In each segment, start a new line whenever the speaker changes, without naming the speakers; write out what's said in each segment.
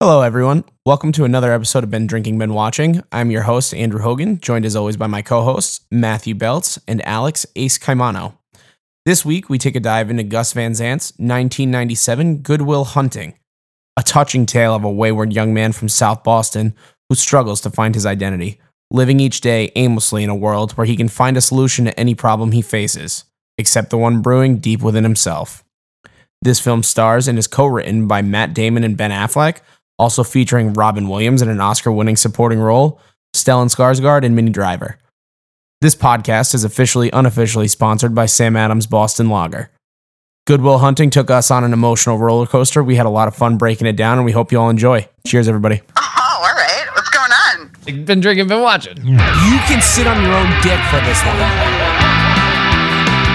Hello, everyone. Welcome to another episode of Been Drinking, Been Watching. I'm your host, Andrew Hogan, joined as always by my co hosts, Matthew Belts and Alex Ace Caimano. This week, we take a dive into Gus Van Zant's 1997 Goodwill Hunting, a touching tale of a wayward young man from South Boston who struggles to find his identity, living each day aimlessly in a world where he can find a solution to any problem he faces, except the one brewing deep within himself. This film stars and is co written by Matt Damon and Ben Affleck, also featuring Robin Williams in an Oscar winning supporting role, Stellan Skarsgård, and Minnie Driver. This podcast is officially unofficially sponsored by Sam Adams Boston Lager. Goodwill Hunting took us on an emotional roller coaster. We had a lot of fun breaking it down, and we hope you all enjoy. Cheers, everybody.
Oh, all right. What's going on?
Been drinking, been watching.
You can sit on your own dick for this one.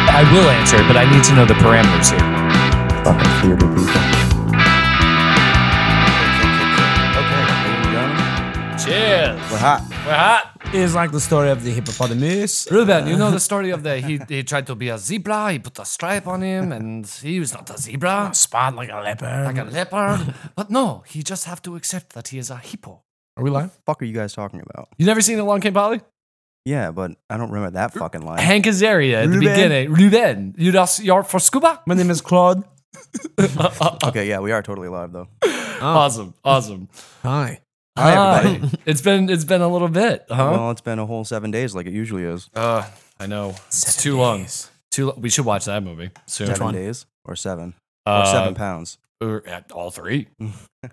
I will answer it, but I need to know the parameters here.
fucking theater people.
Cheers. We're
hot.
We're hot.
It is like the story of the hippopotamus.
Ruben, you know
Uh,
the story of the he, he tried to be a zebra, he put a stripe on him, and he was not a zebra,
Spot like a leopard.
like a leopard. But no, he just have to accept that he is a hippo.
Are we live?
Fuck are you guys talking about?
You never seen Along Came Polly?
Yeah, but I don't remember that fucking line.
Hank Azaria at the
Ruben.
beginning. Ruben, you just you're for scuba?
My name is Claude.
Okay, yeah, we are totally live though.
Awesome, awesome.
Hi.
Hi everybody.
Hi. it's been it's been a little bit, huh?
Well, it's been a whole seven days, like it usually is.
Uh, I know it's
Seven
too long.
days.
Too. Long. We should watch that movie soon.
Seven
one?
days or seven or
Uh,
seven pounds.
Or uh, all three.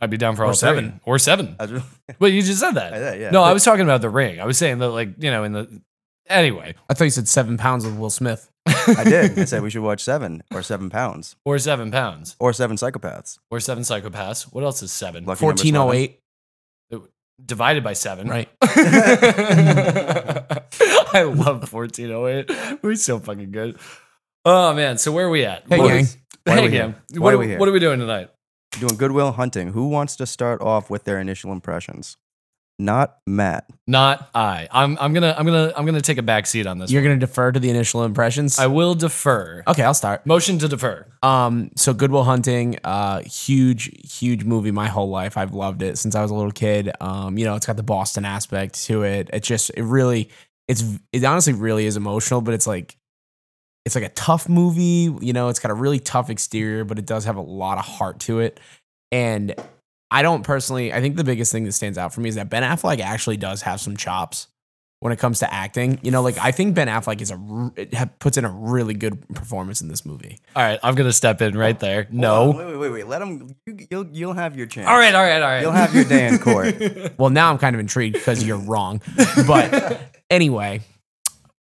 I'd be down for all
seven.
three. Or seven.
I just-
Wait, you just said that.
I did, yeah.
No, I was talking about the ring. I was saying that, like, you know, in the. Anyway,
I thought you said seven pounds with Will Smith.
I did. I said we should watch seven or seven pounds
or seven pounds.
or seven psychopaths.
Or seven psychopaths. What else is seven?
Lucky number
1408,
Divided by seven.
right?
I love 1408. We're so fucking good. Oh, man. So where are we at?
Hey,
What-
gang.
Why are
Hey,
we
gang.
here?
What,
Why are
are
we here?
what are we doing tonight?
Doing Goodwill Hunting. Who wants to start off with their initial impressions? Not Matt.
Not I. I'm, I'm gonna I'm gonna I'm gonna take a back seat on this.
You're going to defer to the initial impressions?
I will defer.
okay, I'll start.
Motion to defer.
Um, so Goodwill Hunting, uh, huge, huge movie my whole life. I've loved it since I was a little kid. Um, you know, it's got the Boston aspect to it. It just, it really, it's, it honestly really is emotional, but it's like, it's like a tough movie. You know, it's got a really tough exterior, but it does have a lot of heart to it. And I don't personally, I think the biggest thing that stands out for me is that Ben Affleck actually does have some chops when it comes to acting. You know, like I think Ben Affleck is a, r- it ha- puts in a really good performance in this movie.
All right, I'm gonna step in right there. No.
Wait, wait, wait, wait. Let him. You, you'll you'll have your chance.
All right, all right, all right.
You'll have your day in court.
Well, now I'm kind of intrigued because you're wrong. But anyway,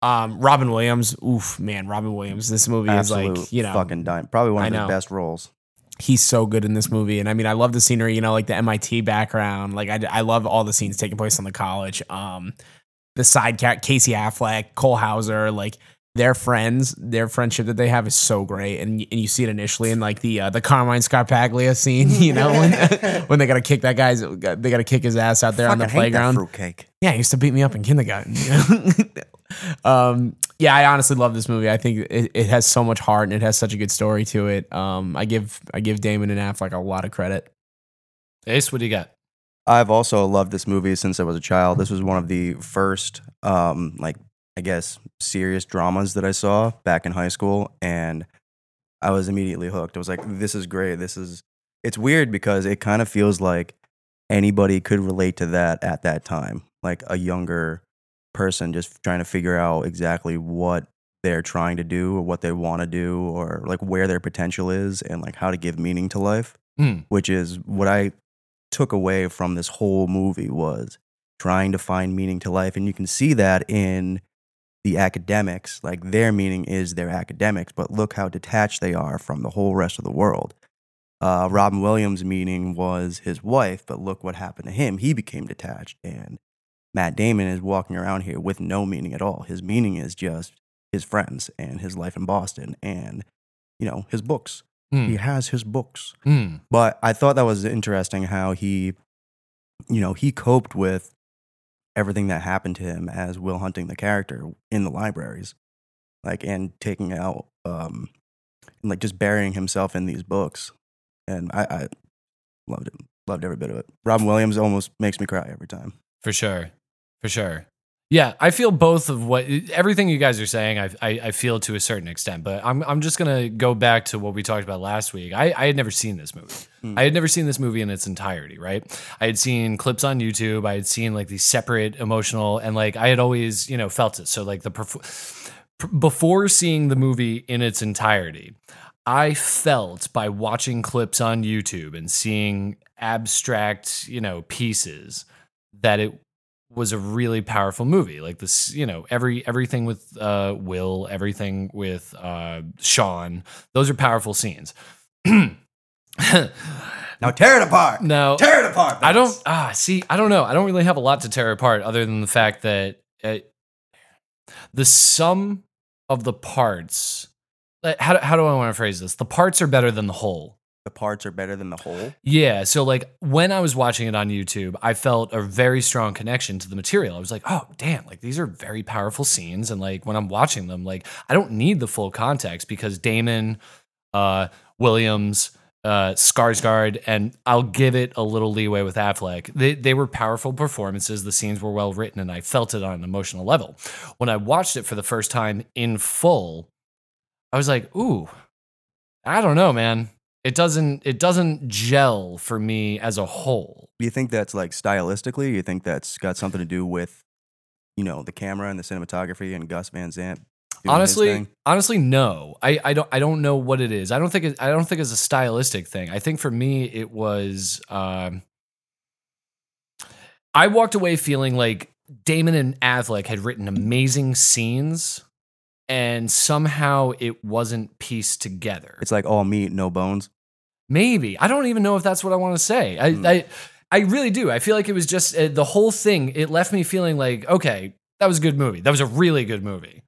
um, Robin Williams, oof, man, Robin Williams. This movie is
Absolute
like, you know,
fucking dime. Probably one
I
of
know.
the best roles.
he's so good in this movie. And I mean, I love the scenery, you know, like the MIT background. Like, I, I love all the scenes taking place on the college. Um, the side cat, Casey Affleck, Cole Hauser, like their friends, their friendship that they have is so great. And, y- and you see it initially in like the uh, the Carmine Scarpaglia scene, you know, when, when they got to kick that guy's, they got to kick his ass out there on the
Fucking hate that
playground.
Fruitcake.
Yeah, he used to beat me up in kindergarten. you know? um, yeah, I honestly love this movie. I think it, it has so much heart and it has such a good story to it. Um, I give I give Damon and Affleck a lot of credit.
Ace, what do you got?
I've also loved this movie since I was a child. This was one of the first, um, like I guess, serious dramas that I saw back in high school, and I was immediately hooked. I was like, "This is great. This is." It's weird because it kind of feels like anybody could relate to that at that time, like a younger person just trying to figure out exactly what they're trying to do or what they want to do or like where their potential is and like how to give meaning to life
Hmm.
which is what i took away from this whole movie was trying to find meaning to life and you can see that in the academics like their meaning is their academics but look how detached they are from the whole rest of the world uh, robin williams meaning was his wife but look what happened to him he became detached and matt damon is walking around here with no meaning at all his meaning is just his friends and his life in boston and you know his books
Hmm.
he has his books
Hmm.
but I thought that was interesting how he, you know, he coped with everything that happened to him as Will Hunting the character in the libraries, like and taking out, um, and like just burying himself in these books, and I, I loved it. Loved every bit of it. Robin Williams almost makes me cry every time.
For sure. For sure. Yeah, I feel both of what everything you guys are saying. I, I I feel to a certain extent, but I'm I'm just gonna go back to what we talked about last week. I I had never seen this movie.
Hmm.
I had never seen this movie in its entirety. Right. I had seen clips on YouTube. I had seen like these separate emotional and like I had always you know felt it. So like the perf- before seeing the movie in its entirety, I felt by watching clips on YouTube and seeing abstract you know pieces that it was a really powerful movie. Like this, you know, every everything with uh, Will, everything with uh, Sean, those are powerful scenes.
Now tear it apart.
now,
Tear it apart.
I don't ah see. I don't know. I don't really have a lot to tear apart other than the fact that uh the sum of the parts. like, How do- how do I want to phrase this? The parts are better than the whole.
The parts are better than the whole.
Yeah. So, like, when I was watching it on YouTube, I felt a very strong connection to the material. I was like, oh, damn, like, these are very powerful scenes. And, like, when I'm watching them, like, I don't need the full context because Damon, uh, Williams, uh, Skarsgård, and I'll give it a little leeway with Affleck. They, they were powerful performances. The scenes were well written, and I felt it on an emotional level. When I watched it for the first time in full, I was like, ooh, I don't know, man it doesn't it doesn't gel for me as a whole.
Do you think that's like stylistically? You think that's got something to do with, you know, the camera and the cinematography and Gus Van Sant? doing his
honestly,
thing?
honestly, no. I, I don't I don't know what it is. I don't think it, I don't think it's a stylistic thing. I think for me it was um, I walked away feeling like Damon and Affleck had written amazing scenes, and somehow it wasn't pieced together.
it's like all meat, no bones.
Maybe I don't even know if that's what I want to say. I,
Hmm.
I I really do. I feel like it was just uh, the whole thing. It left me feeling like okay, that was a good movie. That was a really good movie.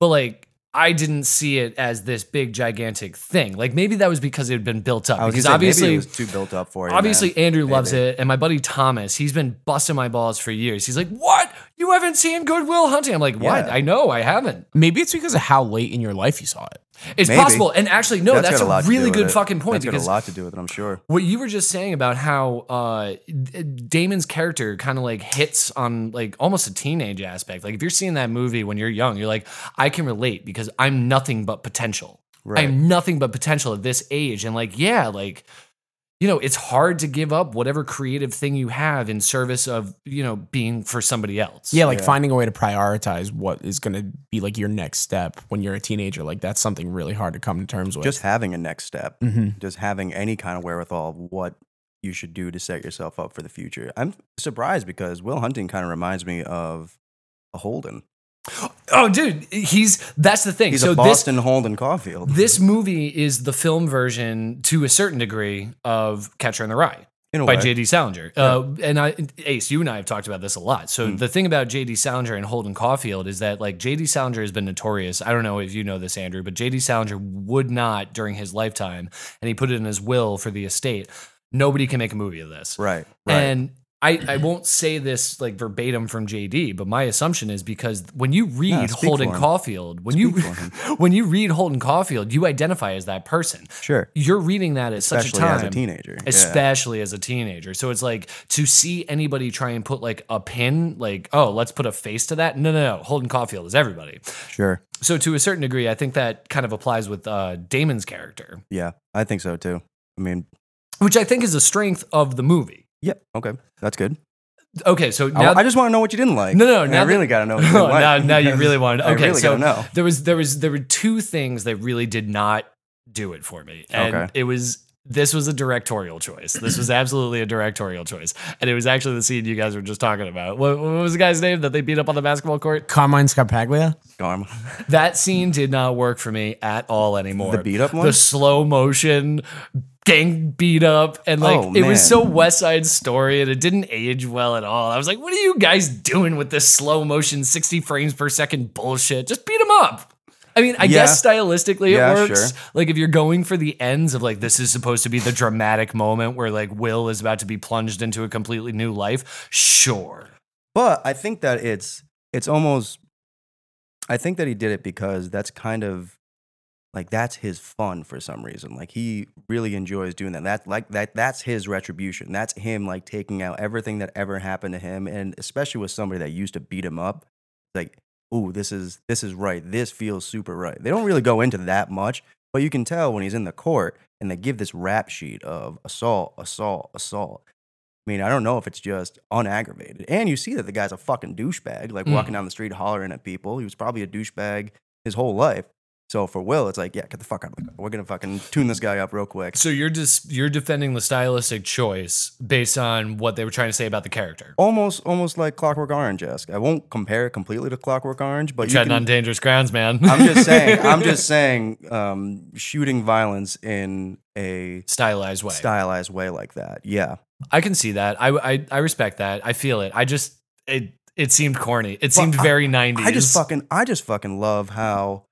But like I didn't see it as this big gigantic thing. Like maybe that was because it had been built up.
I was
because
gonna say,
obviously
maybe it was too built up for you. man.
Obviously, Andrew loves
Maybe.
it, and my buddy Thomas, he's been busting my balls for years. He's like, "What? You haven't seen Goodwill Hunting?" I'm like, "What?
Yeah.
I know, I haven't."
Maybe it's because of how late in your life you saw it.
It's
Maybe.
possible, and actually, no,
got
that's,
lot
a
to do
really
with
good
it.
fucking point
That's got
because
a lot to do with it. I'm sure.
what you were just saying about how uh, D- Damon's character kind of like hits on like almost a teenage aspect. Like if you're seeing that movie when you're young, you're like, I can relate because I'm nothing but potential.
Right.
I'm nothing but potential at this age. And like, yeah, like, you know, it's hard to give up whatever creative thing you have in service of, you know, being for somebody else.
Yeah, like
Yeah.
finding a way to prioritize what is going to be like your next step when you're a teenager. Like that's something really hard to come to terms with.
just having a next step,
hmm
Mm.
just having any kind of wherewithal of what you should do to set yourself up for the future. I'm surprised because Will Hunting kind of reminds me of a Holden.
Oh, dude, he's that's the thing.
He's
so
a
this
Boston Holden Caulfield.
this movie is the film version to a certain degree of Catcher in the Rye.
in a
by
way.
J.D. Salinger. Uh, and I, Ace, you and I have talked about this a lot. So
Hmm.
the thing about J.D. Salinger and Holden Caulfield is that like J.D. Salinger has been notorious. I don't know if you know this, Andrew, but J.D. Salinger would not during his lifetime, and he put it in his will for the estate. Nobody can make a movie of this.
Right. Right.
And I, I won't say this like verbatim from JD, but my assumption is because when you read
Yeah, speak
Holden
for him.
Caulfield, when
Speak
you
for him.
when you read Holden Caulfield, you identify as that person.
sure.
You're reading that at such a
Especially
time
as a teenager. Yeah.
especially as a teenager. So it's like to see anybody try and put like a pin, like, oh, let's put a face to that. No, no, no. Holden Caulfield is everybody.
Sure.
So to a certain degree, I think that kind of applies with uh, Damon's character,
Yeah. I think so too. I mean,
which I think is a strength of the movie.
yeah. Okay. That's good.
Okay, so
I-
now.
I, just want to know what you didn't like.
No, no,
And
now
I
that-
really got to know. What you didn't
Oh,
like
now, now you
because
really wanted.
I
Okay,
really
so
gotta know.
there was there was there were two things that really did not do it for me, and
Okay.
it was this was a directorial choice. This was absolutely a directorial choice, and it was actually the scene you guys were just talking about. What, what was the guy's name that they beat up on the basketball court?
Carmine Scarpaglia.
Garm.
That scene did not work for me at all anymore.
The beat up one?
the slow motion. Gang beat up and like
Oh,
it
man.
was so West Side Story and it didn't age well at all. I was like, what are you guys doing with this slow motion, sixty frames per second bullshit? Just beat them up. I mean, I
Yeah.
guess stylistically
Yeah,
it works.
sure.
Like if you're going for the ends of like this is supposed to be the dramatic moment where like Will is about to be plunged into a completely new life. Sure,
But I think that it's it's almost I think that he did it because that's kind of Like that's his fun for some reason. Like he really enjoys doing that. That's like that that's his retribution. That's him like taking out everything that ever happened to him. And especially with somebody that used to beat him up, like, ooh, this is this is right. This feels super right. They don't really go into that much, but you can tell when he's in the court and they give this rap sheet of assault, assault, assault. I mean, I don't know if it's just unaggravated. And you see that the guy's a fucking douchebag, like
Mm.
walking down the street hollering at people. He was probably a douchebag his whole life. So for Will, it's like, yeah, get the fuck out of the car. We're gonna fucking tune this guy up real quick.
So you're just you're defending the stylistic choice based on what they were trying to say about the character.
Almost, almost like Clockwork Orange esque. I won't compare it completely to Clockwork Orange, but you
Treading
can-
on dangerous grounds, man.
I'm just saying, I'm just saying, um, shooting violence in a
stylized way.
stylized way like that. Yeah,
I can see that. I, I I respect that. I feel it. I just it it seemed corny. It seemed
I-
very 90s.
I just fucking, I just fucking love how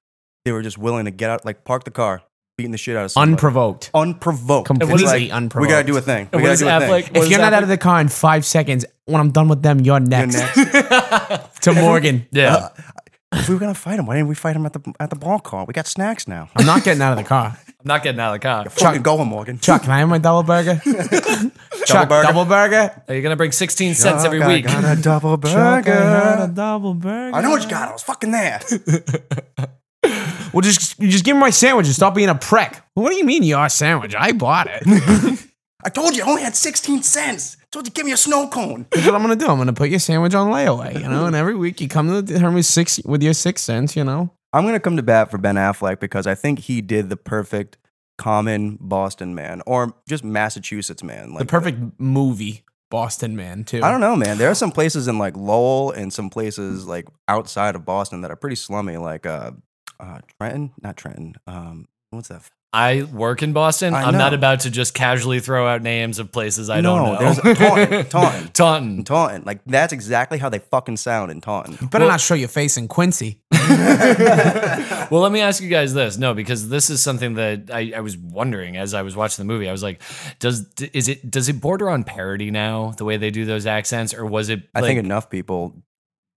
they were just willing to get out, like park the car, beating the shit out of somebody. Oh,
Unprovoked.
unprovoked.
Completely
It's
unprovoked.
We gotta do a thing. We
And what
gotta
does
do a
Affleck?
thing.
what
If
does
you're not out of
Affleck-
the car in five seconds, when I'm done with them, you're next.
next.
to Morgan.
yeah.
Uh, if we were gonna fight him, why didn't we fight him at the at the ball car? We got snacks now.
I'm not getting out of the car.
I'm not getting out of the car.
Fucking going, Morgan.
Chuck, can I have my double burger? Chuck,
burger.
double burger.
Are you gonna bring 16 cents every
Chuck, I
week?
got a double
Chuck, I had a
burger.
double burger.
I know what you got. I was fucking there.
Well, just you just give me my sandwich and stop being a prick. What do you mean your sandwich? I bought it.
I told you I only had 16 cents. I told you give me a snow cone.
That's what I'm gonna do. I'm gonna put your sandwich on layaway, you know. And every week you come to the Hermes six with your six cents, you know.
I'm gonna come to bat for Ben Affleck because I think he did the perfect common Boston man or just Massachusetts man. Like
The perfect movie, Boston Man, too.
I don't know, man. There are some places in like Lowell and some places like outside of Boston that are pretty slummy, like uh, uh Trenton, not Trenton. Um, what's that?
I work in Boston.
I
I'm not
know.
about to just casually throw out names of places I
No,
don't know.
there's- Taunton, Taunton.
Taunton.
Taunton. Like that's exactly how they fucking sound in Taunton.
Better
Well-
not show your face in Quincy.
Well, let me ask you guys this. No, because this is something that I, I was wondering as I was watching the movie. I was like, does is it does it border on parody now the way they do those accents, or was it?
I
like-
think enough people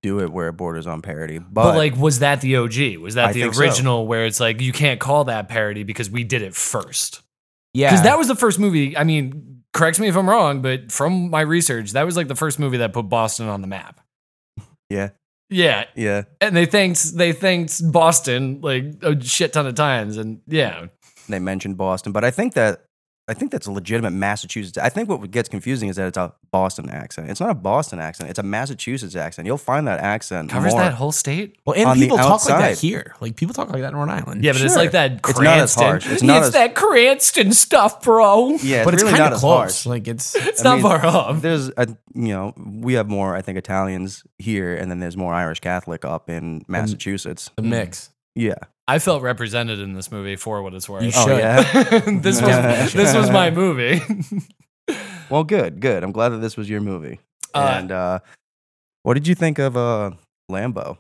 do it where it borders on parody, but,
But, like, was that the OG? Was that
I
the
think so.
original where it's like you can't call that parody because we did it first?
Yeah,
Because that was the first movie. I mean, correct me if I'm wrong, but from my research, that was like the first movie that put Boston on the map.
Yeah.
Yeah,
yeah,
and they thanked they thanked Boston like a shit ton of times, and yeah,
they mentioned Boston, but I think that I think that's a legitimate Massachusetts. I think what gets confusing is that it's a Boston accent. It's not a Boston accent. It's a Massachusetts accent. You'll find that accent
covers
more.
that whole state.
well, and
on the
people talk like that
outside.
here. Like people talk like that in Rhode Island.
Yeah, but it's
Sure.
like that
It's
Cranston.
not as harsh. It's not as-
that Cranston stuff, bro.
yeah, it's
but it's
really
kind
not
of
as
close.
harsh.
Like it's
It's
I
not
mean,
far off.
There's a you know we have more I think Italians here, and then there's more Irish Catholic up in Massachusetts.
a mix.
Yeah,
I felt represented in this movie for what it's worth.
You
Oh,
should.
yeah.
this was this was my movie.
Well, good, good. I'm glad that this was your movie.
Uh,
and uh, what did you think of uh, Lambo?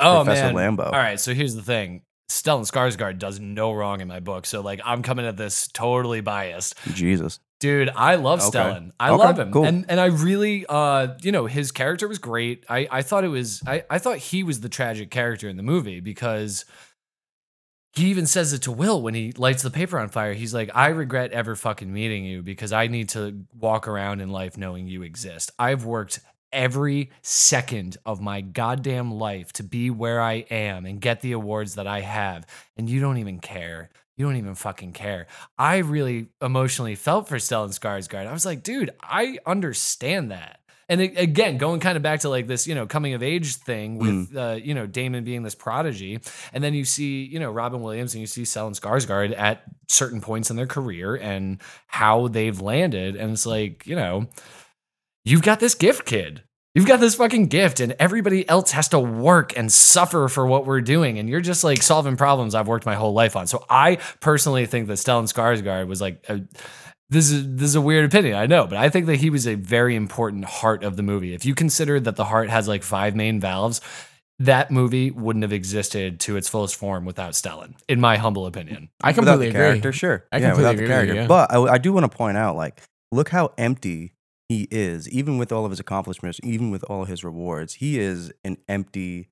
oh
Professor
man!
Lambo.
All right, so here's the thing: Stellan Skarsgård does no wrong in my book, so like I'm coming at this totally biased,
Jesus.
dude. I love
Okay.
Stellan. I
Okay,
love him,
cool.
and and I really, uh, you know, his character was great. I I thought it was I I thought he was the tragic character in the movie because. He even says it to Will when he lights the paper on fire. He's like, I regret ever fucking meeting you because I need to walk around in life knowing you exist. I've worked every second of my goddamn life to be where I am and get the awards that I have. And you don't even care. You don't even fucking care. I really emotionally felt for Stellan Skarsgård. I was like, dude, I understand that. And a- again, going kind of back to like this, you know, coming of age thing with, uh, you know, Damon being this prodigy. And then you see, you know, Robin Williams and you see Stellan Skarsgård at certain points in their career and how they've landed. And it's like, you know, you've got this gift, kid. You've got this fucking gift, and everybody else has to work and suffer for what we're doing. And you're just like solving problems I've worked my whole life on. So I personally think that Stellan Skarsgård was like, a, this is this is a weird opinion, I know, but I think that he was a very important heart of the movie. If you consider that the heart has like five main valves, that movie wouldn't have existed to its fullest form without Stellan, in my humble opinion.
I
without the
completely agree.
character, sure.
I
yeah,
completely
without the
agree with you,
character.
yeah.
But I, I do want to point out, like, look how empty he is, even with all of his accomplishments, even with all his rewards. He is an empty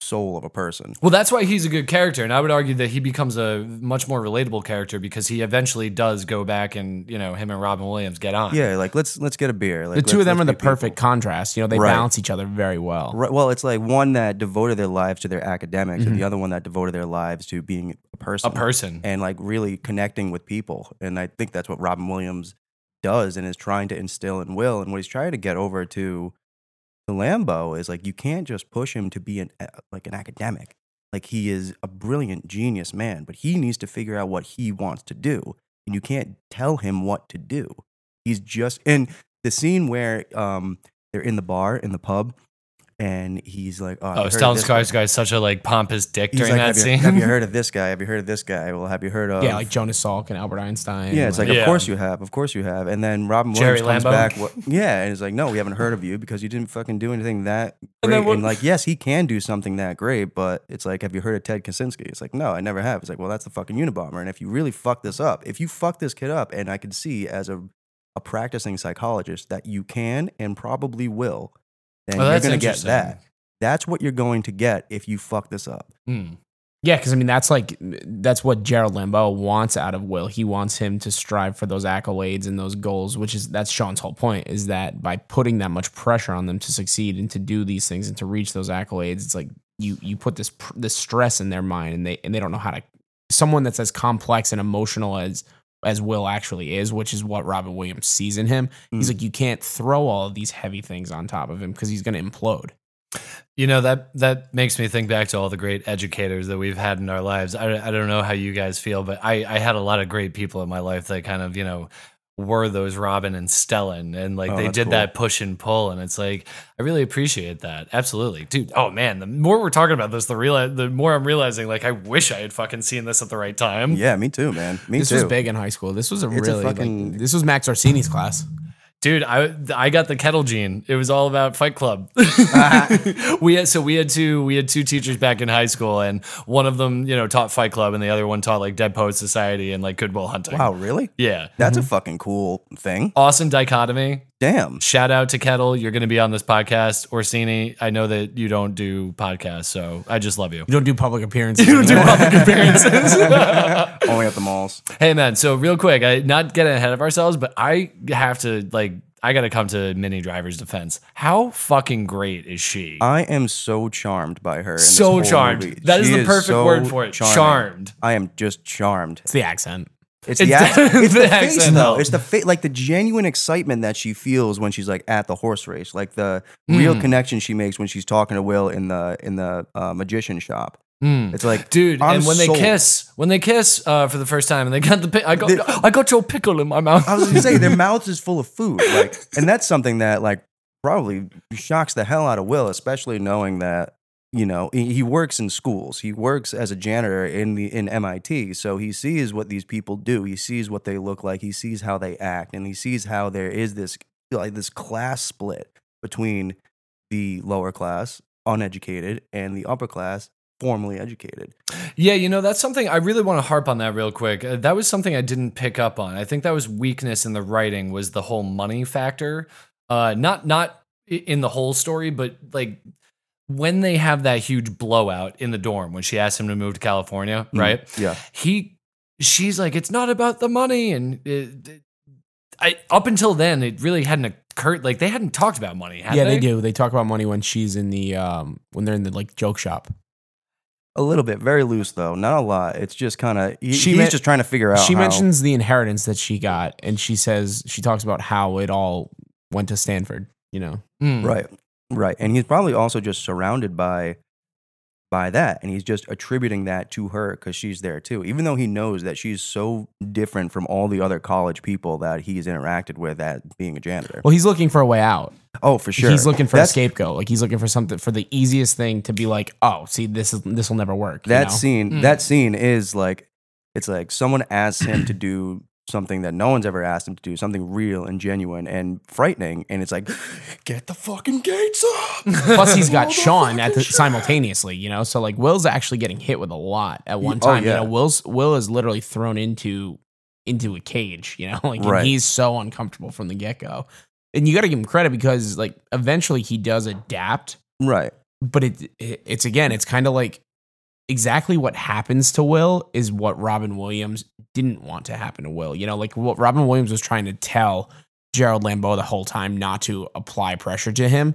soul of a person.
Well, that's why he's a good character, and I would argue that he becomes a much more relatable character because he eventually does go back and you know him and Robin Williams get on.
Yeah, like let's let's get a beer. Like,
The two of
let's-
them are
let's
the
be people.
perfect contrast. You know, they
Right.
balance each other very well.
Right, well, it's like one that devoted their lives to their academics, and the
Mm-hmm.
other one that devoted their lives to being a person.
a person.
and uh, like really connecting with people. And I think that's what Robin Williams does and is trying to instill in Will. And what he's trying to get over to to Lambo is like you can't just push him to be an uh, like an academic. Like he is a brilliant genius man, but he needs to figure out what he wants to do, and you can't tell him what to do. He's just in the scene where um they're in the bar in the pub, and he's like, "Oh, have you
Oh,
heard of
Stellan
this guy?"
Skarsgård is such a like pompous dick
He's
during
like,
that
have,
scene.
You, have you heard of this guy? Have you heard of this guy? Well, have you heard of
Yeah, like Jonas Salk and Albert Einstein.
yeah, it's like,
Yeah.
of course you have, of course you have. And then Robin
Jerry
Williams comes
Lambo.
back, what, yeah, and it's like, no, we haven't heard of you because you didn't fucking do anything that great.
And
And,
then what-
like, yes, he can do something that great, but it's like, have you heard of Ted Kaczynski? It's like, no, I never have. It's like, well, that's the fucking Unabomber. And if you really fuck this up, if you fuck this kid up, and I could see as a a practicing psychologist that you can and probably will, then
Oh,
you're
that's
gonna get
interesting.
that. That's what you're going to get if you fuck this up.
Hmm.
Yeah, because I mean that's like that's what Gerald Lambeau wants out of Will. He wants him to strive for those accolades and those goals, which is that's Sean's whole point. Is that by putting that much pressure on them to succeed and to do these things and to reach those accolades, it's like you you put this pr- this stress in their mind and they and they don't know how to. Someone that's as complex and emotional as as Will actually is, which is what Robin Williams sees in him. He's
Mm.
like you can't throw all of these heavy things on top of him because he's going to implode.
You know that that makes me think back to all the great educators that we've had in our lives. I, I don't know how you guys feel, but I I had a lot of great people in my life that kind of you know were those Robin and Stellan, and like
Oh,
they
that's
did
cool.
that push and pull, and it's like I really appreciate that. Absolutely, dude. Oh man, the more we're talking about this, the real the more I'm realizing like I wish I had fucking seen this at the right time.
Yeah, me too, man. Me
this
too.
was big in high school. This was a
a
really like,
fucking-
this was Max Orsini's class.
Dude, I I got the kettle gene. It was all about Fight Club. we had so we had two we had two teachers back in high school, and one of them you know taught Fight Club, and the other one taught like Dead Poet Society and like Goodwill Hunting.
Wow, really?
Yeah,
That's a fucking cool thing.
awesome dichotomy.
Damn.
Shout out to Kettle. You're going to be on this podcast, Orsini. I know that you don't do podcasts, so I just love you.
You don't do public appearances.
You don't do public appearances.
Only at the malls.
Hey man, so real quick, I not getting ahead of ourselves, but I have to like I gotta come to Mini Driver's defense. How fucking great is she?
I am so charmed by her. in this
so
whole
charmed.
movie.
That is
She
the perfect
so
word for it.
charming.
Charmed.
I am just charmed.
It's the accent.
It's,
It's
the, act-
the-
it's the,
the
face,
accent,
though.
though.
It's the face, like the genuine excitement that she feels when she's like at the horse race, like the
Hmm.
real connection she makes when she's talking to Will in the in the uh, magician shop.
Mm.
It's like,
Dude,
I'm
and when
sold.
they kiss, when they kiss uh, for the first time, and they got the pic- I got
The-
I got your pickle in my mouth.
I was gonna say their mouths is full of food, like, and that's something that like probably shocks the hell out of Will, especially knowing that you know he he works in schools, he works as a janitor in the in MIT, so he sees what these people do, he sees what they look like, he sees how they act, and he sees how there is this like this class split between the lower class, uneducated, and the upper class, formally educated.
Yeah, you know, that's something I really want to harp on that real quick. Uh, that was something I didn't pick up on. I think that was weakness in the writing was the whole money factor. Uh not not i- in the whole story, but like when they have that huge blowout in the dorm when she asks him to move to California,
Mm.
right?
Yeah,
he she's like it's not about the money and it, it- I, up until then it really hadn't occurred like they hadn't talked about money had
yeah, they? do. They talk about money when she's in the um when they're in the like joke shop.
a little bit, very loose though, not a lot. It's just kind of he,
She
he's
men-
just trying to figure out.
she
how-
mentions the inheritance that she got, and she says she talks about how it all went to Stanford. You know,
Mm.
Right. Right. And he's probably also just surrounded by by that and he's just attributing that to her cuz she's there too. Even though he knows that she's so different from all the other college people that he's interacted with at being a janitor.
well, he's looking for a way out.
oh, for sure.
He's looking for a
That's-
scapegoat. Like he's looking for something for the easiest thing to be like, oh, see, this is this will never work. you
That
know?
scene
Mm.
that scene is like it's like someone asks him to do something that no one's ever asked him to do, something real and genuine and frightening and it's like get the fucking gates up.
Plus, he's got
Motherfucking
Sean at the,
shit.
simultaneously, you know. So like, Will's actually getting hit with a lot at one
Oh,
time.
yeah.
You know, Will's Will is literally thrown into into a cage. You know, like and
Right.
he's so uncomfortable from the get go. And you got to give him credit because like eventually he does adapt,
Right.
but it, it it's again, it's kind of like exactly what happens to Will is what Robin Williams didn't want to happen to Will. You know, like what Robin Williams was trying to tell Gerald Lambeau the whole time not to apply pressure to him.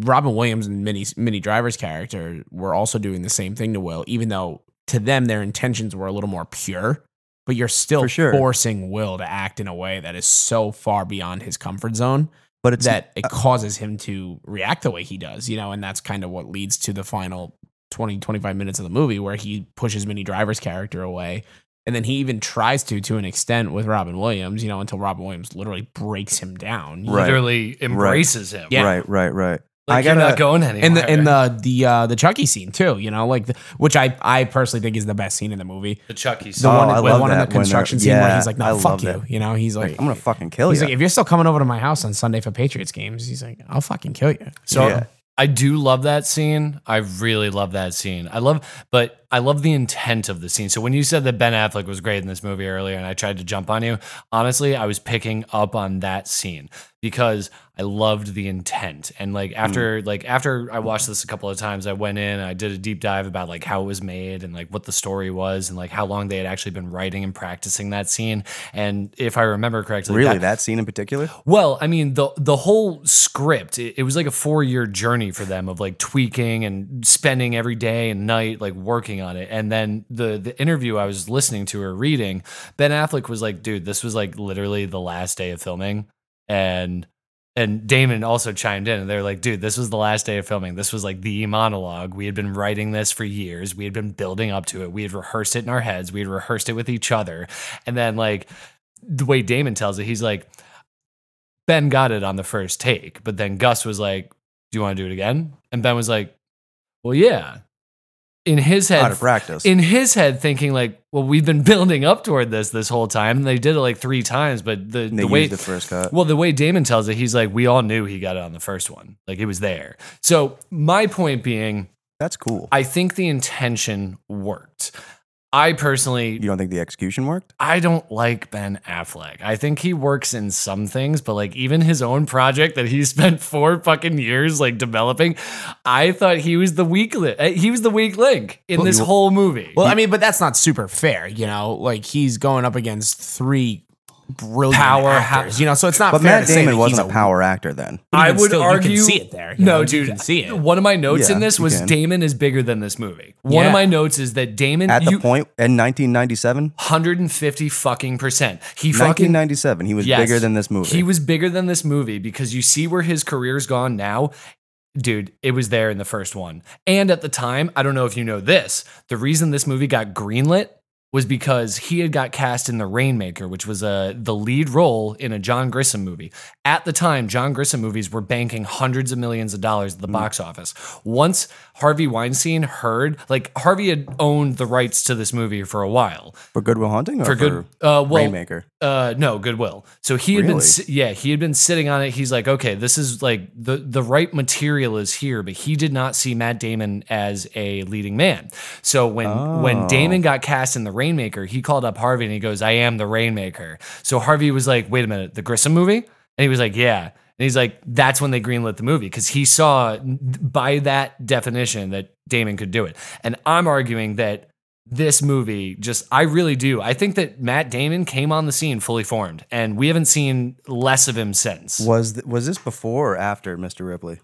Robin Williams and many many drivers character were also doing the same thing to Will, even though to them their intentions were a little more pure. But you're still
For sure.
forcing Will to act in a way that is so far beyond his comfort zone
But it's
that it causes him to react the way he does, you know, and that's kind of what leads to the final 20, 25 minutes of the movie where he pushes Minnie Driver's character away. And then he even tries to, to an extent, with Robin Williams, you know, until Robin Williams literally breaks him down.
Right.
Literally embraces him.
Yeah.
right, right, right.
Like
I
you're
gotta-
not going anywhere.
And the and the the uh, the Chucky scene too, you know, like the, which I I personally think is the best scene in the movie.
the E. Chucky.
The
scene.
one
Oh, I
the
love
one in the
that when, uh,
construction scene where
yeah,
he's like,
I
"No,
love
fuck you,"
that.
you know, he's like,
Like, I'm gonna fucking kill
he's
you.
like, if you're still coming over to my house on Sunday for Patriots games, he's like, I'll fucking kill you.
So
Yeah.
I do love that scene. I really love that scene. I love, but I love the intent of the scene. So when you said that Ben Affleck was great in this movie earlier, and I tried to jump on you, honestly, I was picking up on that scene because I loved the intent. And like
Mm.
after, like after I watched this a couple of times, I went in and I did a deep dive about like how it was made and like what the story was and like how long they had actually been writing and practicing that scene. And if I remember correctly,
really,
that-
that scene in particular?
well, I mean the the whole script. It, it was like a four year journey for them of like tweaking and spending every day and night like working on it. And then the the interview I was listening to or reading, Ben Affleck was like, "Dude, this was like literally the last day of filming," and and Damon also chimed in and they're like, "Dude, this was the last day of filming. This was like the monologue. We had been writing this for years. We had been building up to it. We had rehearsed it in our heads. We had rehearsed it with each other." And then like the way Damon tells it, he's like, Ben got it on the first take, but then Gus was like, Do you want to do it again? And Ben was like, Well, yeah. In his
Out
head,
of practice.
in his head, thinking like, Well, we've been building up toward this this whole time. And they did it like three times, but the,
they
the way
used the first cut.
well, the way Damon tells it, he's like, We all knew he got it on the first one. Like it was there. So my point being,
That's cool.
I think the intention worked. I personally
you don't think the execution worked?
I don't like Ben Affleck. I think he works in some things, but like even his own project that he spent four fucking years like developing, I thought he was the weak link. He was the weak link in this whole movie.
Well, I mean, but that's not super fair, you know. Like he's going up against three brilliant
Power
power actors,
hou-
you know. So it's not.
But
fair to
Matt
say that
Damon
he's
wasn't a power actor then.
but even
I would
still,
argue
you can see it there. you
no,
know,
dude,
you can see it.
One of my notes
Yeah,
in this
you
was
can.
Damon is bigger than this movie. One
Yeah.
of my notes is that Damon
At the
you-
point in 1997,
150 fucking percent. He fucking
1997, he was
Yes.
bigger than this movie.
He was bigger than this movie because you see where his career's gone now. Dude, it was there in the first one. And at the time, I don't know if you know this, the reason this movie got greenlit was because he had got cast in The Rainmaker, which was uh, the lead role in a John Grissom movie. At the time, John Grissom movies were banking hundreds of millions of dollars
Hmm.
at the box office. Once Harvey Weinstein heard, like Harvey had owned the rights to this movie for a while.
for Goodwill Hunting or
For
for,
good, uh, well,
Rainmaker.
uh, no, Goodwill. So he had been,
Really?
si- yeah, he had been sitting on it. He's like, okay, this is like the the right material is here, but he did not see Matt Damon as a leading man. So when when
Oh.
Damon got cast in The Rainmaker, he called up Harvey and he goes, "I am the Rainmaker." So Harvey was like, "Wait a minute, the Grissom movie?" And he was like, "Yeah." And he's like, "That's when they greenlit the movie because he saw by that definition that Damon could do it." And I'm arguing that this movie just I really do. I think that Matt Damon came on the scene fully formed and we haven't seen less of him since.
Was th- was this before or after Mr. Ripley?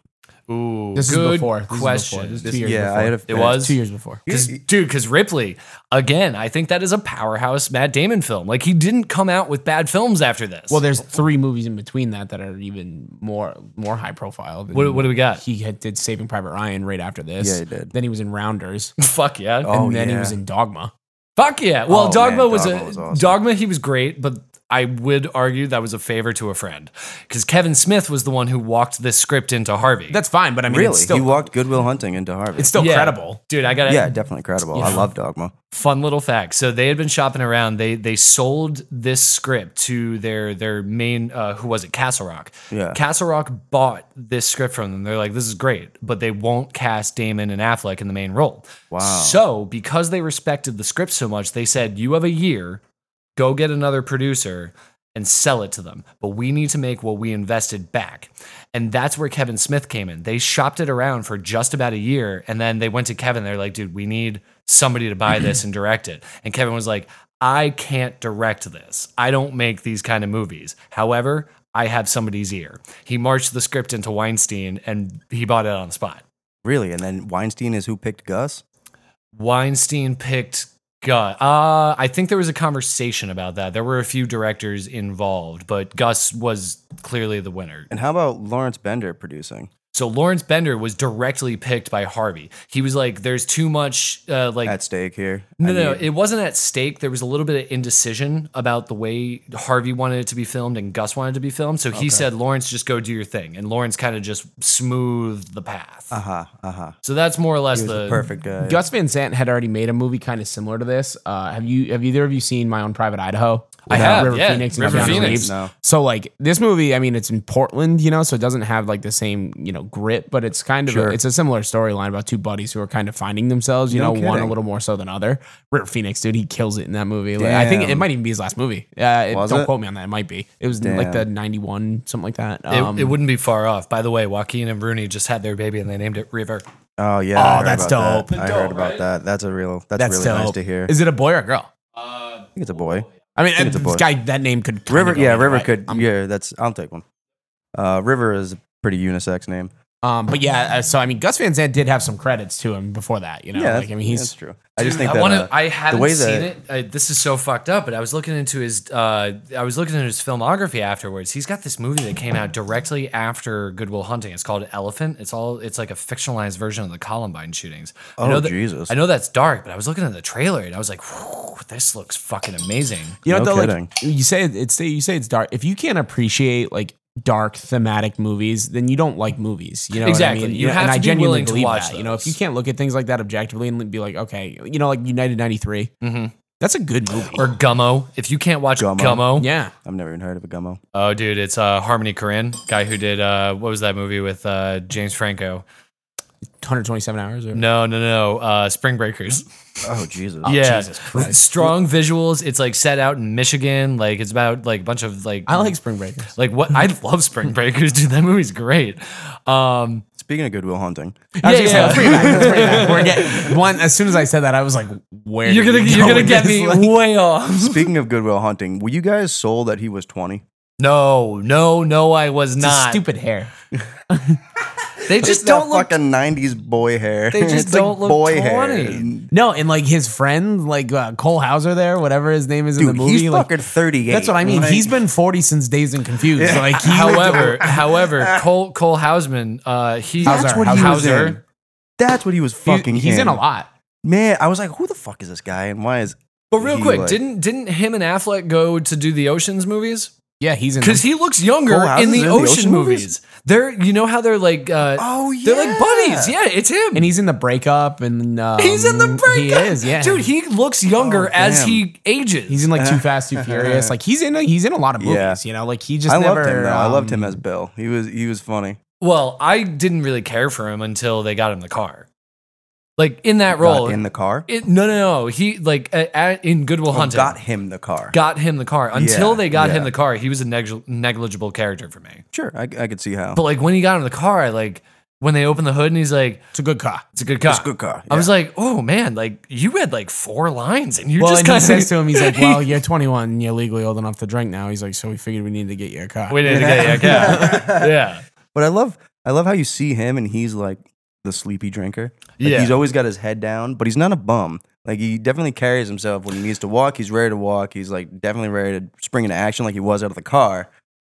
Ooh,
This is
good
before. This is before.
question.
This is
This-
two years
yeah,
before.
I had a,
It was?
two years before.
'Cause- dude, because Ripley, again, I think that is a powerhouse Matt Damon film. Like he didn't come out with bad films after this.
Well, there's three movies in between that that are even more more high profile. than-
What- what do we got?
He had, did Saving Private Ryan right after this.
Yeah, he did.
Then he was in Rounders,
fuck yeah.
Oh,
and then he
yeah.
was in Dogma.
Fuck yeah. Well,
Oh,
Dogma
man,
was
Dogma
a
was awesome.
Dogma. He was great, but I would argue that was a favor to a friend because Kevin Smith was the one who walked this script into Harvey.
That's fine, but I mean,
Really?
it's still
he walked Goodwill Hunting into Harvey.
it's still
Yeah.
credible.
dude. I got to
yeah, definitely credible. I love Dogma.
fun little fact. So they had been shopping around. They they sold this script to their their main uh, who was it? Castle Rock.
Yeah.
Castle Rock bought this script from them. They're like, this is great, but they won't cast Damon and Affleck in the main role.
Wow.
So because they respected the script so much, they said, you have a year. Go get another producer. and sell it to them. But we need to make what we invested back. And that's where Kevin Smith came in. They shopped it around for just about a year. And then they went to Kevin. They're like, dude, we need somebody to buy this and direct it. And Kevin was like, I can't direct this. I don't make these kind of movies. However, I have somebody's ear. He marched the script into Weinstein and he bought it on the spot.
Really? And then Weinstein is who picked Gus?
Weinstein picked Gus. Uh, I think there was a conversation about that. There were a few directors involved, but Gus was clearly the winner.
And how about Lawrence Bender producing?
So Lawrence Bender was directly picked by Harvey. He was like, "There's too much uh, like
At stake here.
no,
I
no,
mean,
it wasn't at stake. There was a little bit of indecision about the way Harvey wanted it to be filmed and Gus wanted it to be filmed. So he said, Lawrence, just go do your thing. And Lawrence kind of just smoothed the path.
uh-huh, uh-huh.
So that's more or less
He was the,
the
perfect guy.
Gus Van Sant had already made a movie kind of similar to this. Uh, have you? Have either of you seen My Own Private Idaho?
I
With, uh,
have,
River
yeah.
Phoenix and
River
Keanu
Phoenix.
Reeves.
No.
So like this movie, I mean, it's in Portland, you know, so it doesn't have like the same you know grit, but it's kind of
Sure.
a, it's a similar storyline about two buddies who are kind of finding themselves, you
No
know, one a
kidding.
little more so than other. River Phoenix, dude, he kills it in that movie. Like, I think it
Damn.
might even be his last movie. Uh, it-
Was
don't
it?
quote me on that. It might be. It was like the
Damn.
'91 something like that. Um,
It,
Um,
it wouldn't be far off. By the way, Joaquin and Rooney just had their baby and they named it River.
Oh yeah.
Oh,
I heard
that's dope.
about That. I
Dope,
heard about
right?
that. That's a real that's,
That's
really
dope.
nice to hear.
Is it a boy or a girl?
Uh,
I think it's a boy.
I mean,
think it's a
this
boy.
guy. That name could kinda
River
go
yeah,
either
River
way.
could
I'm-
yeah, that's I'll take one. Uh River is a pretty unisex name.
Um, but yeah, uh, so I mean, Gus Van Sant did have some credits to him before that. You know,
yeah,
like I mean,
that's
he's
true. I just
Dude,
think that
I wanna-
uh,
I haven't
way
seen
that-
it. Uh, this is so fucked up. But I was looking into his. Uh, I was looking into his filmography afterwards. He's got this movie that came out directly after Goodwill Hunting. It's called Elephant. It's all. It's like a fictionalized version of the Columbine shootings. I know
Oh
that-
Jesus.
I know that's dark, but I was looking at the trailer and I was like, "Whew, "This looks fucking amazing."
you know
No
though,
kidding.
like you say it- it's you say it's dark. If you can't appreciate like dark thematic movies, then you don't like movies. You know,
Exactly.
What I mean?
You
know,
have
and
to
I
be
genuinely
willing to
believe
watch
that. You know, if
those.
you can't look at things like that objectively and be like, okay, you know, like United '93,
Mhm.
that's a good movie.
Or Gummo. If you can't watch Gummo,
Mm-hmm. Gummo.
yeah,
I've never even heard of a gummo.
oh dude, it's uh, Harmony Korine, guy who did uh, what was that movie with uh, James Franco?
127 hours. Or,
No, no, no, uh, Spring Breakers.
Oh Jesus.
yeah,
Jesus Christ.
strong visuals. It's like set out in Michigan. Like it's about like a bunch of like
I like Spring Breakers.
like what I love Spring Breakers, dude. That movie's great. Um,
Speaking of Goodwill Hunting,
I was
Yeah,
gonna say,
yeah.
let's bring it back, let's bring it back. We're getting- one. As soon as I said that, I was like, where
you're
did
gonna
we
you're
go
gonna
with
get
this?
me
Like-
way off.
speaking of Goodwill Hunting, were you guys sold that he was 20?
No, no, no. I was
It's his
not.
stupid hair.
They just don't
that
look.
fucking 90s boy hair.
They just
It's like
don't look 20.
No, and like his friend, like uh, Cole Hauser, there, whatever his name is in the
Dude,
movie.
he's
like,
fucking 38.
that's what I mean.
Like,
he's been forty since Dazed and Confused. Like, he,
However, however, Cole Cole Hausman, uh, he
That's what he
was in. that's what he was fucking
he's in a lot.
Man, I was like, who the fuck is this guy and why is
But real
He,
quick,
like-
didn't didn't him and Affleck go to do the Ocean's movies?
Yeah, he's in.
Because he looks younger
Cole Hauser's
in the
in the
Ocean,
Ocean
movies.
movies?
They're you know how they're like uh,
Oh,
they're like buddies. Yeah, it's him.
and he's in the breakup, and um,
He's in the breakup.
He is, yeah,
dude. He looks younger
Oh,
as
damn.
he ages.
he's in like Too Fast, Too Furious. Like he's in. A, he's in a lot of movies.
Yeah.
You know, like he just.
I
never,
loved him though. I loved him
um,
as Bill. He was he was funny.
well, I didn't really care for him until they got him the car. Like in that role,
Got in the car.
it, no, no, no. He like uh, at, in Goodwill
Oh,
Hunting
Got him the car.
got him the car. Until
Yeah,
they got
yeah.
him the car, he was a negli- negligible character for me.
sure, I, I could see how.
But like when he got him the car, I like when they opened the hood and he's like,
It's a good car.
"It's a good car."
It's a good car.
I was like, "Oh man, like you had like four lines and you
Well,
just
and he
kind
says to him, he's like, "Well, you're 21, and you're legally old enough to drink now." He's like, "So we figured we need to get you a car."
we didn't get yeah, yeah, yeah."
But I love I love how you see him and he's like the sleepy drinker. Like,
Yeah.
He's always got his head down, but he's not a bum. Like he definitely carries himself when he needs to walk. He's ready to walk. He's like definitely ready to spring into action like he was out of the car.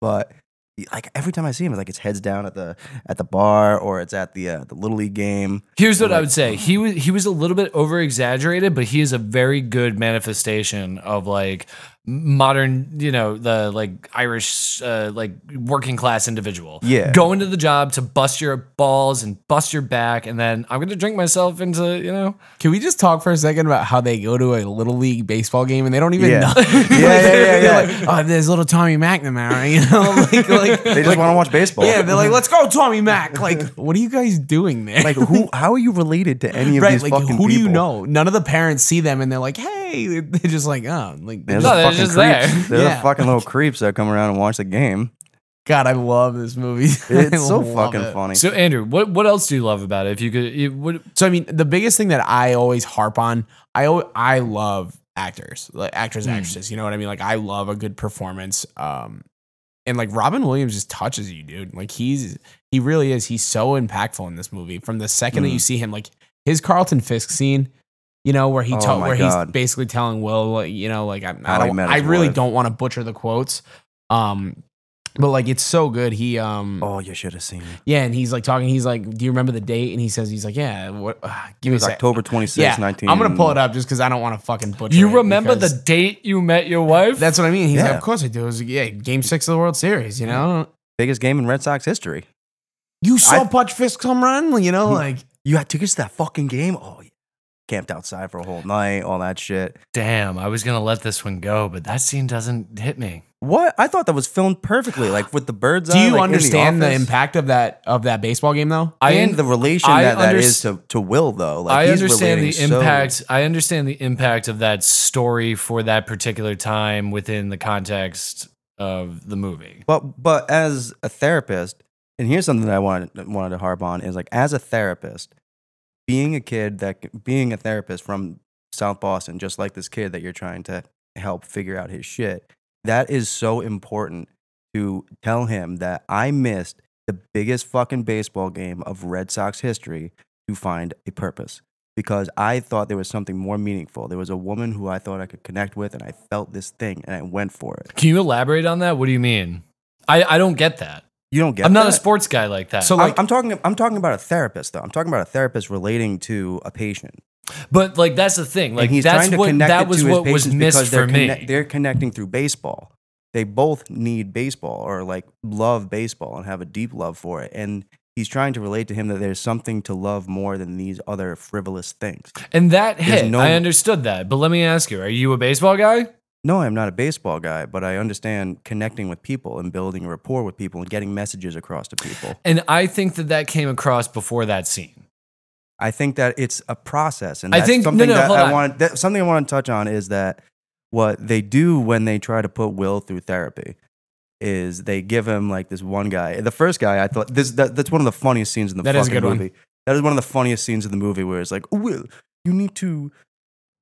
But he- like every time I see him, it's like it's heads down at the at the bar or it's at the uh, the little league game.
Here's what I
Like-
would say: he was he was a little bit over exaggerated, but he is a very good manifestation of like modern, you know, the like Irish, uh, like working class individual.
Yeah.
go into the job to bust your balls and bust your back, and then I'm going to drink myself into you know.
Can we just talk for a second about how they go to a little league baseball game and they don't even
Yeah.
know?
Yeah, yeah, yeah, yeah.
They're like, oh, there's little Tommy McNamara, you know, like, like
They just want to watch baseball.
yeah, they're like, let's go, Tommy Mac. Like, what are you guys doing there?
like who? How are you related to any of
right,
these
like who
fucking
do you
people?
know? None of the parents see them and they're like, hey, hey, they're just like, oh, like,
They're
No,
the
they're
fucking
just
creeps.
there.
They're
Yeah.
the fucking little creeps that come around and watch the game.
God, I love this movie. I
It's so
love
fucking
it.
funny.
So Andrew, what what else do you love about it? If you could, it, what,
So I mean, the biggest thing that I always harp on, I al- I love actors, like actors,
Hmm.
Mm.
actresses. You know what I mean? Like I love a good performance. Um, and like Robin Williams just touches you, dude. Like he's he really is. He's so impactful in this movie. From the second that
Mm.
you see him, like his Carlton Fisk scene, you know, where he
Oh
ta-
my
where he's
God.
basically telling Will, like, you know, like I,
How
I
he
don't,
met
I
his
really
wife.
don't want to butcher the quotes. Um, but like it's so good. He um.
oh, you should have seen it.
Yeah, and he's like talking. He's like, "Do you remember the date?" And he says, "He's like, yeah, what? Uh, give me a
It was
sec.
October 26,
Yeah,
19.
I'm gonna pull it up just because I don't want to fucking butcher.
you
it
remember
because
the date you met your wife?
That's what I mean. He's like,
Yeah.
of course I do. It was yeah, Game Six of the World Series. You know,
Biggest game in Red Sox history.
you saw
I-
Putch Fisk come run. You know,
Hmm.
like
You had tickets to that fucking game? Oh, yeah. Camped outside for a whole night, all that shit.
damn. I was gonna let this one go, but that scene doesn't hit me.
What? I thought that was filmed perfectly, like with the bird's
do
eye.
you
like, in
understand the,
office.
impact of that of that baseball game though?
And the relation
I
that that
underst-
is to, to Will, though. Like,
I
he's
understand the
relating so-
impact. I understand the impact of that story for that particular time within the context of the movie.
But but as a therapist, and here's something that I wanted wanted to harp on is like as a therapist, being a kid that being a therapist from South Boston, just like this kid that you're trying to help figure out his shit, that is so important to tell him that I missed the biggest fucking baseball game of Red Sox history to find a purpose because I thought there was something more meaningful. There was a woman who I thought I could connect with and I felt this thing and I went for it.
Can you elaborate on that? What do you mean? I, I don't get that.
You don't get
I'm not a
that?
sports guy like that.
So
So,
I'm-
like,
I'm, talking. I'm talking about a therapist, though. I'm talking about a therapist relating to a patient.
but like that's the thing. Like
and he's
that's
trying to
what
connect
that
it
was
to his
what was
patients
missed
because they're
for me.
connect- they're connecting through baseball. They both need baseball or like love baseball and have a deep love for it. And he's trying to relate to him that there's something to love more than these other frivolous things.
and that
There's
hit.
no-
I understood that. But let me ask you: Are you a baseball guy?
No, I'm not a baseball guy, but I understand connecting with people and building a rapport with people and getting messages across to people.
And I think that that came across before that scene.
I think that it's a process, and
I
that's
think- no,
something
no,
that
hold on.
I want. That, something I want to touch on is that what they do when they try to put Will through therapy is they give him like this one guy. The first guy I thought this that, that's one of the funniest scenes in the
That
fucking
is a good one.
movie. That is one of the funniest scenes in the movie where it's like, Will, you need to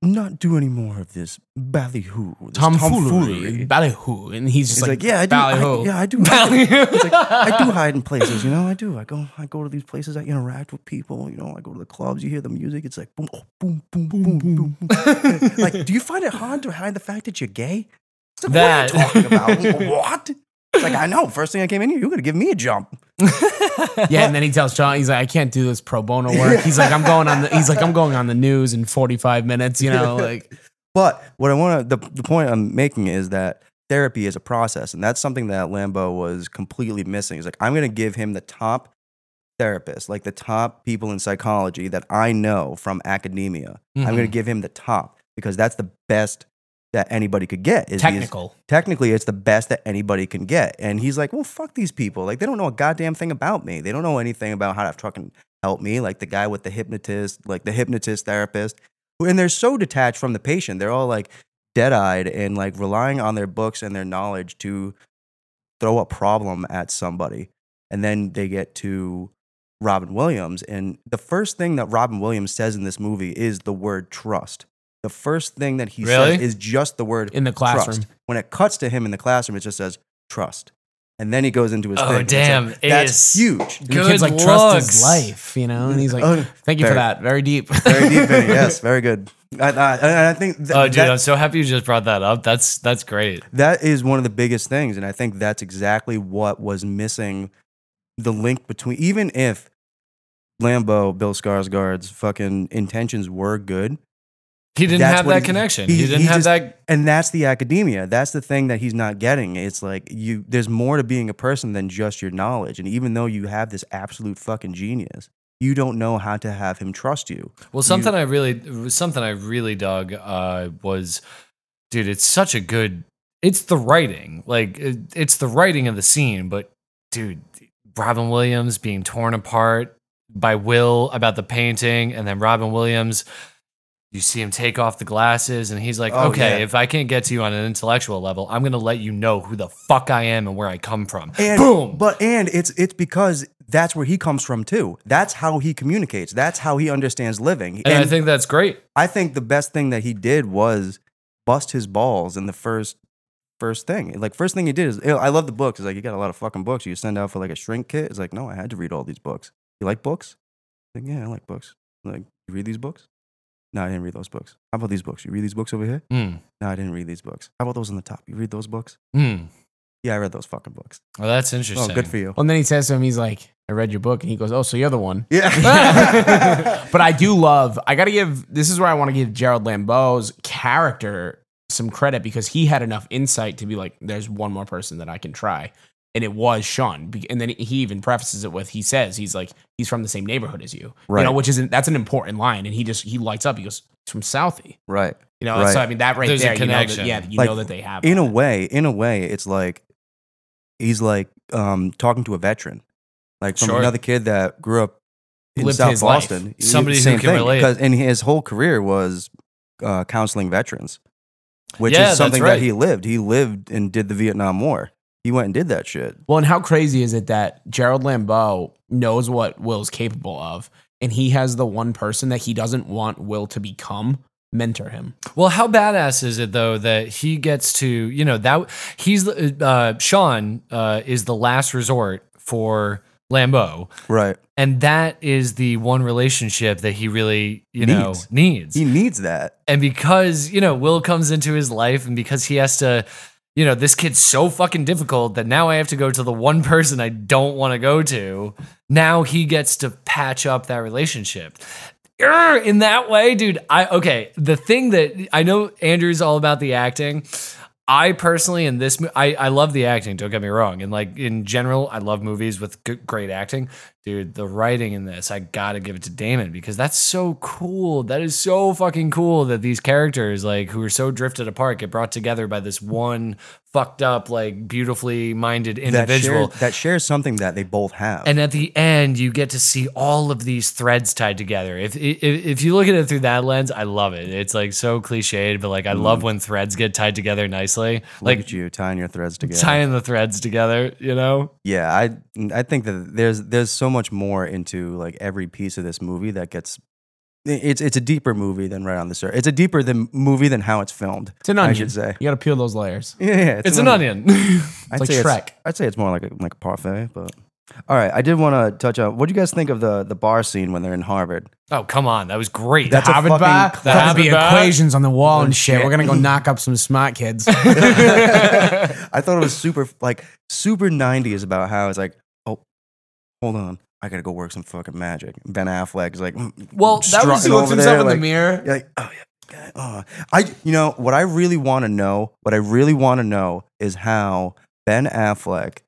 not do any more of this ballyhoo, this
tomfoolery, ballyhoo, and he's just
He's
like,
like, yeah, I do, I,
ballyhoo.
yeah, I do. I do hide in places, you know. I do. I go. I go to these places. I interact with people. You know. I go to the clubs. You hear the music. It's like boom, oh, boom, boom, boom, boom. boom. like, do you find it hard to hide the fact that you're gay? It's like,
That-
What are you talking about? what? It's like I know. First thing I came in here, you were gonna give me a jump.
Yeah, and then he tells Sean, he's like, I can't do this pro bono work. He's like, I'm going on the, he's like, I'm going on the news in 45 minutes. You know, like,
But what I want to the, the point I'm making is that therapy is a process, and that's something that Lambo was completely missing. He's like, I'm gonna give him the top therapists, like the top people in psychology that I know from academia. I'm
Mm-hmm.
going to give him the top because that's the best that anybody could get. Is these-
technical.
technically, it's the best that anybody can get. And he's like, well, fuck these people. Like, they don't know a goddamn thing about me. They don't know anything about how to fucking help me. Like the guy with the hypnotist, like the hypnotist therapist. And they're so detached from the patient. They're all like dead eyed and like relying on their books and their knowledge to throw a problem at somebody. And then they get to Robin Williams. And the first thing that Robin Williams says in this movie is the word trust. The first thing that he
Really?
says is just the word
in the classroom.
Trust. When it cuts to him in the classroom, it just says trust. And then he goes into his
Oh,
thing. and it's
damn.
like,
It
That's
is-
huge.
And the
Good
kid's like, trust his
looks.
life, you know? And he's like,
Oh,
thank you for
very-
that. Very deep.
very deep. in it. Yes, very good. I, I, and I think th-
oh, dude,
that-
I'm so happy you just brought that up. That's that's great.
that is one of the biggest things. And I think that's exactly what was missing the link between, even if Lambo, Bill Skarsgård's fucking intentions were good,
He didn't
That's
have
what
that
he-
connection. He,
he-
didn't
he
have
just-
that.
and that's the academia that's the thing that he's not getting it's like you there's more to being a person than just your knowledge and even though you have this absolute fucking genius you don't know how to have him trust you
Well, something I really, something I really dug uh, was, dude, it's such a good. It's the writing, like it, it's the writing of the scene. But dude, Robin Williams being torn apart by Will about the painting, and then Robin Williams you see him take off the glasses and he's like,
Oh,
okay,
yeah.
if I can't get to you on an intellectual level, I'm going to let you know who the fuck I am and where I come from.
And,
Boom.
But and it's it's because that's where he comes from too. That's how he communicates. That's how he understands living.
and I think that's great.
I think the best thing that he did was bust his balls in the first first thing. Like first thing he did is I love the books. It's like you got a lot of fucking books. You send out for like a shrink kit. It's like no, I had to read all these books. You like books? Like yeah, I like books. Like you read these books? No, I didn't read those books. How about these books? You read these books over here?
Mm,
No, I didn't read these books. How about those on the top? You read those books?
Hmm.
mm.
Yeah, I read those fucking books.
Well, that's
Oh,
interesting.
good for you.
Well, and then he says to him, he's like, I read your book. And he goes, Oh, so you're the one.
Yeah.
but I do love, I got to give, this is where I want to give Gerald Lambeau's character some credit because he had enough insight to be like, there's one more person that I can try. And it was Sean. Be- And then he even prefaces it with, he says, he's like, he's from the same neighborhood as you. You
Right.
know, which is, that's an important line. And he just, he lights up. He goes, he's from Southie.
right.
You know,
Right.
so I mean, that right
There's a
there,
connection.
You know that, yeah, you
Like,
know that they have.
in a
that.
way, in a way, it's like he's like um, talking to a veteran, like from
Sure.
another kid that grew up in
Lived
South
his life.
Boston. He-
Somebody who can relate.
'cause- and his whole career was uh, counseling veterans, which
Yeah, that's
is something
right.
that he lived. He lived and did the Vietnam War. He went and did that shit.
Well, and how crazy is it that Gerald Lambeau knows what Will's capable of, and he has the one person that he doesn't want Will to become mentor him.
Well, how badass is it though that he gets to you know that he's the- uh, Sean uh, is the last resort for Lambeau,
Right.
and that is the one relationship that he really you know
Needs.
needs.
He needs that.
and because you know Will comes into his life, and because he has to. You know, this kid's so fucking difficult that now I have to go to the one person I don't want to go to. Now he gets to patch up that relationship. Err, in that way, dude. I okay. The thing that I know Andrew's all about the acting. I personally in this, mo- I I love the acting. Don't get me wrong, and like in general, I love movies with good, great acting, dude. The writing in this, I gotta give it to Damon because that's so cool. That is so fucking cool that these characters, like who are so drifted apart, get brought together by this one fucked up, like beautifully minded
That,
individual.
share- that shares something that they both have.
And at the end, you get to see all of these threads tied together. If if, if you look at it through that lens, I love it. It's like so cliched, but like I love when threads get tied together nicely,
Mm-hmm. Look
like
at you tying your threads together.
tying the threads together. You know,
yeah, I I think that there's there's so much more into like every piece of this movie that gets it's it's a deeper movie than right on the surface. It's a deeper than movie than how it's filmed.
It's an
I
onion.
should say.
You got to peel those layers.
Yeah, yeah,
it's, an onion.
I'd
like
say
Shrek.
I'd say it's more like a, like a parfait. But all right, I did want to touch on what do you guys think of the the bar scene when they're in Harvard?
oh come on, that was great.
That's a
Harvard
fucking
bar,
classic.
there'll be
Harvard bar.
equations on the wall and
Oh,
shit.
shit.
We're gonna go knock up some smart kids.
I thought it was super like super nineties about how it's like oh hold on. I gotta go work some fucking magic. Ben Affleck is like, mm,
Well, that was-
he
strutting
looks
over
himself
there,
in
like,
the mirror.
You're like, oh yeah, okay, oh. I, you know, what I really want to know, what I really want to know is how Ben Affleck,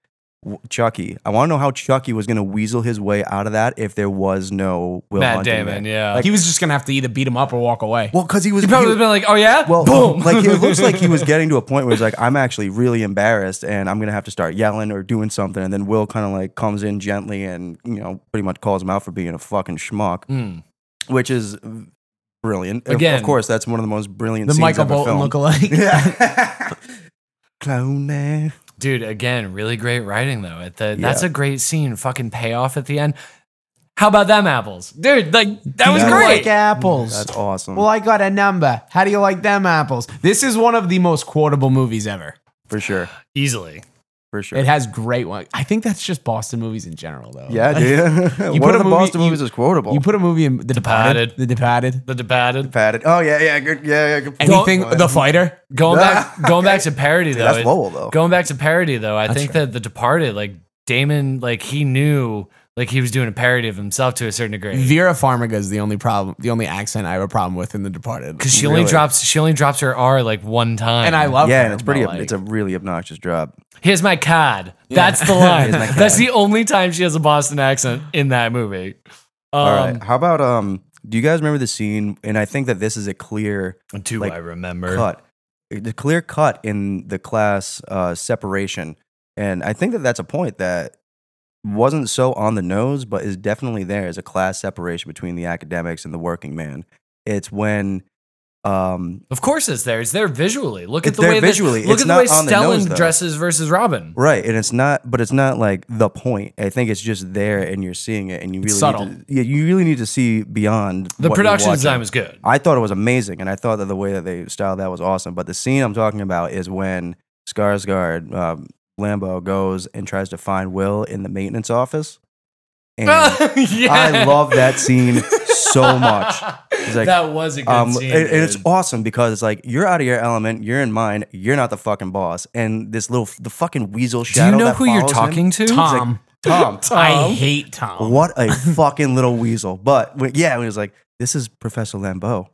w- Chucky. I want to know how Chucky was going to weasel his way out of that if there was no Will
Matt
Hunting
Damon,
there.
yeah.
He was just gonna have to either beat him up or walk away.
Well, because he was
he probably
he-
would have been like, oh yeah,
well,
boom.
like it looks like he was getting to a point where he's like, I'm actually really embarrassed, and I'm gonna have to start yelling or doing something, and then Will kind of like comes in gently and you know pretty much calls him out for being a fucking schmuck,
Hmm.
which is brilliant. Of-
Again.
of course, that's one of the most brilliant.
the
scenes
Michael
ever
Bolton
filmed.
lookalike.
Yeah. Clown man.
Dude, again, really great writing though. At the that's
Yeah.
a great scene. Fucking payoff at the end. How about them apples, dude? Like that was
You
Yeah.
great.
Like apples.
That's awesome.
Well, I got a number. How do you like them apples? This is one of the most quotable movies ever.
for sure.
Easily.
For sure.
It has great one. I think that's just Boston movies in general, though.
yeah,
Like,
dude.
you
One
put
of
a
the
movie-
Boston
you-
movies is quotable.
You put a movie in The Departed,
Departed.
The Departed,
The debated.
Padded. Oh, yeah, yeah. Good, yeah, yeah. Good point.
anything,
Good point.
The Fighter.
Going back going back to parody though.
That's
it-
Lowell, though.
Going back to parody though, I
That's
think
right.
that the departed, like Damon, like he knew like he was doing a parody of himself to a certain degree.
Vera Farmiga is the only problem, the only accent I have a problem with in The Departed.
Because she only
Really?
drops she only drops her R like one time.
And I love
yeah,
her,
and it's pretty.
but, like,
it's a really obnoxious job.
Here's my card. That's the line.
Here's my card.
That's the only time she has a Boston accent in that movie. Um,
All right. How about um? Do you guys remember the scene? And I think that this is a clear
Do
Like,
I remember?
cut, the clear cut in the class uh, separation, and I think that that's a point that wasn't so on the nose, but is definitely there as a class separation between the academics and the working man. It's when Um,
Of course, it's there. It's there visually. Look at
It's
the
there
way that-
visually.
look
It's
at the
not
way
on the nose,
Stellan
though.
dresses versus Robin.
right, and it's not, but it's not like the point. I think it's just there, and you're seeing it, and you really
It's subtle.
Need to, yeah, you really need to see beyond
The
what you're
production
watching.
design was good.
I thought it was amazing, and I thought that the way that they styled that was awesome. But the scene I'm talking about is when Skarsgård um, Lambo goes and tries to find Will in the maintenance office, and I love that scene so much. It's like,
that was a good
um,
scene.
and, and it's
dude.
awesome because it's like you're out of your element, you're in mine, you're not the fucking boss, and this little the fucking weasel
Do
shadow.
you know
that
who you're
follows him-
talking to?
Tom.
Tom.
I hate Tom.
What a fucking little weasel! But when, yeah, it was like this is Professor Lambeau.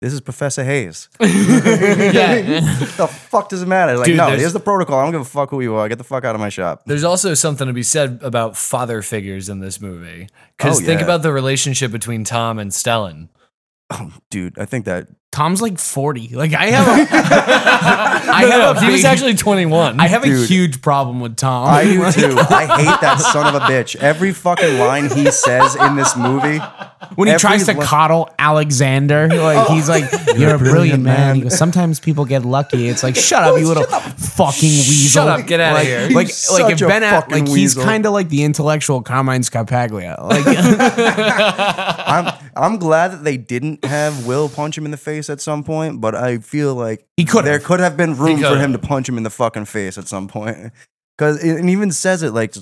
This is Professor Hayes.
Yeah.
the fuck does it matter? Like,
Dude,
no,
there's-
here's the protocol. I don't give a fuck who you are. Get the fuck out of my shop.
There's also something to be said about father figures in this movie. Because
Oh,
think
yeah.
about the relationship between Tom and Stellan.
Oh, dude, I think that
Tom's like 40. Like I have a, I
No, no,
have a
he was
big-
actually 21.
I have a
Dude.
huge problem with Tom.
I do too. I hate that son of a bitch. Every fucking line he says in this movie.
when he
Every
tries to
li-
coddle Alexander, like he's like, "You're a brilliant man." He goes, Sometimes people get lucky. It's like, shut up, you little fucking weasel.
Shut up, get outta
Like-
here.
Like,
You're
like if
such a
Ben, Aff-
fucking
like he's
weasel.
kind of like the intellectual Carmine Scarpaglia. Like,
I'm I'm glad that they didn't have Will punch him in the face at some point, but I feel like
He could've.
there could have been room for
could've.
him to punch him in the fucking face at some point. Cause and he even says it like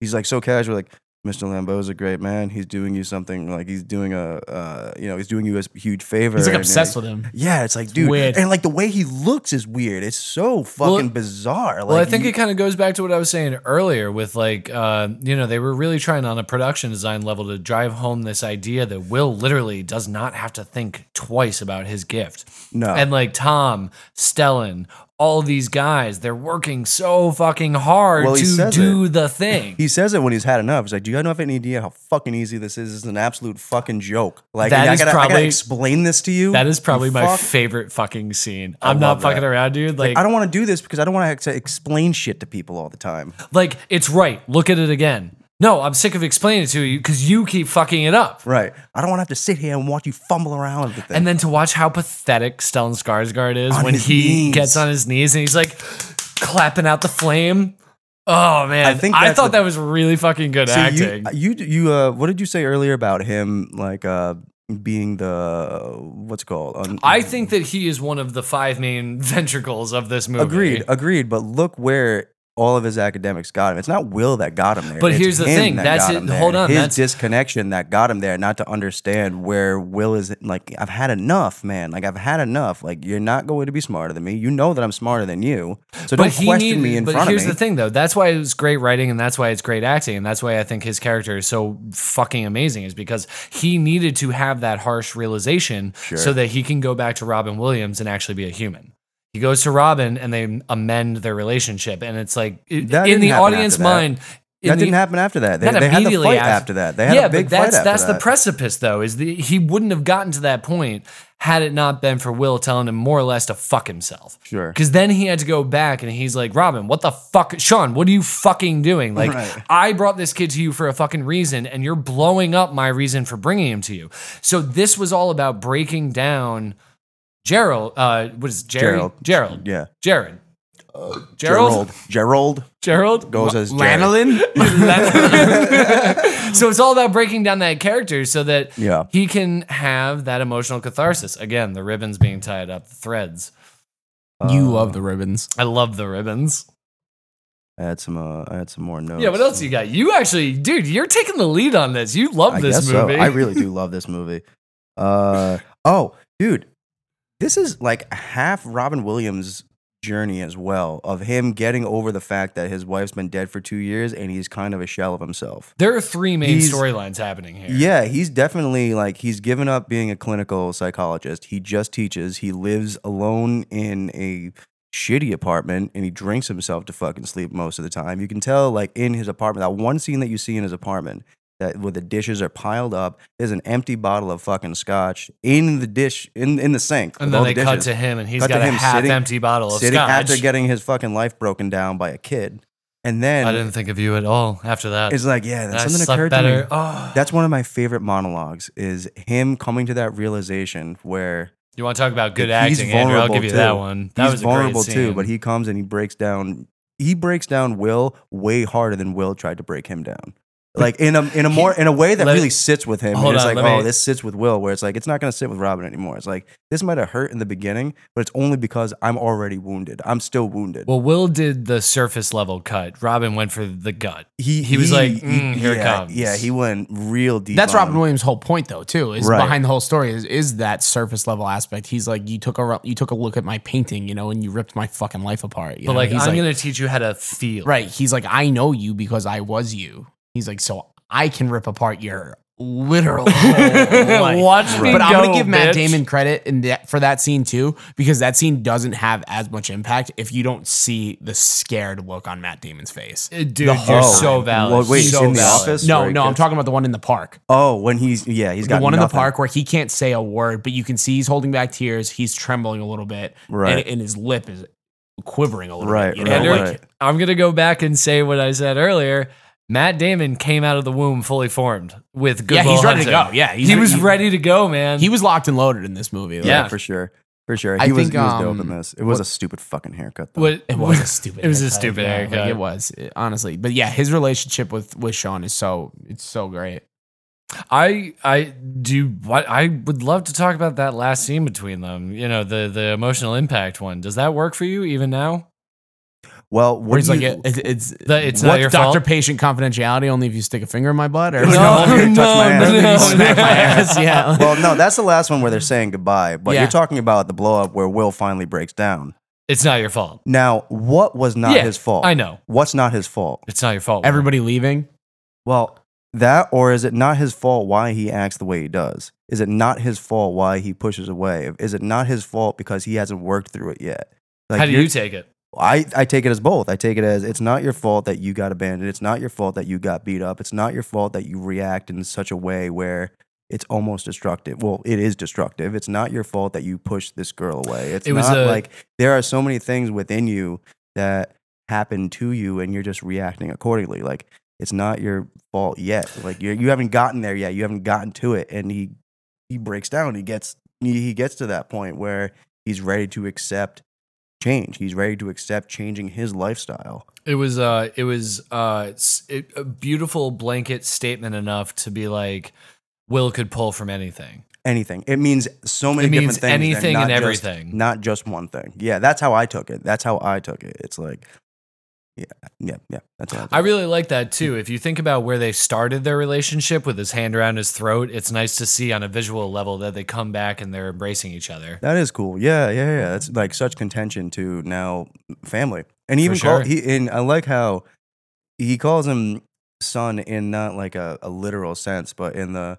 he's like so casual, like Mr. Lambeau's a great man. He's doing you something like he's doing a uh, you know he's doing you a huge favor.
he's like
and-
obsessed with him.
Yeah, it's like, dude,
weird.
and like the way he looks is weird. It's so fucking bizarre. Like,
well, I think
you-
it kind of goes back to what I was saying earlier with like, uh, you know, they were really trying on a production design level to drive home this idea that Will literally does not have to think twice about his gift.
no,
And like Tom, Stellan, all these guys, they're working so fucking hard
Well, he
to
says
do the thing.
He says it when he's had enough. He's like, "Do you guys have any idea how fucking easy this is? This is an absolute fucking joke. Like,
That
and I,
is
gotta, I gotta
probably-
explain this to you.
That is probably
You
my
fuck.
favorite fucking scene. I'm not
love that.
fucking around, dude. Like,
I don't want to do this because I don't want to explain shit to people all the time.
like it's right. Look at it again. No, I'm sick of explaining it to you because you keep fucking it up.
Right? I don't want to have to sit here and watch you fumble around with the thing.
And then to watch how pathetic Stellan Skarsgård is
On
when
his
he
knees.
gets on his knees and he's like clapping out the flame. Oh man, I,
I think that's
thought
what-
that was really fucking good
So
acting.
you, you, you, uh, what did you say earlier about him? Like, uh, being the uh, what's it called? Un-
I think that he is one of the five main ventricles of this movie.
agreed, agreed. But look where. All of his academics got him. It's not Will that got him there.
But
it's
here's the
him
thing,
that
that's
got
it-
him there.
hold on,
His
that's-
disconnection that got him there, not to understand where Will is. Like I've had enough, man. Like I've had enough. Like you're not going to be smarter than me. You know that I'm smarter than you. So don't
he
question
needed-
me in
but
front
here's
of me.
the thing, though. That's why it's great writing, and that's why it's great acting, and that's why I think his character is so fucking amazing. Is because he needed to have that harsh realization
Sure.
so that he can go back to Robin Williams and actually be a human. He goes to Robin, and they amend their relationship, and it's like it-
That
in
didn't
the
happen
audience
after that.
mind. in
that
the-
didn't happen after that. They,
Not
they had the
immediately
fight
after-
after that. They had
yeah,
a big
but that's
fight after
that's
that.
the precipice, though. Is the he wouldn't have gotten to that point had it not been for Will telling him more or less to fuck himself.
Sure.
Because then he had to go back and he's like, Robin, what the fuck? Sean, what are you fucking doing? Like,
Right.
I brought this kid to you for a fucking reason and you're blowing up my reason for bringing him to you. So this was all about breaking down Gerald. Uh, what is it, Jerry?
Gerald.
Gerald.
Yeah. Uh,
Jared. Gerald?
Gerald.
Gerald?
Gerald goes as Jerry.
Lanolin?
so it's all about breaking down that character so that
Yeah.
he can have that emotional catharsis. Again, the ribbons being tied up, the threads.
you love the ribbons.
I love the ribbons.
Uh, I had some. Uh, I had some more notes.
Yeah, what else you got? You actually, dude, you're taking the lead on this. You love
I
this
guess
movie.
So. I really do love this movie. Uh, oh, dude, this is like half Robin Williams' journey as well of him getting over the fact that his wife's been dead for two years and he's kind of a shell of himself.
there are three main
He's-
storylines happening here.
Yeah, he's definitely like he's given up being a clinical psychologist. He just teaches. He lives alone in a shitty apartment and he drinks himself to fucking sleep most of the time. You can tell like in his apartment, that one scene that you see in his apartment that where the dishes are piled up, there's an empty bottle of fucking scotch in the dish in in the sink.
And
with
then
all
they
the
cut
dishes.
to him, and he's
Cut to
got a
him
half
sitting-
empty bottle of
sitting
scotch.
after getting his fucking life broken down by a kid. And then
I didn't think of you at all after that.
it's like, yeah,
And I
that's something
slept
occurred to me.
better. Oh.
That's one of my favorite monologues is him coming to that realization where
You want to talk about good
He's
acting, Andrew? I'll
vulnerable,
give you
too.
that one. That
He's
was a great
vulnerable too,
scene.
but he comes and he breaks down. He breaks down Will way harder than Will tried to break him down. Like in a in a more in a way that
Let me-
really sits with him.
Hold
and it's
on,
like,
let
oh,
me-
this sits with Will, where it's like it's not gonna sit with Robin anymore. It's like this might have hurt in the beginning, but it's only because I'm already wounded. I'm still wounded.
Well, Will did the surface level cut. Robin went for the gut.
he
he was like,
he-
"Mm, here it
yeah,
comes."
Yeah, he went real deep.
That's
on
Robin
him.
Williams' whole point, though. Too is
Uh, Right.
behind the whole story is is that surface level aspect. He's like, you took a ru- you took a look at my painting, you know, and you ripped my fucking life apart. You
But
know?
like, I'm
he's
gonna teach you how to feel.
right. He's like, I know you because I was you. He's like, so I can rip apart your literal whole life.
Watch me
Oh But I'm
go,
gonna give Matt
bitch.
Damon credit in that for that scene too, because that scene doesn't have as much impact if you don't see the scared look on Matt Damon's face.
Uh, Dude,
The
you're
whole-
so valid.
Oh, Well, wait, he's
so
in the
valid.
office?
No,
very
no, I'm
good.
talking about the one in the park.
Oh, when he's yeah, he's
the
got
one in the
nothing.
park where he can't say a word, but you can see he's holding back tears. He's trembling a little bit,
Right.
And, and his lip is quivering a little
Right,
bit. You
right,
know,
Andrew,
like,
right.
I'm gonna go back and say what I said earlier. Matt Damon came out of the womb fully formed with good.
yeah, he's ready to go.
Hunting.
Yeah, he's
he was ready to go, man.
He was locked and loaded in this movie. though.
Yeah.
Yeah, for sure, for sure.
I
He was
think,
he was dope
um,
in this. It was
what-
a stupid fucking haircut. Though.
What-
It was a stupid.
It was a
haircut,
stupid
yeah, like,
haircut.
it was it- honestly, but yeah, his relationship with with Sean is so it's so great.
I I do what I would love to talk about that last scene between them. You know, the the emotional impact one. Does that work for you even now?
Well,
Where
what
he's
do
like,
you,
it, it- it's
The- it's not your
doctor
fault?
patient confidentiality only if you stick a finger in my butt or
No,
no,
touch my ass.
you smack my ass. Yeah,
well, no, that's the last one where they're saying goodbye. But
Yeah.
you're talking about the blow up where Will finally breaks down.
It's not your fault.
Now, what was not
Yeah,
his fault?
I know.
What's not his fault?
It's not your fault. Will.
everybody leaving.
Well, that or is it not his fault why he acts the way he does? Is it not his fault why he pushes away? Is it not his fault because he hasn't worked through it yet? Like
How do
you're-
you take it?
I, I take it as both. I take it as it's not your fault that you got abandoned. It's not your fault that you got beat up. It's not your fault that you react in such a way where it's almost destructive. Well, it is destructive. It's not your fault that you pushed this girl away. It's
It was
not
a-
like there are so many things within you that happen to you and you're just reacting accordingly. Like it's not your fault yet. Like you you haven't gotten there yet. You haven't gotten to it and he he breaks down. He gets he, he gets to that point where he's ready to accept change. He's ready to accept changing his lifestyle.
It was uh it was uh s- it, a beautiful blanket statement enough to be like Will could pull from anything.
Anything. It means so many
It
different
means
things. and
anything
not
and
just-
everything.
not just one thing. Yeah, that's how I took it. That's how I took it. It's like yeah, yeah, yeah. That's how I, took
I
it.
really like that too. If you think about where they started their relationship with his hand around his throat, it's nice to see on a visual level that they come back and they're embracing each other.
That is cool. Yeah, yeah, yeah. That's like such contention to now family, and he
For
even call,
sure.
he and I like how he calls him son in not like a, a literal sense, but in the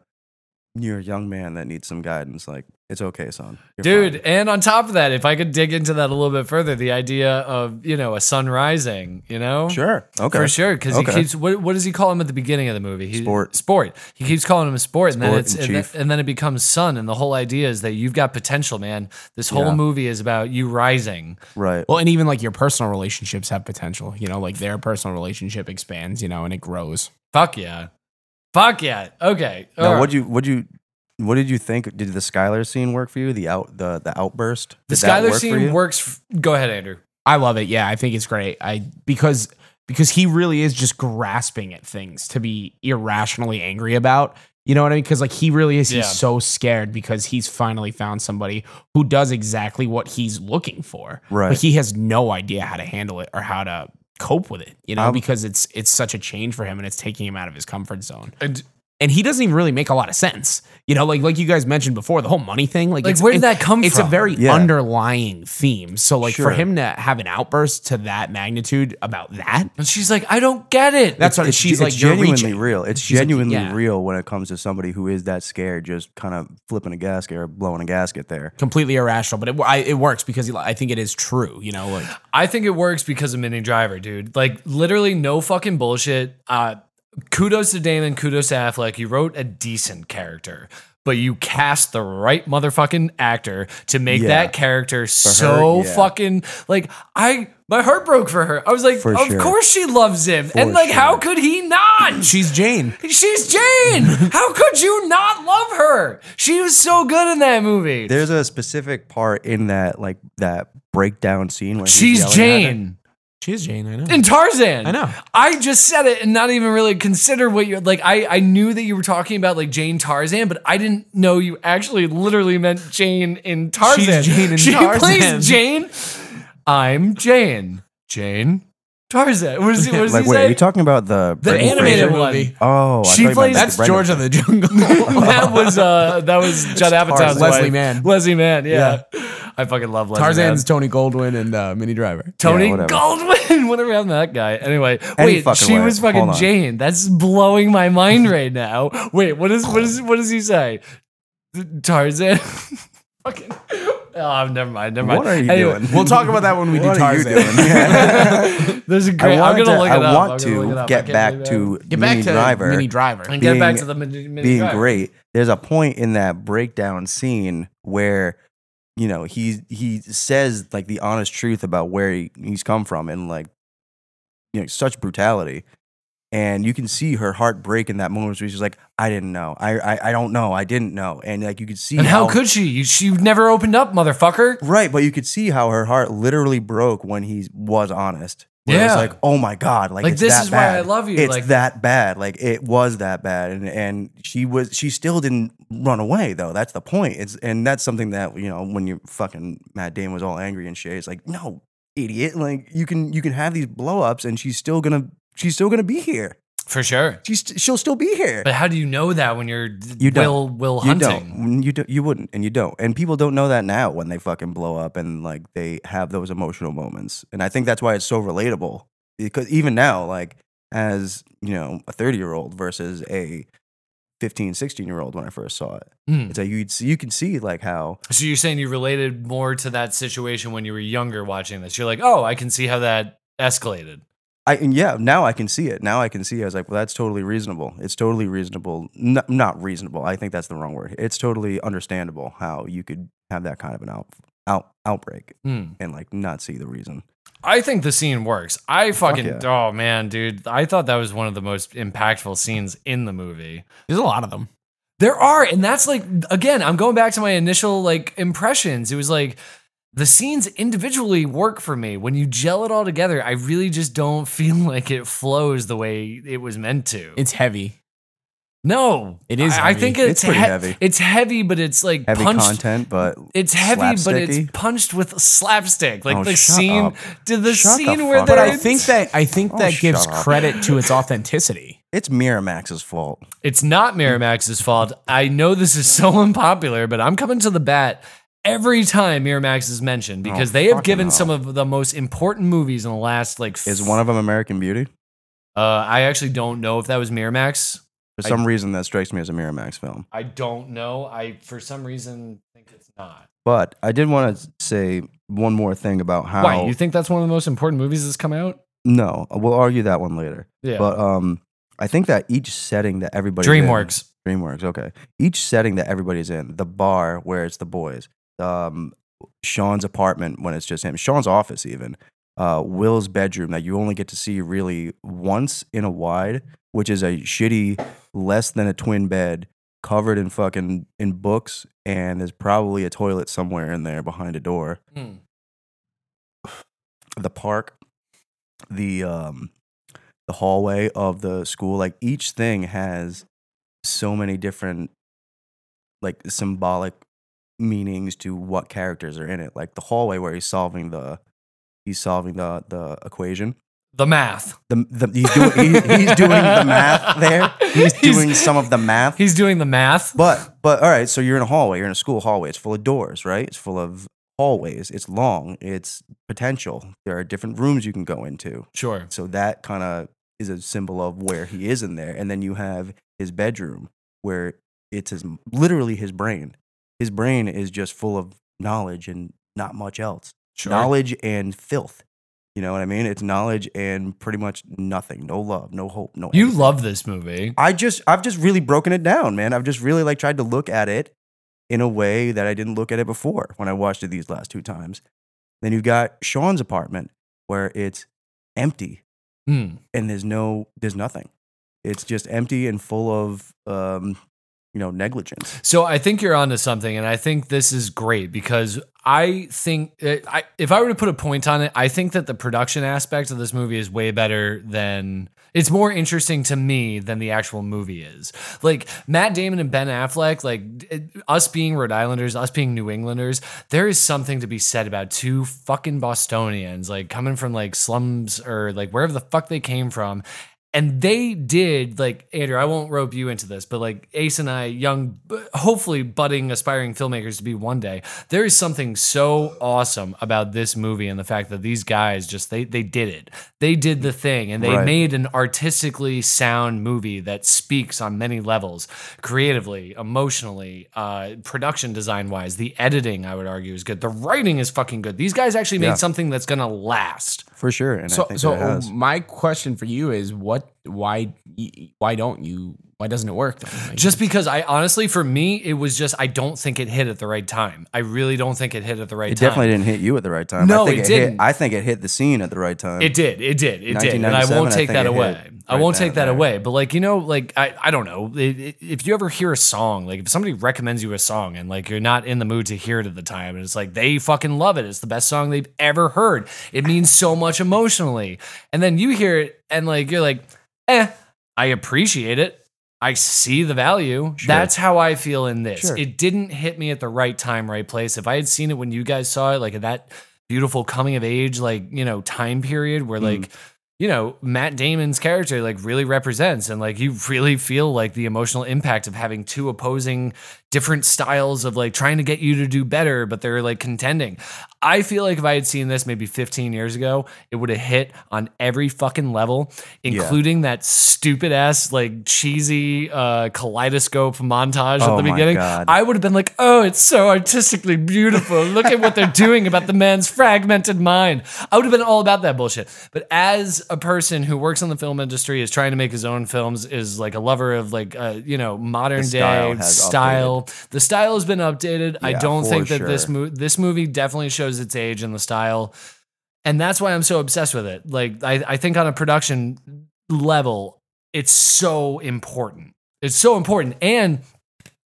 you're a young man that needs some guidance. Like it's okay, son. You're
Dude,
fine."
and on top of that, if I could dig into that a little bit further, the idea of, you know, a sun rising, you know?
sure, okay,
For sure, because
Okay.
he keeps what, what does he call him at the beginning of the movie? He,
Sport.
Sport. He keeps calling him a sport, and then
Sport
it's
and
and, then-
chief.
and then it becomes sun. And the whole idea is that you've got potential, man. This whole
Yeah.
movie is about you rising.
right.
Well, and even like your personal relationships have potential. You know, like their personal relationship expands. You know, and it grows.
Fuck yeah, fuck yeah. Okay.
Now,
All right.
what you what you what did you think? Did the Skylar scene work for you? The out the the outburst.
the
Did that
Skylar
work for
scene
you?
works. f- Go ahead, Andrew.
I love it. Yeah, I think it's great. I because because he really is just grasping at things to be irrationally angry about. You know what I mean? Because like he really is.
Yeah.
He's so scared because he's finally found somebody who does exactly what he's looking for,
right.
but he has no idea how to handle it or how to cope with it. You know,
I'm-
because it's it's such a change for him and it's taking him out of his comfort zone.
And
And he doesn't even really make a lot of sense. You know, like like you guys mentioned before, the whole money thing. Like,
like,
it's-
where did
it's-
that come
it's
from?
a very
Yeah.
underlying theme. So like
Sure.
for him to have an outburst to that magnitude about that,
And she's like, I don't get it.
that's what
it's,
she's
it's
like. You're
genuinely
reaching.
real. It's
She's like,
genuinely
yeah.
real when it comes to somebody who is that scared, just kind of flipping a gasket or blowing a gasket there.
completely irrational, but it I, it works because he, I think it is true. You know, like
I think it works because of Mini Driver, dude. Like literally no fucking bullshit. Uh kudos to Damon, kudos to Affleck. You wrote a decent character. but you cast the right motherfucking actor to make
Yeah.
that character so
yeah.
fucking like I my heart broke for her. I was like,
For
of
sure.
course she loves him.
For
and like how
sure.
could he not?
She's Jane.
She's Jane. How could you not love her? She was so good in that movie.
There's a specific part in that like that breakdown scene where he's
She's
yelling at her.
Jane
She is Jane. I know.
in Tarzan.
I know.
I just said it and not even really consider what you're like. I, I knew that you were talking about like Jane Tarzan, but I didn't know you actually literally meant Jane in Tarzan.
Jane in
she
Tarzan.
plays Jane. I'm Jane. Jane Tarzan. What is he? What does
Like,
he
wait,
say?
are you talking about the
the
Brendan
animated
Fraser?
one.
movie.
Oh, I
She
thought you meant
plays-
the
That's
Brendan
George of the Jungle.
that was uh that was Judd Apatow's
Tarzan.
wife.
Leslie Mann.
Leslie Mann. Yeah. I fucking love Leslie.
Tarzan's
Mann.
Tony Goldwyn and uh, Minnie Driver.
Tony
Yeah, whatever.
Goldwyn, whatever happened to that guy. Anyway,
Any
wait,
fucking
she
way.
was
Hold
fucking
on.
Jane. That's blowing my mind right now. Wait, what is what is what does he say? Tarzan. fucking. Oh, never mind. Never mind.
What are you
Anyway,
doing?
We'll talk about that when we do
What are you
Tarzan.
doing? Yeah.
There's a
I
great. I'm
wanted
gonna
to.
look it
I
up.
want
I'm gonna look it
to
up. I
get
can't
back
believe
to
Get back
Minnie
to
Driver
Minnie Driver.
I- and get back
being-
to the mini, mini
being
drive.
great. There's a point in that breakdown scene where you know he he says like the honest truth about where he, he's come from and like you know such brutality. And you can see her heart break in that moment where she's like, "I didn't know. I, I I don't know. I didn't know." And like you could see
And how could she? You, she never opened up, motherfucker.
Right, but you could see how her heart literally broke when he was honest. Where It
Yeah.
was like, oh my God. Like,
Like,
it's
this
that
is why
bad.
I love you,
It's
like-
that bad. Like it was that bad. And and she was she still didn't run away though. That's the point. It's and that's something that, you know, when you fucking Matt Damon was all angry and shit, it's like, no, idiot. Like you can you can have these blow ups and she's still gonna she's still gonna be here.
For sure.
She's st- she'll still be here.
But how do you know that when you're
You don't.
Will Will
You
hunting?
don't. You do, You wouldn't, and you don't. And people don't know that now when they fucking blow up and like they have those emotional moments. And I think that's why it's so relatable because even now, like as you know, a thirty year old versus a 15, 16 year old when I first saw it,
Hmm.
it's like you you can see like how
So you're saying you related more to that situation when you were younger watching this. You're like, oh, I can see how that escalated.
I and yeah now I can see it now I can see it. I was like well that's totally reasonable it's totally reasonable N- not reasonable I think that's the wrong word it's totally understandable how you could have that kind of an out, out outbreak
Hmm.
and like not see the reason
I think the scene works. I fucking
yeah.
oh man, dude. I thought that was one of the most impactful scenes in the movie.
There's a lot of them.
There are, and that's like again, I'm going back to my initial like impressions. It was like the scenes individually work for me. When you gel it all together, I really just don't feel like it flows the way it was meant to.
It's heavy.
no,
It is
I, I
heavy.
think it's
It's pretty
he-
heavy.
It's heavy, but it's like
heavy
punched
content, but
It's heavy, but
slapsticky.
it's punched with slapstick. Like
Oh,
the
shut
scene
up.
to the
Shut the
scene
fuck
where
up.
But I
they're-
think that I think
Oh,
that
shut
gives
up.
credit to its authenticity.
it's Miramax's fault.
it's not Miramax's fault. I know this is so unpopular, but I'm coming to the bat every time Miramax is mentioned because
Oh,
they have
fucking
given some
hell.
of the most important movies in the last like f-
Is one of them American Beauty?
uh I actually don't know if that was Miramax.
For
I-
some reason, that strikes me as a Miramax film.
I don't know. I for some reason think it's not.
But I did want to say one more thing about how.
Why? You think that's one of the most important movies that's come out?
no, we'll argue that one later.
Yeah.
But um, I think that each setting that everybody
DreamWorks.
DreamWorks. Okay. Each setting that everybody's in, the bar where it's the boys, um, Sean's apartment when it's just him, Sean's office even, uh, Will's bedroom that you only get to see really once in a wide, which is a shitty, less than a twin bed covered in fucking in books, and there's probably a toilet somewhere in there behind a door.
Hmm.
The park, the um, the hallway of the school, like each thing has so many different like symbolic meanings to what characters are in it. Like the hallway where he's solving the he's solving the the equation.
The math.
The, the he's doing he, he's doing the math there. He's
He's-
doing some of the math.
He's doing the math.
But but all right, so you're in a hallway, you're in a school hallway. It's full of doors, right? It's full of hallways. It's long. It's potential. There are different rooms you can go into.
Sure.
So that kind of is a symbol of where he is in there. And then you have his bedroom where it's his literally his brain. His brain is just full of knowledge and not much else.
Sure.
Knowledge and filth. You know what I mean? It's knowledge and pretty much nothing. No love, no hope, no.
You
anything.
love this movie.
I just I've just really broken it down, man. I've just really like tried to look at it in a way that I didn't look at it before when I watched it these last two times. Then you've got Sean's apartment where it's empty
Hmm.
and there's no there's nothing. It's just empty and full of um, you know, negligence.
So I think you're onto something, and I think this is great because I think eh, I, if I were to put a point on it, I think that the production aspect of this movie is way better than it's more interesting to me than the actual movie is. Like Matt Damon and Ben Affleck, like it- us being Rhode Islanders, us being New Englanders, there is something to be said about two fucking Bostonians, like coming from like slums or like wherever the fuck they came from, and they did like andrew i won't rope you into this but like ace and i young b- hopefully budding aspiring filmmakers to be one day there is something so awesome about this movie and the fact that these guys just they they did it they did the thing and they
Right.
made an artistically sound movie that speaks on many levels creatively emotionally uh, production design wise the editing i would argue is good the writing is fucking good these guys actually made
Yeah.
something that's gonna last
For sure. And I
so
think
so
that it has.
my question for you is what why why don't you why doesn't it work? then? Like,
Just because I honestly, for me, it was just I don't think it hit at the right time. I really don't think it hit at the right
It
time.
definitely didn't hit you at the right time.
No,
I think
it
hit-
didn't.
I think it hit the scene at the right time.
It did. It did. It did. And I
1997,
won't
I
take
think
that
it
away.
hit
I
right
won't
then
take that
and there.
away. But like you know, like I, I don't know. It- it- if you ever hear a song, like if somebody recommends you a song and like you're not in the mood to hear it at the time, and it's like they fucking love it. It's the best song they've ever heard. It means so much emotionally. And then you hear it and like you're like, eh, I appreciate it. I see the value.
Sure.
That's how I feel in this.
Sure.
It didn't hit me at the right time, right place. If I had seen it when you guys saw it, like that beautiful coming of age, like, you know, time period where
Mm.
like, you know, Matt Damon's character like really represents and like you really feel like the emotional impact of having two opposing different styles of like trying to get you to do better, but they're like contending. I feel like if I had seen this maybe 15 years ago, it would have hit on every fucking level,
Yeah.
including that stupid ass like cheesy uh, kaleidoscope montage
Oh
at the
my
beginning.
God.
I would have been like, "Oh, it's so artistically beautiful. Look at what they're doing about the man's fragmented mind." I would have been all about that bullshit. But as a person who works in the film industry, is trying to make his own films, is like a lover of like uh, you know modern
The style
day
has
style. The style has been updated. I
Yeah,
don't
for
think that this
sure.
mo- this movie definitely shows its age and the style and that's why I'm so obsessed with it. Like I, I think on a production level, it's so important. It's so important. And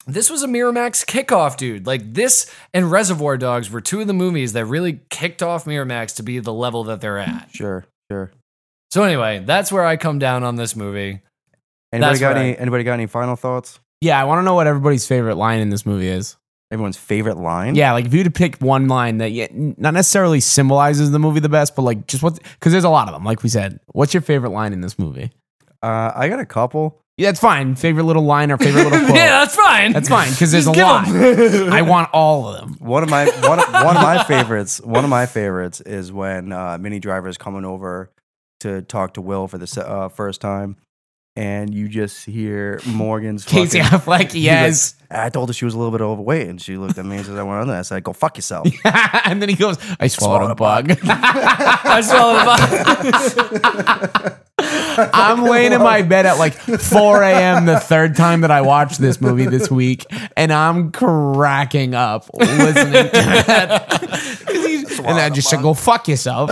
this was a Miramax kickoff, dude. Like this and Reservoir Dogs were two of the movies that really kicked off Miramax to be the level that they're at.
Sure, sure.
So anyway, that's where I come down on this movie.
Anybody
That's
got
what I-
any anybody got any final thoughts?
yeah, I want to know what everybody's favorite line in this movie is.
Everyone's favorite line?
Yeah, like if you had to pick one line that yeah, not necessarily symbolizes the movie the best, but like just what because there's a lot of them. Like we said, what's your favorite line in this movie?
Uh, I got a couple.
Yeah, that's fine. Favorite little line or favorite little quote.
yeah, that's fine.
That's fine, 'cause there's
Just
a
give
lot.
'em.
I want all of them.
One of my one, of- one of my favorites. One of my favorites is when uh, Mini Driver's coming over to talk to Will for the se- uh, first time, and you just hear Morgan's
Casey
fucking-
Affleck,
He's like,
yes.
I told her she was a little bit overweight, and she looked at me and says, "I went on that." I said, "Go fuck yourself."
and then he goes, I swallowed a bug.
I swallowed a bug.
I'm laying in my bed at like 4 a.m. the third time that I watched this movie this week, and I'm cracking up listening to that. 'Cause he- and I just said, "Go fuck yourself."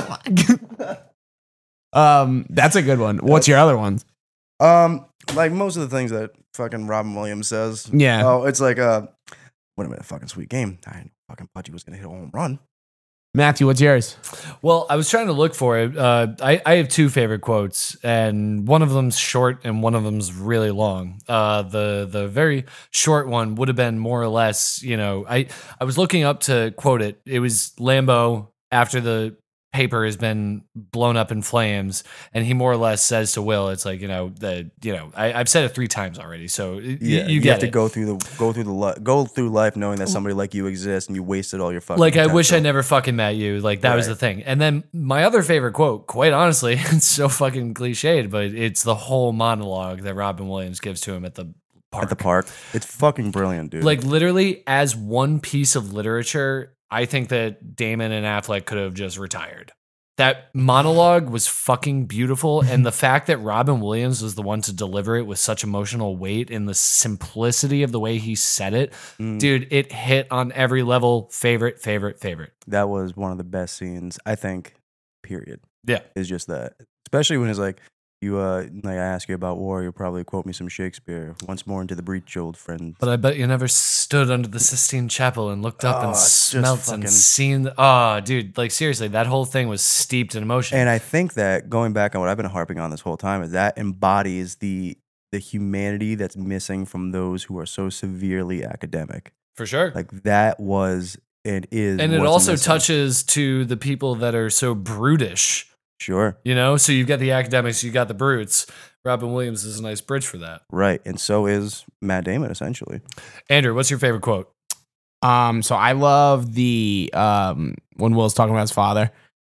um, that's a good one. What's your other ones?
Um, like most of the things that fucking Robin Williams says.
Yeah.
Oh, it's like uh, what a minute, fucking sweet game. I fucking thought you was gonna hit a home run.
Matthew, what's yours?
Well, I was trying to look for it. Uh, I, I have two favorite quotes, and one of them's short and one of them's really long. Uh, the the very short one would have been more or less, you know, I, I was looking up to quote it. It was Lambo after the paper has been blown up in flames, and he more or less says to Will, it's like, you know, the you know, I, I've said it three times already, so y- you,
you
get
have to
it.
go through the go through the li- go through life knowing that somebody like you exists and you wasted all your fucking.
like I wish I
potential.
never fucking met you. Like that was
Right.
the thing. And then my other favorite quote, quite honestly, it's so fucking cliched, but it's the whole monologue that Robin Williams gives to him at the park.
at the park. It's fucking brilliant, dude.
Like literally, as one piece of literature, I think that Damon and Affleck could have just retired. That monologue was fucking beautiful. And the fact that Robin Williams was the one to deliver it with such emotional weight and the simplicity of the way he said it,
Mm.
dude, it hit on every level. Favorite, favorite, favorite.
that was one of the best scenes I think. Period.
Yeah.
is just that, especially when it's like you uh like I ask you about war, you'll probably quote me some Shakespeare once more into the breach, old friend.
But uh, I bet you never stood under the Sistine Chapel and looked up
Oh,
and
it's just
smelt
fucking-
and seen. The, oh, dude, like seriously, that whole thing was steeped in emotion.
and I think that going back on what I've been harping on this whole time is that embodies the the humanity that's missing from those who are so severely academic.
for sure.
Like that was and is,
and it
what's
also
missing.
touches to the people that are so brutish,
Sure,
you know? So you've got the academics, you've got the brutes. Robin Williams is a nice bridge for that.
right, and so is Matt Damon essentially.
Andrew, what's your favorite quote?
Um, so I love the um when Will's talking about his father,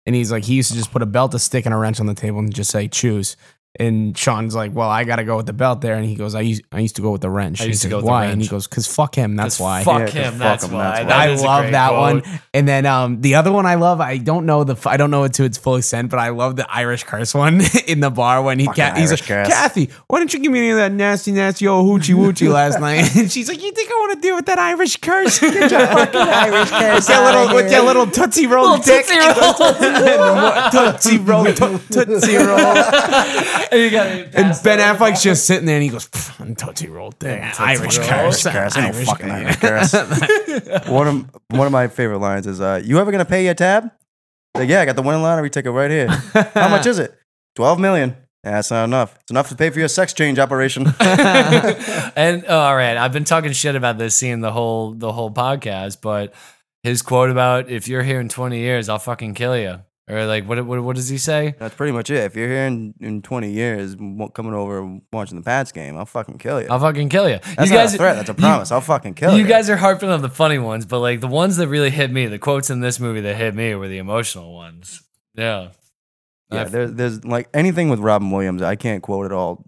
and he's like, he used to just put a belt, a stick, and a wrench on the table and just say, choose. And Sean's like, well, I got to go with the belt there, and he goes, I used I used to go with the wrench.
I
And
used to
he's
go
like,
with the
why? And
wrench.
he goes, cause fuck him, that's why.
'Cause Fuck
Yeah, 'cause
him.
fuck
That's,
him,
why.
that's why.
That
I
is a
love
great
that
quote.
one. And then um, the other one I love, I don't know the, f- I don't know it to its full extent, but I love the Irish curse one in the bar when he,
Fucking
ca- he's like,
Irish curse.
Kathy, why didn't you give me any of that nasty, nasty old hoochie woochie last night? And she's like, you think I want to deal with that Irish curse? Get your fucking Irish curse with your little, with your little tootsie roll dick.
Tootsie Roll.
tootsie roll, to- tootsie roll.
And you got it
And
passed
Ben
out.
Affleck's just sitting there, and he goes, "Pff, I'm tootsie roll, dick. Irish
roll.
curse,
Curse, I don't
Irish
fucking
curse."
Irish curse. one of one of my favorite lines is, uh, "You ever gonna pay your tab?" Like, yeah, I got the winning lottery ticket right here. How much is it? Twelve million. Yeah, that's not enough. It's enough to pay for your sex change operation.
and oh, all right, I've been talking shit about this scene the whole the whole podcast, but his quote about "If you're here in 20 years, I'll fucking kill you," or like what what, what does he say?
That's pretty much it. If you're here in, in 20 years, w- coming over and watching the Pats game, I'll fucking kill you.
I'll fucking kill you.
That's
you
not a threat. That's a
you-
promise. I'll fucking kill
You,
you.
guys are harping on the funny ones, but like the ones that really hit me, the quotes in this movie that hit me were the emotional ones. Yeah. I've-
yeah, Uh, there, there's like anything with Robin Williams. I can't quote it all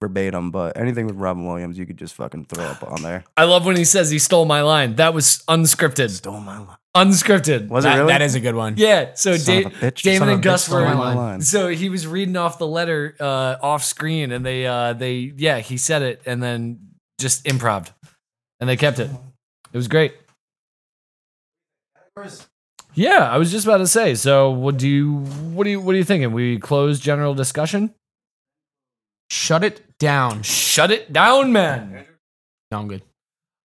verbatim, but anything with Robin Williams, you could just fucking throw up on there.
I love when he says he stole my line. That was unscripted.
Stole my line.
Unscripted.
Was it
That-
really?
that is a good one.
Yeah. So
Son
Da-
of a bitch.
Damon
Son of
and
a
Gus
bitch,
were
stole my
online.
line.
So he was reading off the letter uh, off screen, and they uh, they yeah he said it, and then just improv, and they kept it. It was great. Yeah, I was just about to say. So what do you what do you what are you thinking? We close general discussion.
Shut it down.
Shut it down, man.
No, I'm good.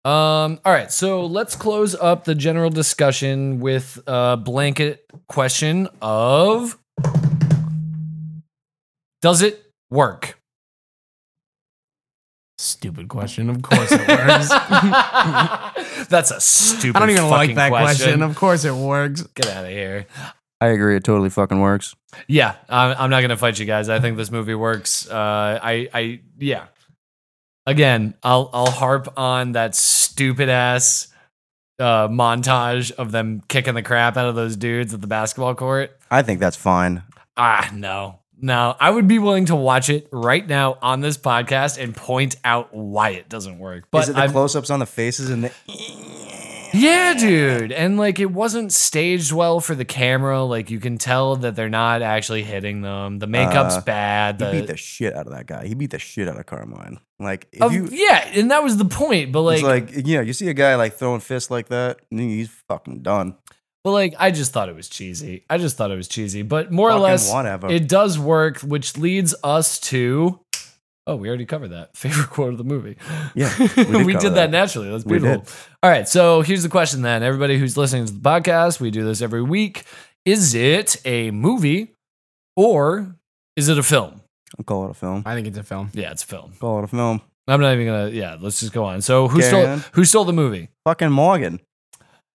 Um, all right, so let's close up the general discussion with a blanket question of Does it work?
Stupid question. Of course Oh, it works.
That's a stupid.
I don't even like
fucking
that question.
question.
Of course it works.
Get out of here.
I agree. It totally fucking works.
Yeah, I'm, I'm not gonna fight you guys. I think this movie works. Uh, I, I, yeah. Again, I'll, I'll harp on that stupid ass uh, montage of them kicking the crap out of those dudes at the basketball court.
I think that's fine.
Ah, no, no. I would be willing to watch it right now on this podcast and point out why it doesn't work. But
is it the
I'm-
close ups on the faces and the.
Yeah, dude. And like it wasn't staged well for the camera. Like you can tell that they're not actually hitting them. The makeup's
Uh,
bad.
He beat
The,
the shit out of that guy. He beat the shit out of Carmine. Like, if
Of-
you.
yeah, and that was the point. But like,
it's like, yeah, you see a guy like throwing fists like that, and he's fucking done.
but like I just thought it was cheesy. I just thought it was cheesy. But more or
Fucking
less
whatever.
it does work, which leads us to Oh, we already covered that. Favorite quote of the movie.
Yeah,
We
we
did,
did
that.
cover that.
naturally. That's
We
beautiful. All right. So here's the question then. Everybody who's listening to the podcast, we do this every week. Is it a movie or is it a film?
I'll call it a film.
I think it's a film.
Yeah, it's a film.
Call it a film.
I'm not even gonna yeah, let's just go on. So who
Carry
stole
on.
who stole the movie?
Fucking Morgan.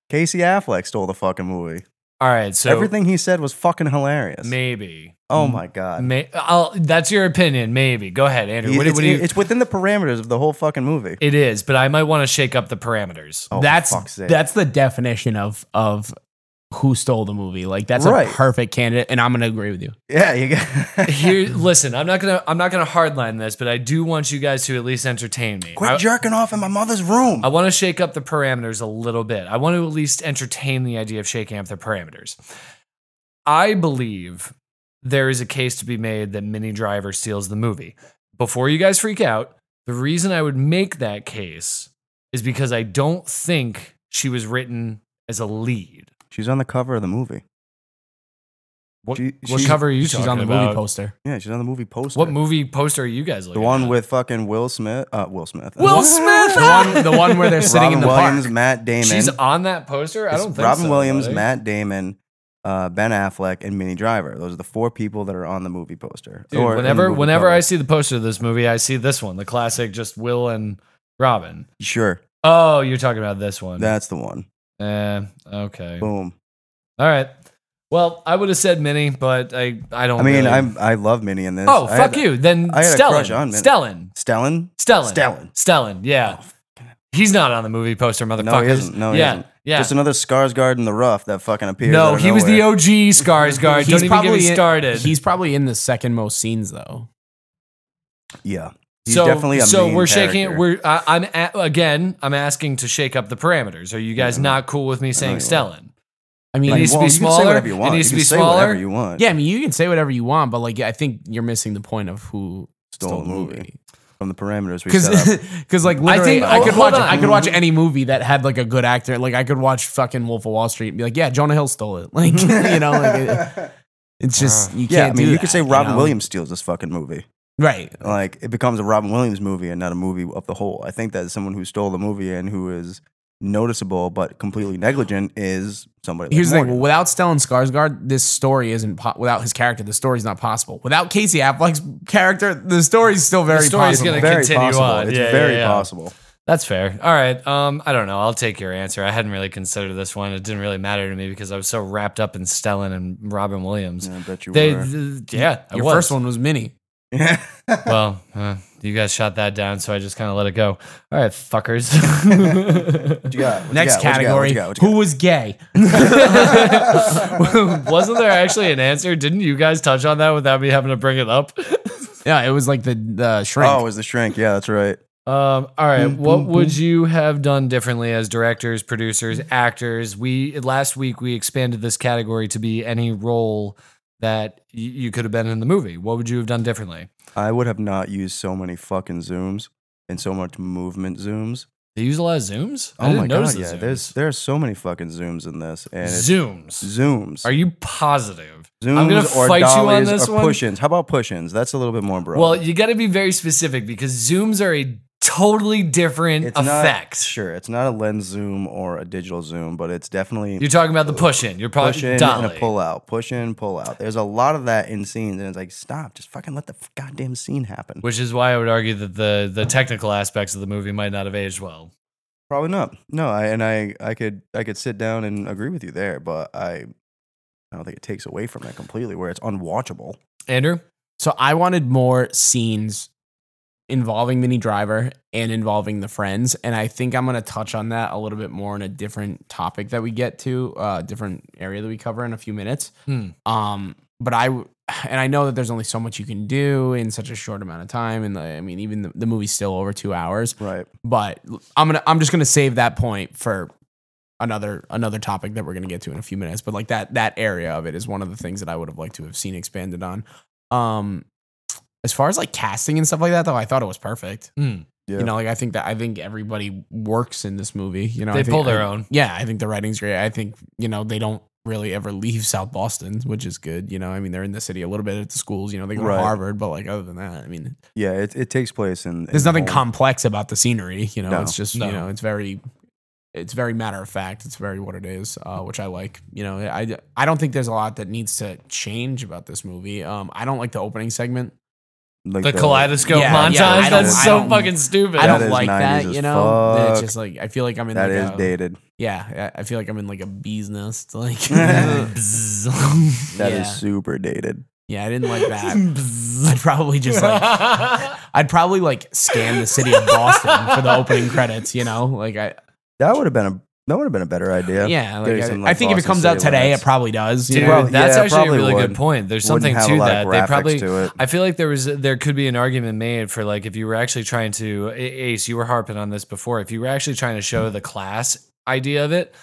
Casey Affleck stole the fucking movie.
All right, so
Everything he said was fucking hilarious.
maybe.
oh my god.
May, I'll, that's your opinion, maybe. Go ahead, Andrew.
He-
What, do-
it's,
what do you,
it's within the parameters of the whole fucking movie.
it is, but I might want to shake up the parameters.
Oh, for
that's
fuck's sake.
that's the definition of of who stole the movie. Like that's
Right.
a perfect candidate, and I'm gonna agree with you.
yeah. You got
Here, listen. I'm not gonna. I'm not gonna hardline this, but I do want you guys to at least entertain me.
quit
I-
jerking off in my mother's room.
I want to shake up the parameters a little bit. I want to at least entertain the idea of shaking up the parameters. I believe there is a case to be made that Mini Driver steals the movie. Before you guys freak out, the reason I would make that case is because I don't think she was written as a lead.
She's on the cover of the movie.
What,
She-
what
she's-
cover are you
She's
talking
on the
about?
movie poster.
Yeah, she's on the movie poster.
What movie poster are you guys
The
looking
one
at?
with fucking Will Smith. Uh, Will Smith.
Will Smith!
The one, the one where they're sitting
Robin
in the
Williams,
park.
Matt Damon.
She's on that poster? I
It's
don't think
Robin
so,
Williams,
buddy.
Matt Damon, uh, Ben Affleck, and Minnie Driver. Those are the four people that are on the movie poster.
Dude,
or in the
whenever
movie
whenever
cover.
I see the poster of this movie, I see this one, the classic just Will and Robin.
sure,
Oh, you're talking about this one.
that's the one.
Eh, okay.
Boom.
All right. Well, I would have said Minnie, but I I don't
I mean,
Oh, really-
I'm I love Minnie in this.
Oh,
I
fuck
had-
you. Then
I had a
Stellan.
crush on Minnie.
Stellan.
Stellan.
Stellan.
Stellan. Oh,
Stellan, yeah. He's not on the movie poster, motherfuckers.
No, he isn't. No, he
yeah.
isn't.
Yeah.
Just another Skarsgård in the rough that fucking appears.
no,
out of
he was the
nowhere.
OG Skarsgård. Don't even get me
in-
started.
he's probably in the second most scenes though.
yeah. He's definitely a
so
main
we're shaking it.
character.
We're I, I'm a, again. I'm asking to shake up the parameters. Are you guys
I know.
not cool with me saying
you are.
Stellan?
I mean,
Like, needs to be
you can say
smaller.
whatever you
It
want.
needs to
You can
be
say whatever
smaller.
you want.
yeah, I mean, you can say whatever you want, but like, I think you're missing the point of who
Stole
stole the
the movie.
movie.
from the parameters we set up.
Because, because like literally,
think-
I,
oh,
could
hold
watch,
on.
I could watch any movie that had like a good actor. Like I could watch fucking Wolf of Wall Street and be like, yeah, Jonah Hill stole it. Like you know, like it, it's just you can't.
Uh, yeah, I mean,
do
you
that,
could say Robin
know?
Williams steals this fucking movie.
right?
Like, it becomes a Robin Williams movie and not a movie of the whole. I think that someone who stole the movie and who is noticeable but completely negligent is somebody.
Here's the
like
thing: without Stellan Skarsgård, this story isn't po- without his character. The story's not possible. Without Casey Affleck's character, the story's still very
story's
possible.
gonna-
Very
continue
possible.
on.
It's
Yeah,
very
yeah, yeah.
possible.
That's fair. All right. Um, I don't know. I'll take your answer. I hadn't really considered this one. It didn't really matter to me because I was so wrapped up in Stellan and Robin Williams.
Yeah, I bet you
They,
were.
th- yeah, I
Your
was.
first one was Minnie.
Well, uh, you guys shot that down, so I just kind of let it go. All right, fuckers.
What you got? What you
Next
got? What you got? What
category:
you got? What you
who was gay?
Wasn't there actually an answer? Didn't you guys touch on that without me having to bring it up?
yeah, it was like the the
got?
shrink.
Oh, it was the shrink. Yeah, that's right.
Um, all right.
Boom,
what
boom,
would you have done differently as directors, producers, actors? We last week we expanded this category to be any role that y- you could have been in the movie. What would you have done differently?
I would have not used so many fucking zooms and so much movement zooms.
They use a lot of zooms. I
Oh
didn't
my
notice
god,
the
yeah.
zooms.
There's there are so many fucking zooms in this, and it's
zooms.
zooms.
Are you positive?
zooms
I'm gonna
or
fight you on
dollies
this
or
one.
push-ins? How about push-ins? That's a little bit more broad.
Well, you got to be very specific because zooms are a totally different
not
effect.
sure. It's not a lens zoom or a digital zoom, but it's definitely
You're talking about the push in. You're probably
push in and
dolly.
a pull out, push in, pull out. There's a lot of that in scenes, and it's like stop, just fucking let the f- goddamn scene happen.
which is why I would argue that the the technical aspects of the movie might not have aged well.
Probably not. No, I and I I could I could sit down and agree with you there, but I I don't think it takes away from it completely where it's unwatchable.
Andrew,
So I wanted more scenes involving Mini Driver and involving the friends, and I think I'm gonna touch on that a little bit more in a different topic that we get to, uh, different area that we cover in a few minutes.
Hmm.
Um, but I w- and I know that there's only so much you can do in such a short amount of time, and the, I mean, even the, the movie's still over two hours.
Right.
But I'm gonna I'm just gonna save that point for another another topic that we're gonna get to in a few minutes. But like that that area of it is one of the things that I would have liked to have seen expanded on. Um as far as like casting and stuff like that though, I thought it was perfect.
Hmm.
Yeah.
You know, like I think that I think everybody works in this movie. You know,
they
I think,
pull their
I-
own.
Yeah, I think the writing's great. I think, you know, they don't really ever leave South Boston, which is good. You know, I mean they're in the city a little bit at the schools, you know, they go
Right.
to Harvard, but like other than that, I mean
yeah, it it takes place in. in
there's
the
nothing
whole-
complex about the scenery you know
No,
it's just
no.
you know it's very it's very matter of fact it's very what it is
Mm-hmm.
uh, which i like you know I, I don't think there's a lot that needs to change about this movie um, i don't like the opening segment
like
The kaleidoscope
Yeah,
montage.
yeah, I don't-
that's
I
so
don't-
fucking stupid.
i don't
is
like
90s
that
as
you know
fuck.
it's just like i feel like i'm in
That
like
is
a,
dated.
yeah i I feel like i'm in like a bee's nest like
That
Bzzz.
That is
yeah.
super dated.
yeah i didn't like that i'd probably just like i'd probably like scan the city of boston for the opening credits you know like i
That would have been a that would have been a better idea.
yeah like
There's
I,
some,
I
like,
think if it
Boston
comes out
city
today
limits.
it probably does you
Dude,
know?
Well,
that's
yeah,
actually a
probably
really
would.
good point. There's
Wouldn't
something
have
to
a lot
that.
Of
They
graphics
probably
to it.
I feel like there was there could be an argument made for like if you were actually trying to A- Ace, you were harping on this before. If you were actually trying to show the class idea of it,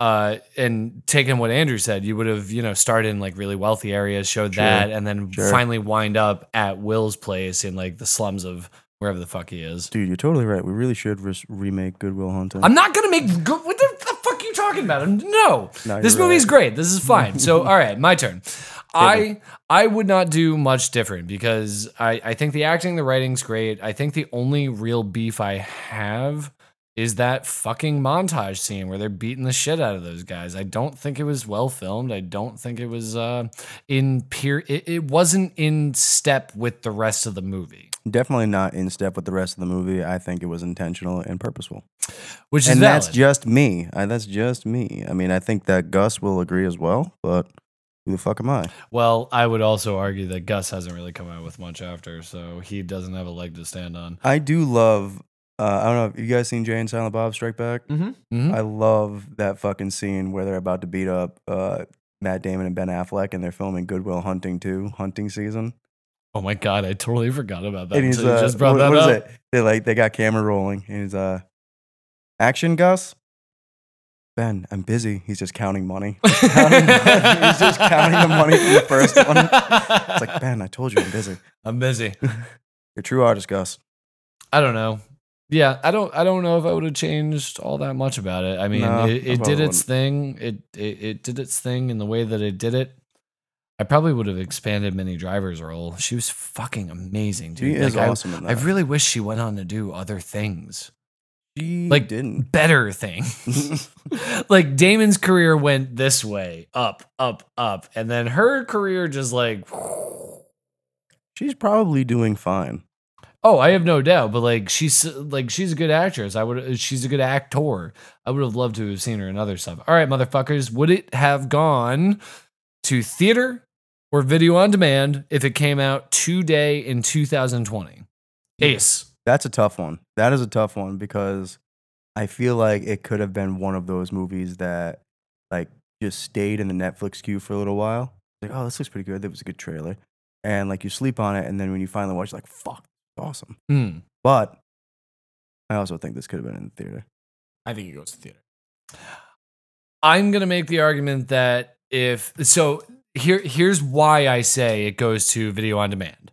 uh, and taking what Andrew said, you would have, you know, started in like really wealthy areas, showed
Sure.
that, and then
Sure.
finally wind up at Will's place in like the slums of wherever the fuck he is.
Dude, you're totally right. We really should res- remake Goodwill Hunting.
I'm not gonna make good. What the, the fuck are you talking about? I'm- No,
No,
this
you're
movie is
right.
great. This is fine. So, all right, my turn. I I would not do much different because I I think the acting, the writing's great. I think the only real beef I have is that fucking montage scene where they're beating the shit out of those guys. I don't think it was well filmed. I don't think it was uh in peer. It, it wasn't in step with the rest of the movie.
Definitely not in step with the rest of the movie. I think it was intentional and purposeful.
Which is
and that's
valid.
just me. I, that's just me. I mean, I think that Gus will agree as well, but who the fuck am I?
Well, I would also argue that Gus hasn't really come out with much after, so he doesn't have a leg to stand on.
I do love. Uh, I don't know. Have you guys seen Jay and Silent Bob Strike Back?
Mhm.
I love that fucking scene where they're about to beat up uh, Matt Damon and Ben Affleck, and they're filming Goodwill Hunting too, hunting season.
Oh my god, I totally forgot about that.
And
until you
uh,
just brought
what-
that
what is
up.
it? They like they got camera rolling, and he's uh, action Gus. Ben, I'm busy. He's just counting money. counting money. He's just counting the money from the first one. It's like Ben, I told you I'm busy.
I'm busy.
You're a true artist, Gus.
I don't know. Yeah, I don't. I don't know if I would have changed all that much about it. I mean, it,
No, I
it did
probably
its thing. It, it it did its thing in the way that it did it. I probably would have expanded Minnie Driver's role. She was fucking amazing, dude.
She is
Like, I-
awesome in that.
I really wish she went on to do other things.
She
like,
didn't.
better thing. like Damon's career went this way, up, up, up, and then her career just like
She's probably doing fine.
oh, I have no doubt, but like she's like she's a good actress. I would she's a good actor. I would have loved to have seen her in other stuff. All right, motherfuckers, would it have gone to theater or video on demand if it came out today in 2020? Ace.
That's a tough one. That is a tough one because I feel like it could have been one of those movies that like just stayed in the Netflix queue for a little while. Like, oh, this looks pretty good. That was a good trailer. And like you sleep on it, and then when you finally watch, you're like, fuck, awesome.
Hmm.
But I also think this could have been in the theater.
I think it goes to theater.
I'm gonna make the argument that if so here here's why I say it goes to video on demand.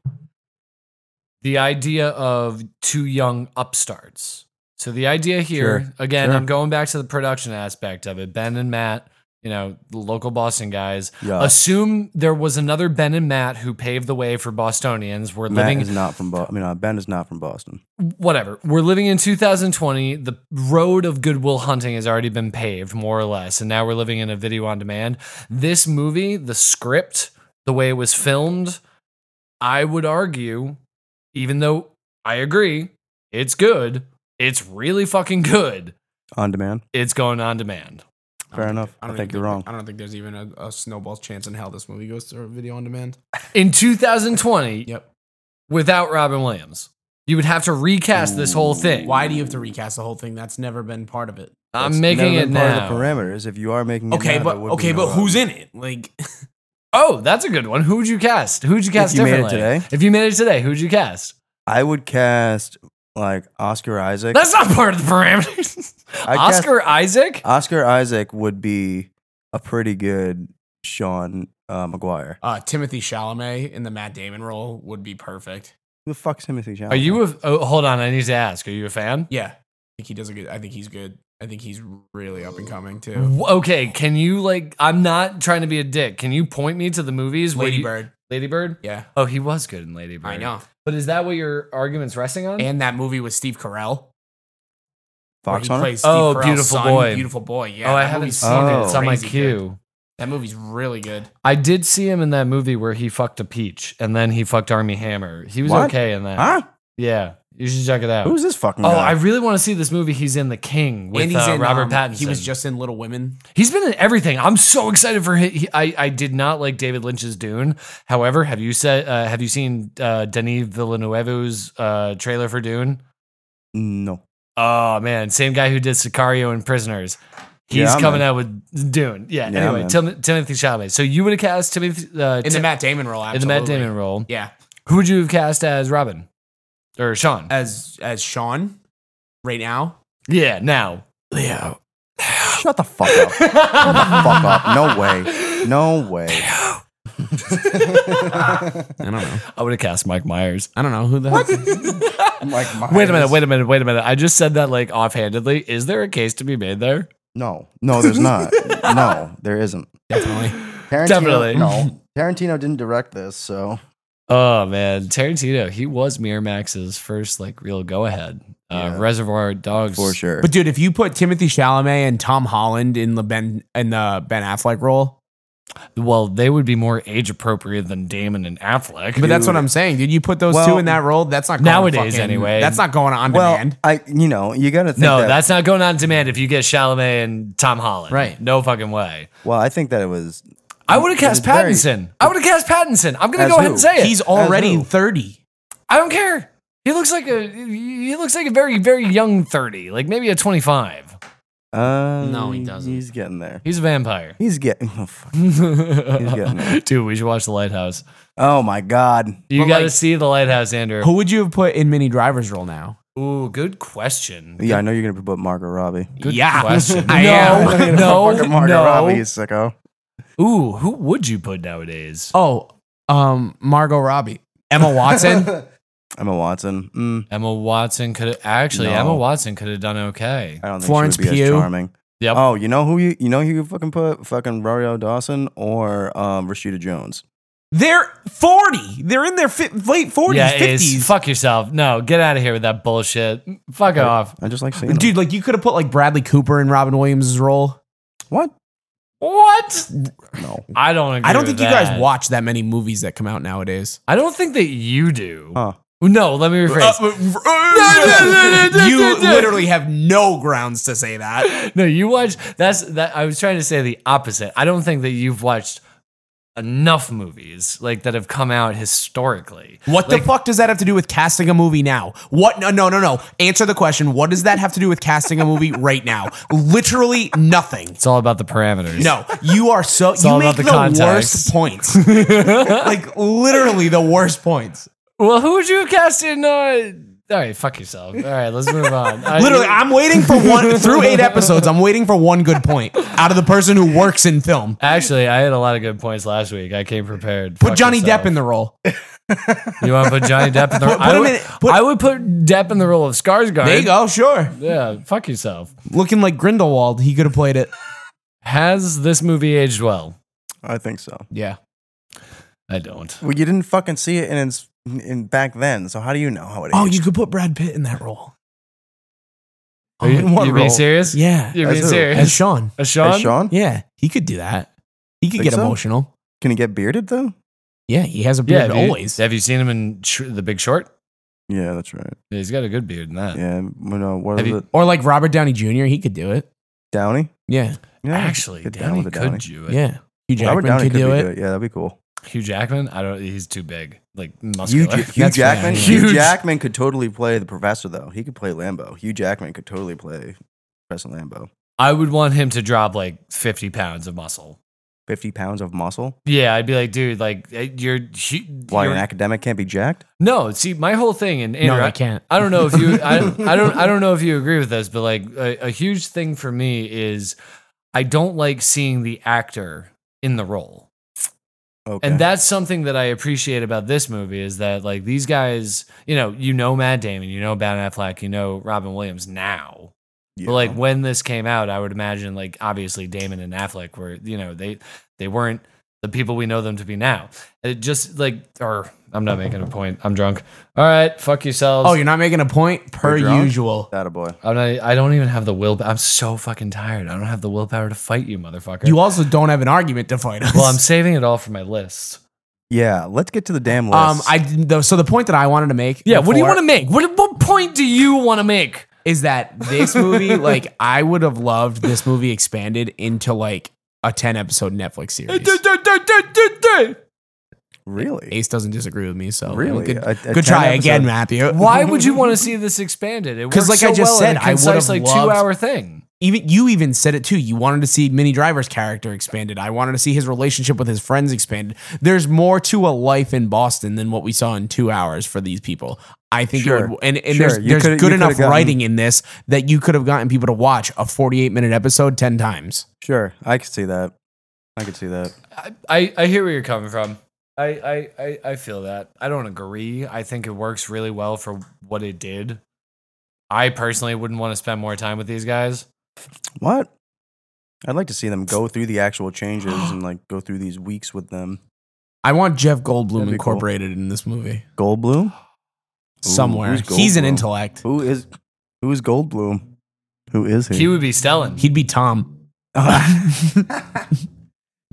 The idea of two young upstarts. So the idea here,
Sure,
again,
sure.
I'm going back to the production aspect of it. Ben and Matt, you know, the local Boston guys.
Yeah,
Assume there was another Ben and Matt who paved the way for Bostonians. We're
Matt
living
is not from Boston. I mean, uh, Ben is not from Boston.
whatever. We're living in 2020. The road of goodwill hunting has already been paved, more or less. And now we're living in a video on demand. This movie, the script, the way it was filmed, I would argue, even though I agree, it's good, it's really fucking good.
On demand.
It's going on demand.
I don't
Fair
think-
enough. I
don't
think
even
you're wrong.
I don't think there's even a, a snowball's chance in hell this movie goes to video on demand.
In 2020,
Yep.
without Robin Williams, you would have to recast this whole thing.
Why do you have to recast the whole thing? That's never been part of it.
I'm
That's
making
never
it
been part of the
now.
parameters. If you are making it
Okay,
now,
but
that would be
okay,
no
but who's
problem.
in it? Like
Oh, that's a good one. Who would you cast? Who would you cast
you made it
differently?
today?
If you made it today, who would you cast?
I would cast like Oscar Isaac.
That's not part of the parameters.
I'd cast-
Oscar Isaac?
Oscar Isaac would be a pretty good Sean uh, McGuire.
uh, Timothy Chalamet in the Matt Damon role would be perfect.
Who the fuck's Timothy Chalamet?
Are you a oh, hold on, I need to ask. Are you a fan?
Yeah, I think he does a good. I think he's good. I think he's really up and coming
Mm-hmm.
too.
W- Okay, can you like I'm not trying to be a dick. Can you point me to the movies where
Lady
you-
Bird.
Lady Bird?
Yeah,
Oh, he was good in Lady Bird.
I know.
But is that what your argument's resting on?
And that movie with Steve Carell. where
Fox
he
Hunter?
plays Steve
Oh,
Carell's
Beautiful
son,
Boy.
Beautiful boy. Yeah.
oh, I
that
haven't
movie's
seen it.
Oh.
It's on my
crazy
queue.
good. That movie's really good.
I did see him in that movie where he fucked a peach and then he fucked Army Hammer. He was
What?
okay in that.
Huh?
Yeah, you should check it out.
Who's this fucking
Oh,
guy?
I really want to see this movie. He's in The King with
and he's
uh,
in
Robert
um,
Pattinson.
He was just in Little Women.
He's been in everything. I'm so excited for him. He, I I did not like David Lynch's Dune. However, have you said uh, have you seen uh, Denis Villeneuve's uh, trailer for Dune?
no.
Oh man, same guy who did Sicario and Prisoners. He's
Yeah,
coming
man.
out with Dune. Yeah.
Yeah,
anyway,
man.
Tim- Timothy Chalamet. So you would have cast Timothy uh,
In the
Tim-
Matt Damon role.
in the Matt
absolutely.
Damon role.
Yeah.
Who would you have cast as Robin or Sean?
Uh, As as Sean right now.
yeah. Now
Leo.
Shut the fuck up. Shut the fuck up. No way. No way.
I don't know.
I would have cast Mike Myers.
I don't know who the what?
Mike Myers.
Wait a minute, wait a minute, wait a minute. I just said that like offhandedly. Is there a case to be made there?
No, no, there's not. no, there isn't.
definitely.
Tarantino,
Definitely.
No, Tarantino didn't direct this, so
Oh man, Tarantino, he was Miramax's first like real go ahead. Uh,
Yeah.
Reservoir Dogs.
for sure.
But dude, if you put Timothy Chalamet and Tom Holland in the Ben in the Ben Affleck role,
Well, they would be more age appropriate than Damon and Affleck.
but that's what
Dude.
I'm saying, dude. You put those
Well,
two in that role, that's not going
nowadays
fucking-
anyway.
That's not going on
well,
demand.
I, you know, you got to think.
no,
that,
that's not going on demand if you get Chalamet and Tom Holland.
Right.
No fucking way.
Well, I think that it was.
I would have cast
It's very-
Pattinson. I would have cast Pattinson. I'm gonna
As
go ahead
who?
and say it.
He's already
who?
30.
I don't care. He looks like a he looks like a very very young thirty, like maybe a twenty five.
Um,
No, he doesn't.
He's getting there.
He's a vampire.
He's getting. Oh, fuck. getting it.
Dude, we should watch the Lighthouse.
Oh, my God.
You
But,
got to
like-
see the Lighthouse, Andrew.
Who would you have put in Minnie Driver's role now?
Ooh, good question.
Yeah, I know you're gonna put Margot Robbie.
Good
Yeah.
question.
I am.
I know you're
no,
gonna
no,
put fucking Margot
no.
Robbie, you sicko.
Ooh, who would you put nowadays?
Oh, um, Margot Robbie, Emma Watson.
Emma Watson. Mm,
Emma Watson could have actually.
No.
Emma Watson could have done okay.
I don't think
Florence
she would be
Pugh.
as charming.
Yep.
Oh, you know who you you know who you fucking put? Fucking Rorio Dawson or um, Rashida Jones.
They're 40. They're in their fi- late 40s,
yeah, it is.
50s.
Fuck yourself. No, get out of here with that bullshit. Fuck off.
I just like seeing them.
Dude, like you could have put like Bradley Cooper in Robin Williams' role.
What?
What?
No.
I don't agree.
I don't
with
think you guys
that.
watch that many movies that come out nowadays.
I don't think that you do.
Huh.
No, let me rephrase.
you literally have no grounds to say that.
no, you watch. That's that. I was trying to say the opposite. I don't think that you've watched enough movies like that have come out historically.
What
Like-
the fuck does that have to do with casting a movie now? What? No, no, no, no. Answer the question. What does that have to do with casting a movie right now? Literally nothing.
It's all about the parameters.
No, you are so. you
all
make
about
the,
the context.
worst points. like literally the worst points.
Well, who would you have cast in? Uh, all right, fuck yourself. All right, let's move on. I-
Literally, I'm waiting for one through eight episodes. I'm waiting for one good point out of the person who works in film.
actually, I had a lot of good points last week. I came prepared.
Put Johnny Depp in the role.
The- you want to put Johnny Depp in the?
Put- put
I,
him
would,
in- put-
I would put Depp in the role of Skarsgård.
There you go. Sure,
Yeah, fuck yourself.
looking like Grindelwald, he could have played it.
Has this movie aged well?
I think so.
Yeah.
I don't.
Well, you didn't fucking see it in its in back then, so how do you know how it is?
Oh, you could put Brad Pitt in that role.
Are you,
In one
you being
role.
serious?
Yeah.
You're
As
being
who?
As
serious.
Sean.
As Sean?
As Sean?
Yeah, he could do that. He could
Think
get
so?
emotional.
Can he get bearded though?
Yeah, he has a
Yeah,
beard
have you,
always.
Have you seen him in Sh- The Big Short?
Yeah, that's right.
Yeah, he's got a good beard in that.
Yeah, you know, what
Have
is
you-
it?
Or like Robert Downey Jr., he could do it.
Downey?
Yeah,
Yeah,
Actually,
get down
Downey
with
could
the Downey.
do it.
yeah. Hugh
Robert
Jackman
Downey
could, do it.
Yeah, that'd be cool.
Hugh Jackman, I don't. He's too big, like
Hugh,
muscular.
Ja- Hugh
That's fair.
Jackman.
Huge.
Hugh Jackman could totally play the professor though. He could play Lambo. Hugh Jackman could totally play Professor Lambo.
I would want him to drop like 50 pounds of muscle.
Fifty pounds of muscle.
Yeah, I'd be like, dude, like eh, you're. you
Why an academic can't be jacked?
no, see, my whole thing, and Andrew,
No,
I,
I can't.
I don't know if you, I, I don't, I don't know if you agree with this, but like a, a huge thing for me is I don't like seeing the actor in the role.
Okay.
And that's something that I appreciate about this movie is that like these guys, you know, you know Matt Damon, you know Ben Affleck, you know Robin Williams now.
Yeah.
But like when this came out, I would imagine like obviously Damon and Affleck were, you know, they they weren't the people we know them to be now. It just like or I'm not making a point. I'm drunk. All right, fuck yourselves.
Oh, you're not making a point per
You're drunk?
usual.
that a boy.
I'm not, I don't even have the will. I'm so fucking tired. I don't have the willpower to fight you, motherfucker.
You also don't have an argument to fight us.
well, I'm saving it all for my list.
Yeah, let's get to the damn list.
Um, I though, so the point that I wanted to make.
Yeah, what do you
before-
want to make? What what point do you want to make?
is that this movie, like, I would have loved this movie expanded into like a 10 episode Netflix series.
really,
Ace doesn't disagree with me, so
Really?
good,
A- a
good
10
try
episode-
again, Matthew.
Why would you want to see this expanded? It
'Cause
works
like
so
I just
well
said,
in a
I would
concise,
have
like
loved-
two hour thing.
even you even said it too. You wanted to see Minnie Driver's character expanded. I wanted to see his relationship with his friends expanded. There's more to a life in Boston than what we saw in two hours for these people. I think it
Sure.
would, and, and
Sure.
there's,
You
there's
coulda-
good
you coulda
enough
gotten-
writing in this that you could have gotten people to watch a 48 minute episode 10 times.
Sure, I could see that. I could see that.
I, I, I hear where you're coming from. I, I, I, I feel that. I don't agree. I think it works really well for what it did. I personally wouldn't want to spend more time with these guys.
What? I'd like to see them go through the actual changes and like go through these weeks with them.
I want Jeff Goldblum
That'd be cool.
incorporated in this movie
Goldblum.
somewhere.
who's
He's an
Goldblum?
intellect.
Who is who is Goldblum? Who is he?
He would be Stellan.
He'd be Tom.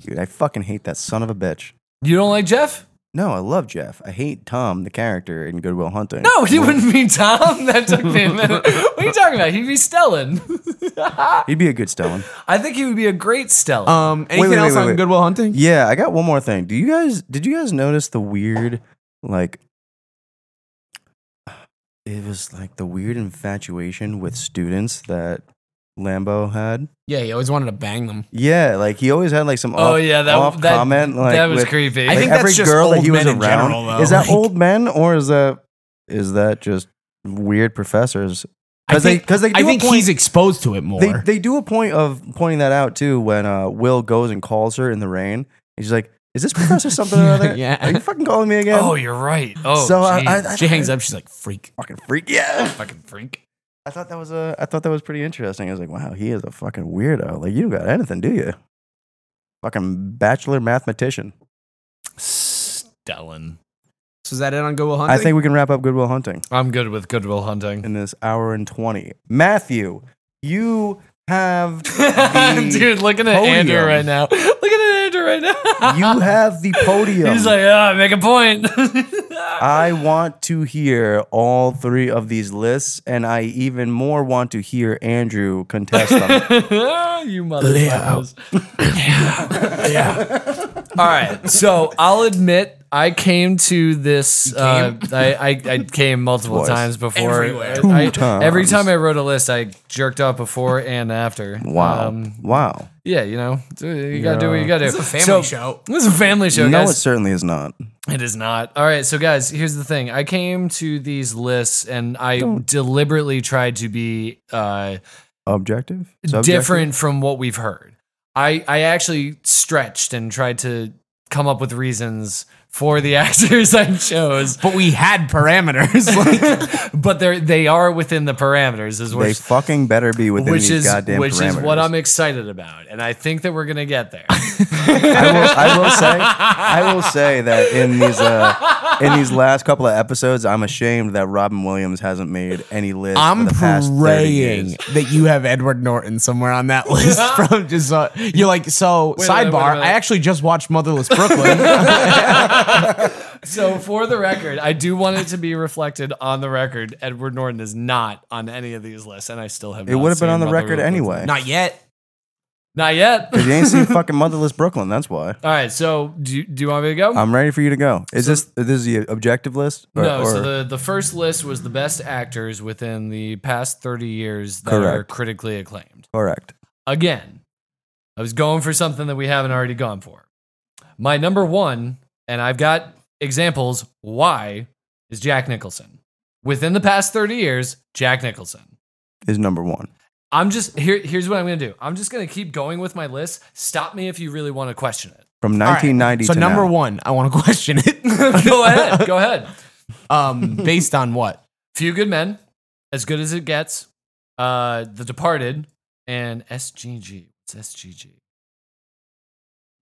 Dude, I fucking hate that son of a bitch.
you don't like Jeff?
No, I love Jeff. I hate Tom, the character in Goodwill Hunting.
No, he wouldn't be Tom. That took me a minute. What are you talking about? He'd be Stellan.
He'd be a good Stellan.
I think he would be a great Stellan.
Um, anything
wait,
else
wait,
on
wait.
Goodwill Hunting?
Yeah, I got one more thing. Do you guys did you guys notice the weird like it was like the weird infatuation with students that Lambo had?
Yeah, he always wanted to bang them.
Yeah, like he always had like some
oh
off,
yeah, that,
off
that,
comment like
that was
with,
creepy.
I
like,
think that's
every
just
girl
old
that he was
men in
around.
general, though.
is that
Like-
old men or is that is that just weird professors?
I
Because they
think,
because they do
I
a
think
point-
he's exposed to it more.
they they do a point of pointing that out too when uh, Will goes and calls her in the rain. And she's like, "Is this professor something or other?
Yeah.
Are you fucking calling me again?"
oh, you're right. Oh,
so uh, I, I, I-
she hangs up. She's like, freak.
Fucking freak. Yeah.
fucking freak.
I thought that was uh, I thought that was pretty interesting. I was like, "Wow, he is a fucking weirdo. Like, you don't got anything, do you? Fucking bachelor mathematician."
Stellan.
So is that it on Goodwill
I
Hunting?
think we can wrap up Goodwill Hunting
I'm good with Goodwill Hunting.
in this hour and twenty. Matthew, you have the
Dude, looking at Andrew
podium.
right now. Looking at Andrew right now.
you have the podium.
He's like, ah, make a point.
I want to hear all three of these lists, and I even more want to hear Andrew contest
Um,
them.
you motherfuckers. All right. So I'll admit I came to this. Uh, I, I I came multiple
Twice.
times before.
Everywhere.
I- I-
Two times.
Every time I wrote a list, I jerked off before and after.
wow.
Um,
wow.
yeah, you know, uh, you gotta do what you gotta do.
it's a family
So-
show.
This is a family show,
no,
guys.
it certainly is not.
It is not. All right, so guys, here's the thing. I came to these lists and I deliberately tried to be uh,
Objective? Subjective?
different from what we've heard. I, I actually stretched and tried to come up with reasons for the actors I chose,
But we had parameters. Like,
but they they are within the parameters, is
They
which,
fucking better be within
which is
these goddamn
which
parameters.
is what I'm excited about, and I think that we're gonna get there.
I will, I will say, I will say that in these uh, in these last couple of episodes, I'm ashamed that Robin Williams hasn't made any list. for
I'm
the past 30 years.
praying that you have Edward Norton somewhere on that list. From just uh, you're like, so
Wait a minute, wait a
sidebar.
minute.
I actually just watched Motherless Brooklyn.
So, for the record, I do want it to be reflected on the record. Edward Norton is not on any of these lists, and I still have.
It
not
would have been
seen
on the
Mother
record
Earth.
anyway.
Not yet.
Not yet.
You ain't seen fucking Motherless Brooklyn. That's why.
All right. So, do you, do you want me to go?
I'm ready for you to go. Is this this is the objective list? Or-
no. so
or-
the the first list was the best actors within the past thirty years that are
Correct.
critically acclaimed.
correct.
Again, I was going for something that we haven't already gone for. My number one, and I've got examples why, is Jack Nicholson. Within the past thirty years, Jack Nicholson.
Is number one.
I'm just here. Here's what I'm gonna do. I'm just gonna keep going with my list. Stop me if you really want to question it.
From
All right.
1990
So
to
number
now.
one, I want to question it.
go ahead. Go ahead.
um, based on what?
Few Good Men, as good as it gets. Uh, The Departed and SGG. It's SGG.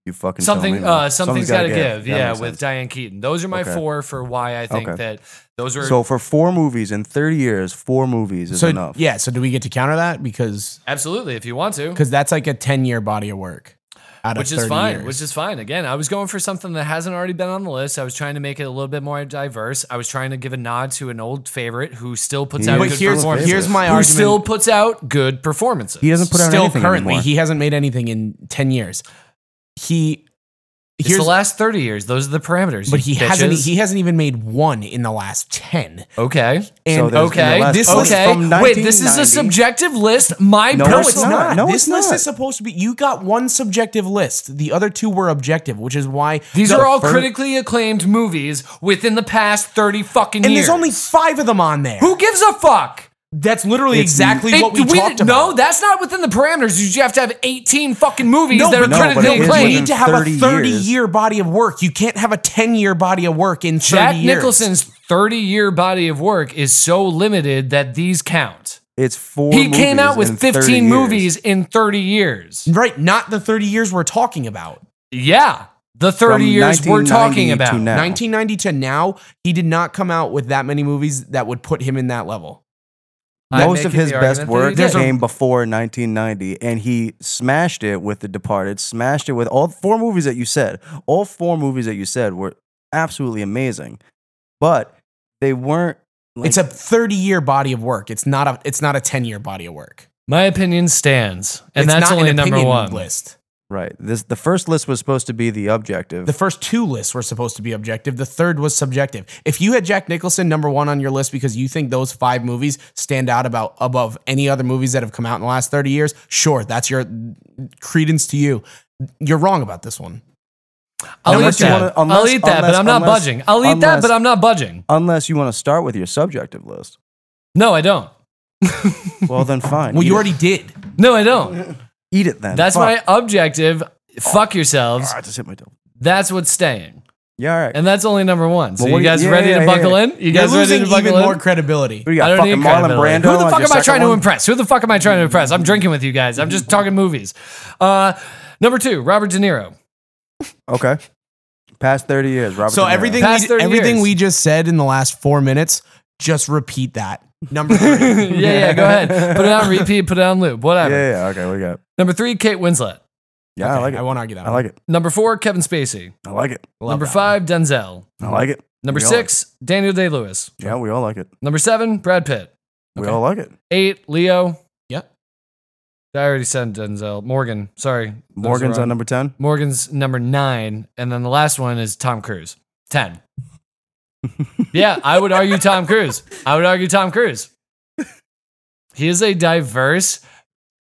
You fucking tell me,
Something.
man.
Uh, something's gotta,
gotta
give.
That
Yeah,
makes
with
sense.
Diane Keaton. Those are my
Okay.
four for why I think
Okay.
that those are
So for four movies in 30 years, four movies is
so
enough.
yeah. So do we get to counter that because
absolutely if you want to.
because that's like a ten year body of work. Out
Which
of
is
30
fine.
years.
Which is fine. Again, I was going for something that hasn't already been on the list. I was trying to make it a little bit more diverse. I was trying to give a nod to an old favorite who still puts
He
out
is
But
good
Good
here's
performance.
here's my
who
argument.
still puts out good performances.
He doesn't put out
still
anything
currently
anymore.
he hasn't made anything in 10 years he
It's the last 30 years. Those are the parameters.
but
you
he hasn't
bitches.
he hasn't even made one in the last 10.
okay.
And
So there's- in the
okay.
last-
this
oh, it's
okay.
from
Wait, this is a
1990.
subjective list. My
no,
No,
personal.
it's
it's
not.
not. No,
this
it's
list
not.
is supposed to be. You got one subjective list. The other two were objective, which is why
These
the
are all
fir-
critically acclaimed movies within the past 30 fucking
And
years.
there's only five of them on there.
Who gives a fuck?
That's literally
It's-
exactly
It-
what we, talked
No,
about.
that's not within the parameters. You have to have 18 fucking movies that are
but-
no, but
critically
it is
you
acclaimed.
need to have
30
a 30
years.
year body of work. You can't have a 10 year body of work in 30
Jack
years.
Nicholson's 30 year body of work is so limited that these count.
It's four.
he came
movies
out
in
with
30
15
years.
movies in 30 years.
Right, not the 30 years we're talking about.
Yeah. The 30
From
years we're
1990
talking
to
about.
now.
1990 to now, he did not come out with that many movies that would put him in that level.
I'm
Most of
making
his
the
best
argument that
work
he did.
came before 1990, and he smashed it with The Departed, smashed it with all four movies that you said. All four movies that you said were absolutely amazing, but they weren't. Like,
it's a 30 year body of work. It's not a it's not a 10 year body of work.
My opinion stands. And
it's
that's
not
only
an
number
opinion
one.
list.
right. This the first list was supposed to be the objective.
The first two lists were supposed to be objective. The third was subjective. If you had Jack Nicholson number one on your list because you think those five movies stand out about above any other movies that have come out in the last 30 years, sure, that's your credence to you. You're wrong about this one.
I'll eat
Unless you
that.
wanna- unless-
I'll eat that, but
unless-
I'm not
unless-
budging. I'll eat that,
unless-
but I'm not budging.
Unless you want to start with your subjective list,
No, I don't.
well then fine.
Well,
eat
you
it.
already did.
No, I don't.
eat it then.
That's
Fuck.
my objective. Fuck yourselves.
Ah, I just hit my toe.
That's what's staying.
Yeah, all right.
And that's only number one. So
Well, what
you
do you-
guys
yeah,
ready
yeah,
to
yeah,
buckle
yeah.
in? You
You're
guys ready
losing
to buckle
even
in?
more credibility.
Who do you
I
got?
don't
Fucking
need
Marlon
credibility.
Brando.
Who the
as
fuck am
your
I
second
trying to
one?
impress? Who the fuck am I trying to impress? I'm drinking with you guys. I'm just talking movies. Uh, number two, Robert De Niro.
Okay. Past 30 years, Robert.
So
De Niro.
everything
Past
we,
30
everything
years.
we just said in the last four minutes, just repeat that. Number three.
yeah, yeah, go ahead. Put it on repeat, put it on loop,
Yeah,
whatever.
yeah, yeah. Okay, what do you got?
Number three, Kate Winslet.
Yeah, I
Okay,
like it.
I won't argue that.
I like it.
Number four, Kevin Spacey.
I like it.
Love
Number
that
five, Denzel.
I like it.
Number
We all-
six, Daniel Day Lewis.
Yeah, we all like it.
Number seven, Brad Pitt.
We
Okay.
all like it.
Eight, Leo.
Yep.
I already said Denzel. Morgan. Sorry. Those are
Morgan's
wrong.
on number 10.
Morgan's number nine, and then the last one is Tom Cruise, ten. yeah, I would argue Tom Cruise. I would argue Tom Cruise. He is a diverse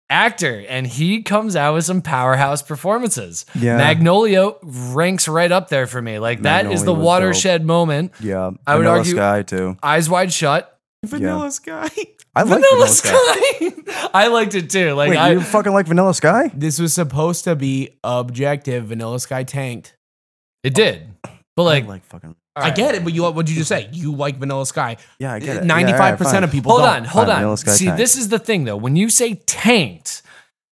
actor, and he comes out with some powerhouse performances.
Yeah.
Magnolia ranks right up there for me. Like that is
Magnolia
the
was
watershed moment.
yeah.
I would
Vanilla
argue-
Sky, too.
Eyes wide shut.
Vanilla Sky.
I like
Vanilla Sky. I liked it too. Like
Wait,
I,
you fucking like Vanilla Sky?
This was supposed to be objective. Vanilla Sky tanked.
it did. But like,
Oh I like fucking.
I get it, but you what'd you just say? You like Vanilla Sky.
Yeah, I get it.
Ninety-five percent of people.
Hold
don't.
on, hold
Fine,
on.
Vanilla Sky
See,
tanked.
this is the thing though. When you say tanked,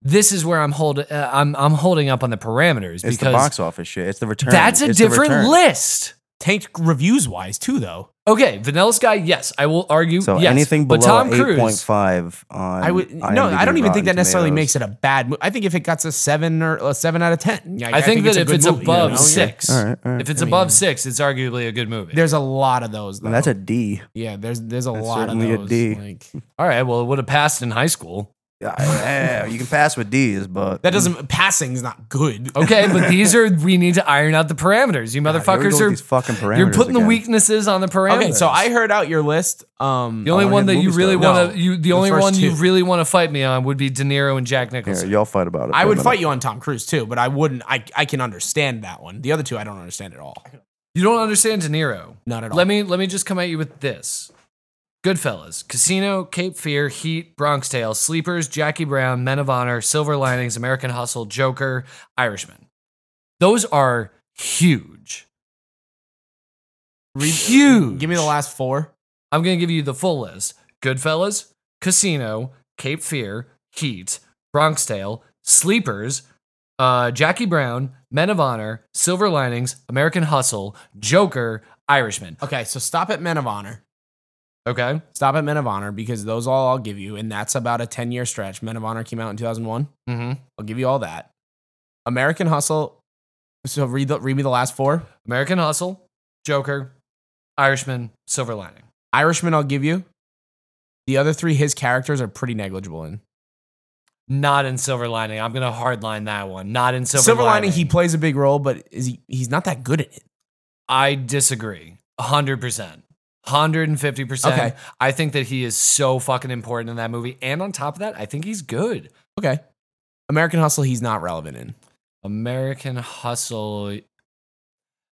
this is where I'm holding. Uh, I'm I'm holding up on the parameters
It's the
because
box office shit. It's the return.
that's a
It's the
different
return.
list.
Tanked reviews wise too, though.
Okay, Vanilla Sky. Yes, I will argue.
So
yes,
anything
but
below
Tom Cruise.
8.5 on.
I would no. I don't even think that necessarily makes it a bad. Mo- I think if it got a seven or a seven out of ten, yeah,
I, think, that if
good
it's
movie, you
above
know?
six,
Oh, All right, all right.
if it's
I mean-
above six, it's arguably a good movie.
there's a lot of those. Though.
Well, that's a D.
yeah. There's there's a
That's
lot of
certainly a
those.
D.
Like
All right, well, it would have passed in high school.
Yeah, yeah, you can pass with D's, but
that doesn't passing's not good.
Okay, but these are we need to iron out the parameters. You
God, here we go
motherfuckers
with these
are
fucking parameters.
you're putting the
again.
weaknesses on the parameters.
Okay, so I heard out your list. Um,
The only
wanna
one that
hear the
you
movie
really
stuff.
want to
No,
you the
the
only
first
one you
two.
really want to fight me on would be De Niro and Jack
Here,
Nicholson.
y'all fight about it.
I would fight you on Tom Cruise too, but I wouldn't. I I can understand that one. The other two, I don't understand at all.
you don't understand De Niro.
Not at all.
Let me let me just come at you with this. Goodfellas, Casino, Cape Fear, Heat, Bronx Tale, Sleepers, Jackie Brown, Men of Honor, Silver Linings, American Hustle, Joker, Irishman. Those are huge. huge.
Give me the last four.
I'm going to give you the full list Goodfellas, Casino, Cape Fear, Heat, Bronx Tale, Sleepers, uh, Jackie Brown, Men of Honor, Silver Linings, American Hustle, Joker, Irishman.
Okay, so stop at Men of Honor.
Okay.
Stop at Men of Honor because those all I'll give you, and that's about a ten year stretch. Men of Honor came out in two thousand one.
Mm-hmm.
I'll give you all that. American Hustle. So read the, read me the last four.
American Hustle, Joker, Irishman, Silver Lining.
Irishman, I'll give you. The other three, his characters are pretty negligible in.
Not in Silver Lining. I'm gonna hardline that one. Not in Silver,
Silver Lining, he plays a big role, but is he? He's not that good at it.
I disagree. 100%. 150%.
Okay.
I think that he is so fucking important in that movie. And on top of that, I think he's good.
Okay, American Hustle, he's not relevant in.
American Hustle.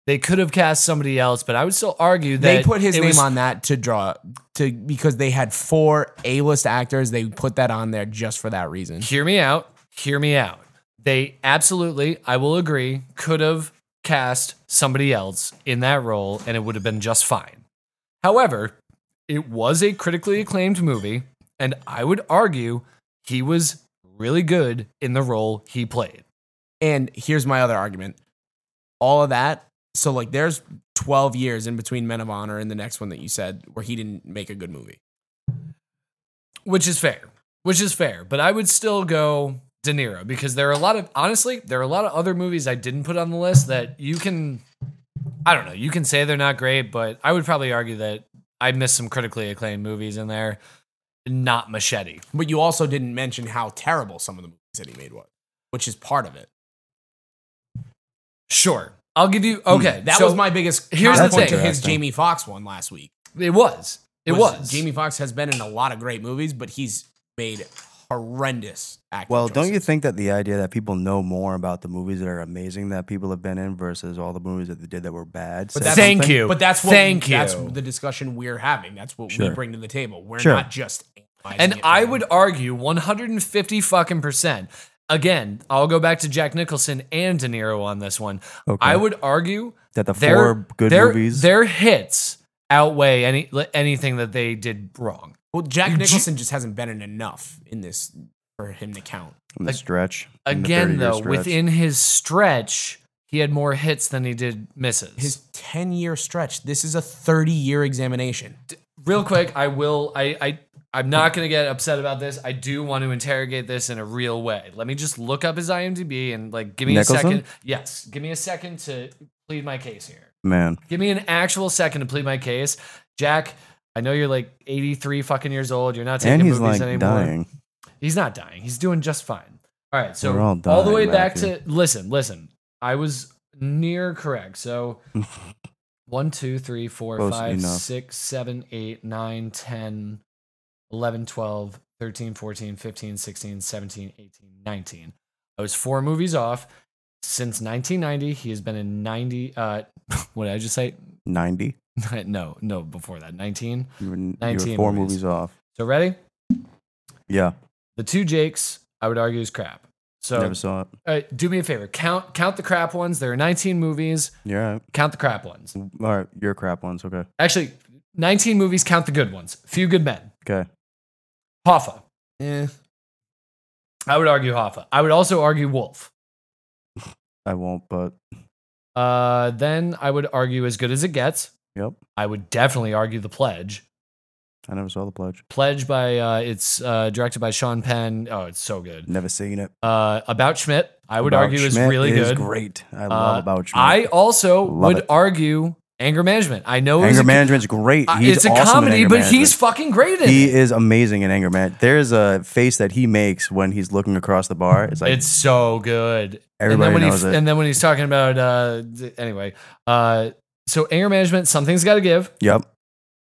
They could have cast somebody else, but I would still argue that
They put his
it
name
was-
on that to draw to because they had four A-list actors. They put that on there just for that reason.
Hear me out. Hear me out. They absolutely, I will agree, could have cast somebody else in that role and it would have been just fine. However, it was a critically acclaimed movie, and I would argue he was really good in the role he played.
And here's my other argument. All of that. So like there's 12 years in between Men of Honor and the next one that you said where he didn't make a good movie.
Which is fair. Which is fair. But I would still go De Niro because there are a lot of honestly, there are a lot of other movies I didn't put on the list that you can I don't know, you can say they're not great, but I would probably argue that I missed some critically acclaimed movies in there. Not Machete.
But you also didn't mention how terrible some of the movies that he made was, which is part of it.
Sure. I'll give you okay.
That
Hmm. so
was my biggest
here's
here's
the
the point to
thing.
his
Interesting.
Jamie Foxx one last week.
it was. It was.
Jamie Foxx has been in a lot of great movies, but he's made horrendous acting.
Well, don't you
choices.
think that the idea that people know more about the movies that are amazing that people have been in versus all the movies that they did that were bad? says
that's-
Thank
something?
you.
But that's what
Thank you.
that's the discussion we're having. That's what
Sure.
we bring to the table. We're
Sure.
not just analyzing
And
it
I
from-
would argue 150 fucking percent. Again, I'll go back to Jack Nicholson and De Niro on this one.
Okay.
I would argue
That the
their-
four good
their,
movies.
their hits outweigh any li- anything that they did wrong.
Well, Jack
J-
Nicholson just hasn't been in enough in this for him to count.
in the
ag-
stretch in the
Again,
30-year
though,
stretch.
within his stretch, he had more hits than he did misses.
His 10 year stretch, this is a 30 year examination.
Real quick, I will. I I I'm not gonna get upset about this. I do want to interrogate this in a real way. Let me just look up his IMDb and like give me
Nicholson?
a second. Yes, give me a second to plead my case here.
man,
Give me an actual second to plead my case, Jack. I know you're like 83 fucking years old. You're not taking
and he's
movies
like
anymore.
dying.
He's not dying. He's doing just fine. All right. So
We're
all,
all
the
dying,
way back to
Matthew.
listen, listen. I was near correct. So one, two, three, four,
Close
five,
enough.
six, seven, eight, nine, 10, 11, 12, 13, 14, 15, 16, 17, 18, 19. I was four movies off. Since 1990, he has been in 90. Uh, what did I just say?
Ninety.
no, no, before that, 19.
You were, you were
19
four
movies.
movies off.
So ready?
Yeah,
The two Jakes, I would argue, is crap. So
never saw it.
Uh, do me a favor. Count count the crap ones. There are 19 movies.
You're all right.
Count the crap ones.
All right, your crap ones. Okay,
Actually, 19 movies. Count the good ones. Few good men.
okay.
Hoffa.
Eh,
I would argue Hoffa. I would also argue Wolf.
I won't. But
Uh, then I would argue As Good as It Gets.
yep,
I would definitely argue The Pledge.
I never saw the pledge.
Pledge by uh, it's uh, directed by Sean Penn. Oh, it's so good.
Never seen it.
Uh, About Schmidt. I would
About
argue is
Schmidt
really
is
good.
Great. I
Uh,
love about Schmidt.
I also
Love
would
it.
argue Anger Management. I know it was
anger
a-
management's great.
uh,
He's
it's a
awesome in
comedy,
Anger
but
Management.
he's fucking great in it.
He is amazing in anger, man. There's a face that he makes when he's looking across the bar. It's like
it's so good.
Everybody
and then when
knows
he,
it.
And then when he's talking about uh, d- anyway, uh, so anger management, something's got to give.
yep,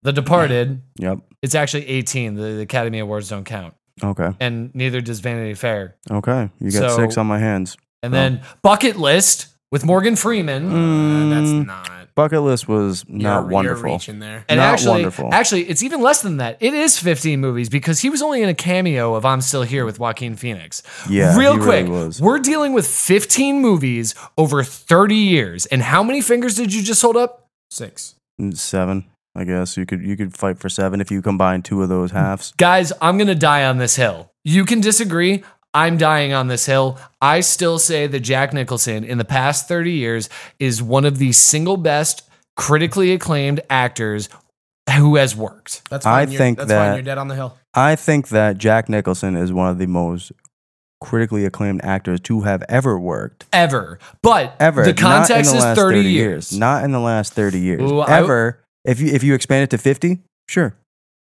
The Departed,
yep.
it's actually 18. The, the Academy Awards don't count,
Okay,
and neither does Vanity Fair.
okay. You got
So-
six on my hands.
And
Oh.
then Bucket List with Morgan Freeman.
uh, that's
Mm,
not.
Bucket list was not
you're,
wonderful.
You're reaching there.
And
Not
actually,
wonderful.
actually, it's even less than that. It is 15 movies because he was only in a cameo of "I'm Still Here" with Joaquin Phoenix.
Yeah,
real
he really
quick,
was.
we're dealing with 15 movies over 30 years. And how many fingers did you just hold up?
Six.
Mm, Seven, I guess you could you could fight for seven if you combine two of
Hmm.
those halves.
Guys, I'm gonna die on this hill. You can disagree. I'm dying on this hill. I still say that Jack Nicholson in the past 30 years is one of the single best critically acclaimed actors who has worked.
That's
I
fine. you're,
think
that's
that-
fine. You're dead on the hill.
I think that Jack Nicholson is one of the most critically acclaimed actors to have ever worked.
Ever. But
Ever.
the
Not in
context
the
is
last
30, years.
Not in the last 30 years.
Ooh, I-
ever. if you if you expand it to 50, sure.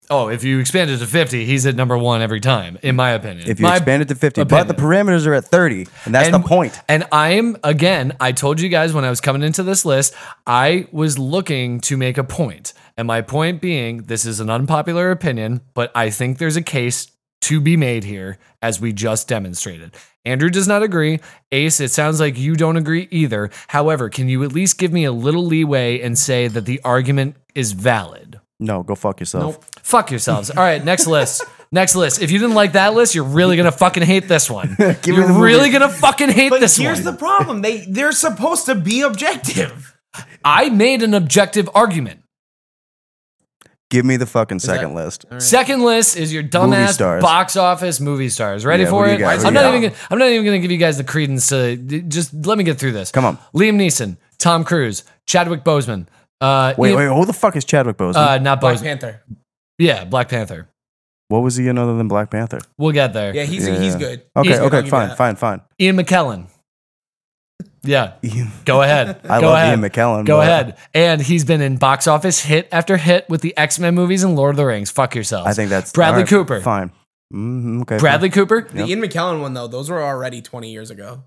Oh, if you expand it to 50, he's at number one every time, in my opinion.
If you
My-
expand it to 50, but the parameters are at 30, and that's
And-
the point.
And I'm again, I told you guys when I was coming into this list, I was looking to make a point. And my point being, this is an unpopular opinion, but I think there's a case to be made here as we just demonstrated. Andrew does not agree. Ace, it sounds like you don't agree either. However, can you at least give me a little leeway and say that the argument is valid?
No, go fuck yourself.
Fuck yourselves. All right, next list. Next list. If you didn't like that list, you're really gonna fucking hate this one.
me the
you're
movie.
really gonna fucking hate
But
this
here's
one.
the problem. They they're supposed to be objective.
I made an objective argument.
Give me the fucking second list.
Second list is your
Movie
dumbass
stars.
box office movie stars. Ready
Yeah,
for
who do
it?
you got? Who
I'm
do
not
you
even. Gonna, I'm not even going to give you guys the credence. To, d- just let me get through this.
Come on.
Liam Neeson, Tom Cruise, Chadwick Boseman. Uh,
Wait,
Ian-
wait, who the fuck is Chadwick Boseman?
Uh, not
Black
Boseman.
Panther.
yeah, Black Panther.
what was he in other than Black Panther?
We'll get there.
Yeah, he's
Yeah.
he's good.
Okay,
He's good, I'll
okay,
give you
fine,
that.
fine, fine.
Ian McKellen. Yeah,
Ian-
go ahead.
I
go
love
ahead.
Ian McKellen.
Go
but-
ahead. And he's been in box office hit after hit with the X Men movies and Lord of the Rings. Fuck yourselves.
I think that's
Bradley
alright,
Cooper.
Fine. Mhm, okay.
Bradley Cooper.
The Ian McKellen one though, those were already 20 years ago.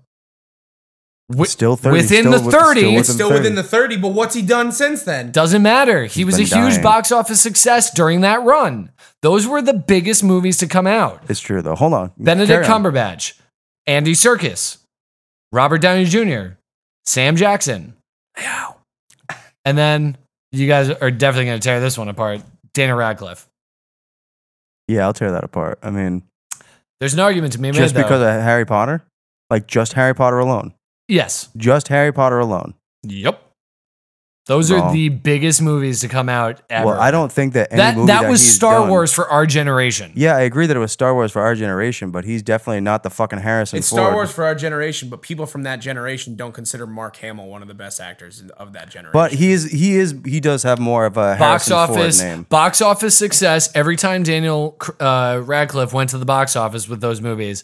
wi-
Still 30,
Within
still
the 30,
with- still
it's
within
Still within the 30, but what's he done since then?
Doesn't matter. He was a
been
huge
dying.
box office success during that run. Those were the biggest movies to come out.
It's true though. Hold on.
Benedict
Carry on.
Cumberbatch, Andy Serkis, Robert Downey Jr., Sam Jackson. Ow. And then you guys are definitely going to tear this one apart. Daniel Radcliffe.
Yeah, I'll tear that apart. I mean,
There's an argument to be made.
just
though.
because of Harry Potter, like just Harry Potter alone,
yes.
just Harry Potter alone.
Yep. Those are
Wrong.
the biggest movies to come out ever.
Well, I don't think that any
That
movie
that was
he's
Star
done-
Wars for our generation.
Yeah, I agree that it was Star Wars for our generation, but he's definitely not the fucking Harrison
It's
Ford.
Star Wars for our generation, but people from that generation don't consider Mark Hamill one of the best actors of that generation.
But he is he is he does have more of a
box
Harrison
office
Ford name.
box office success every time daniel uh, radcliffe went to the box office with those movies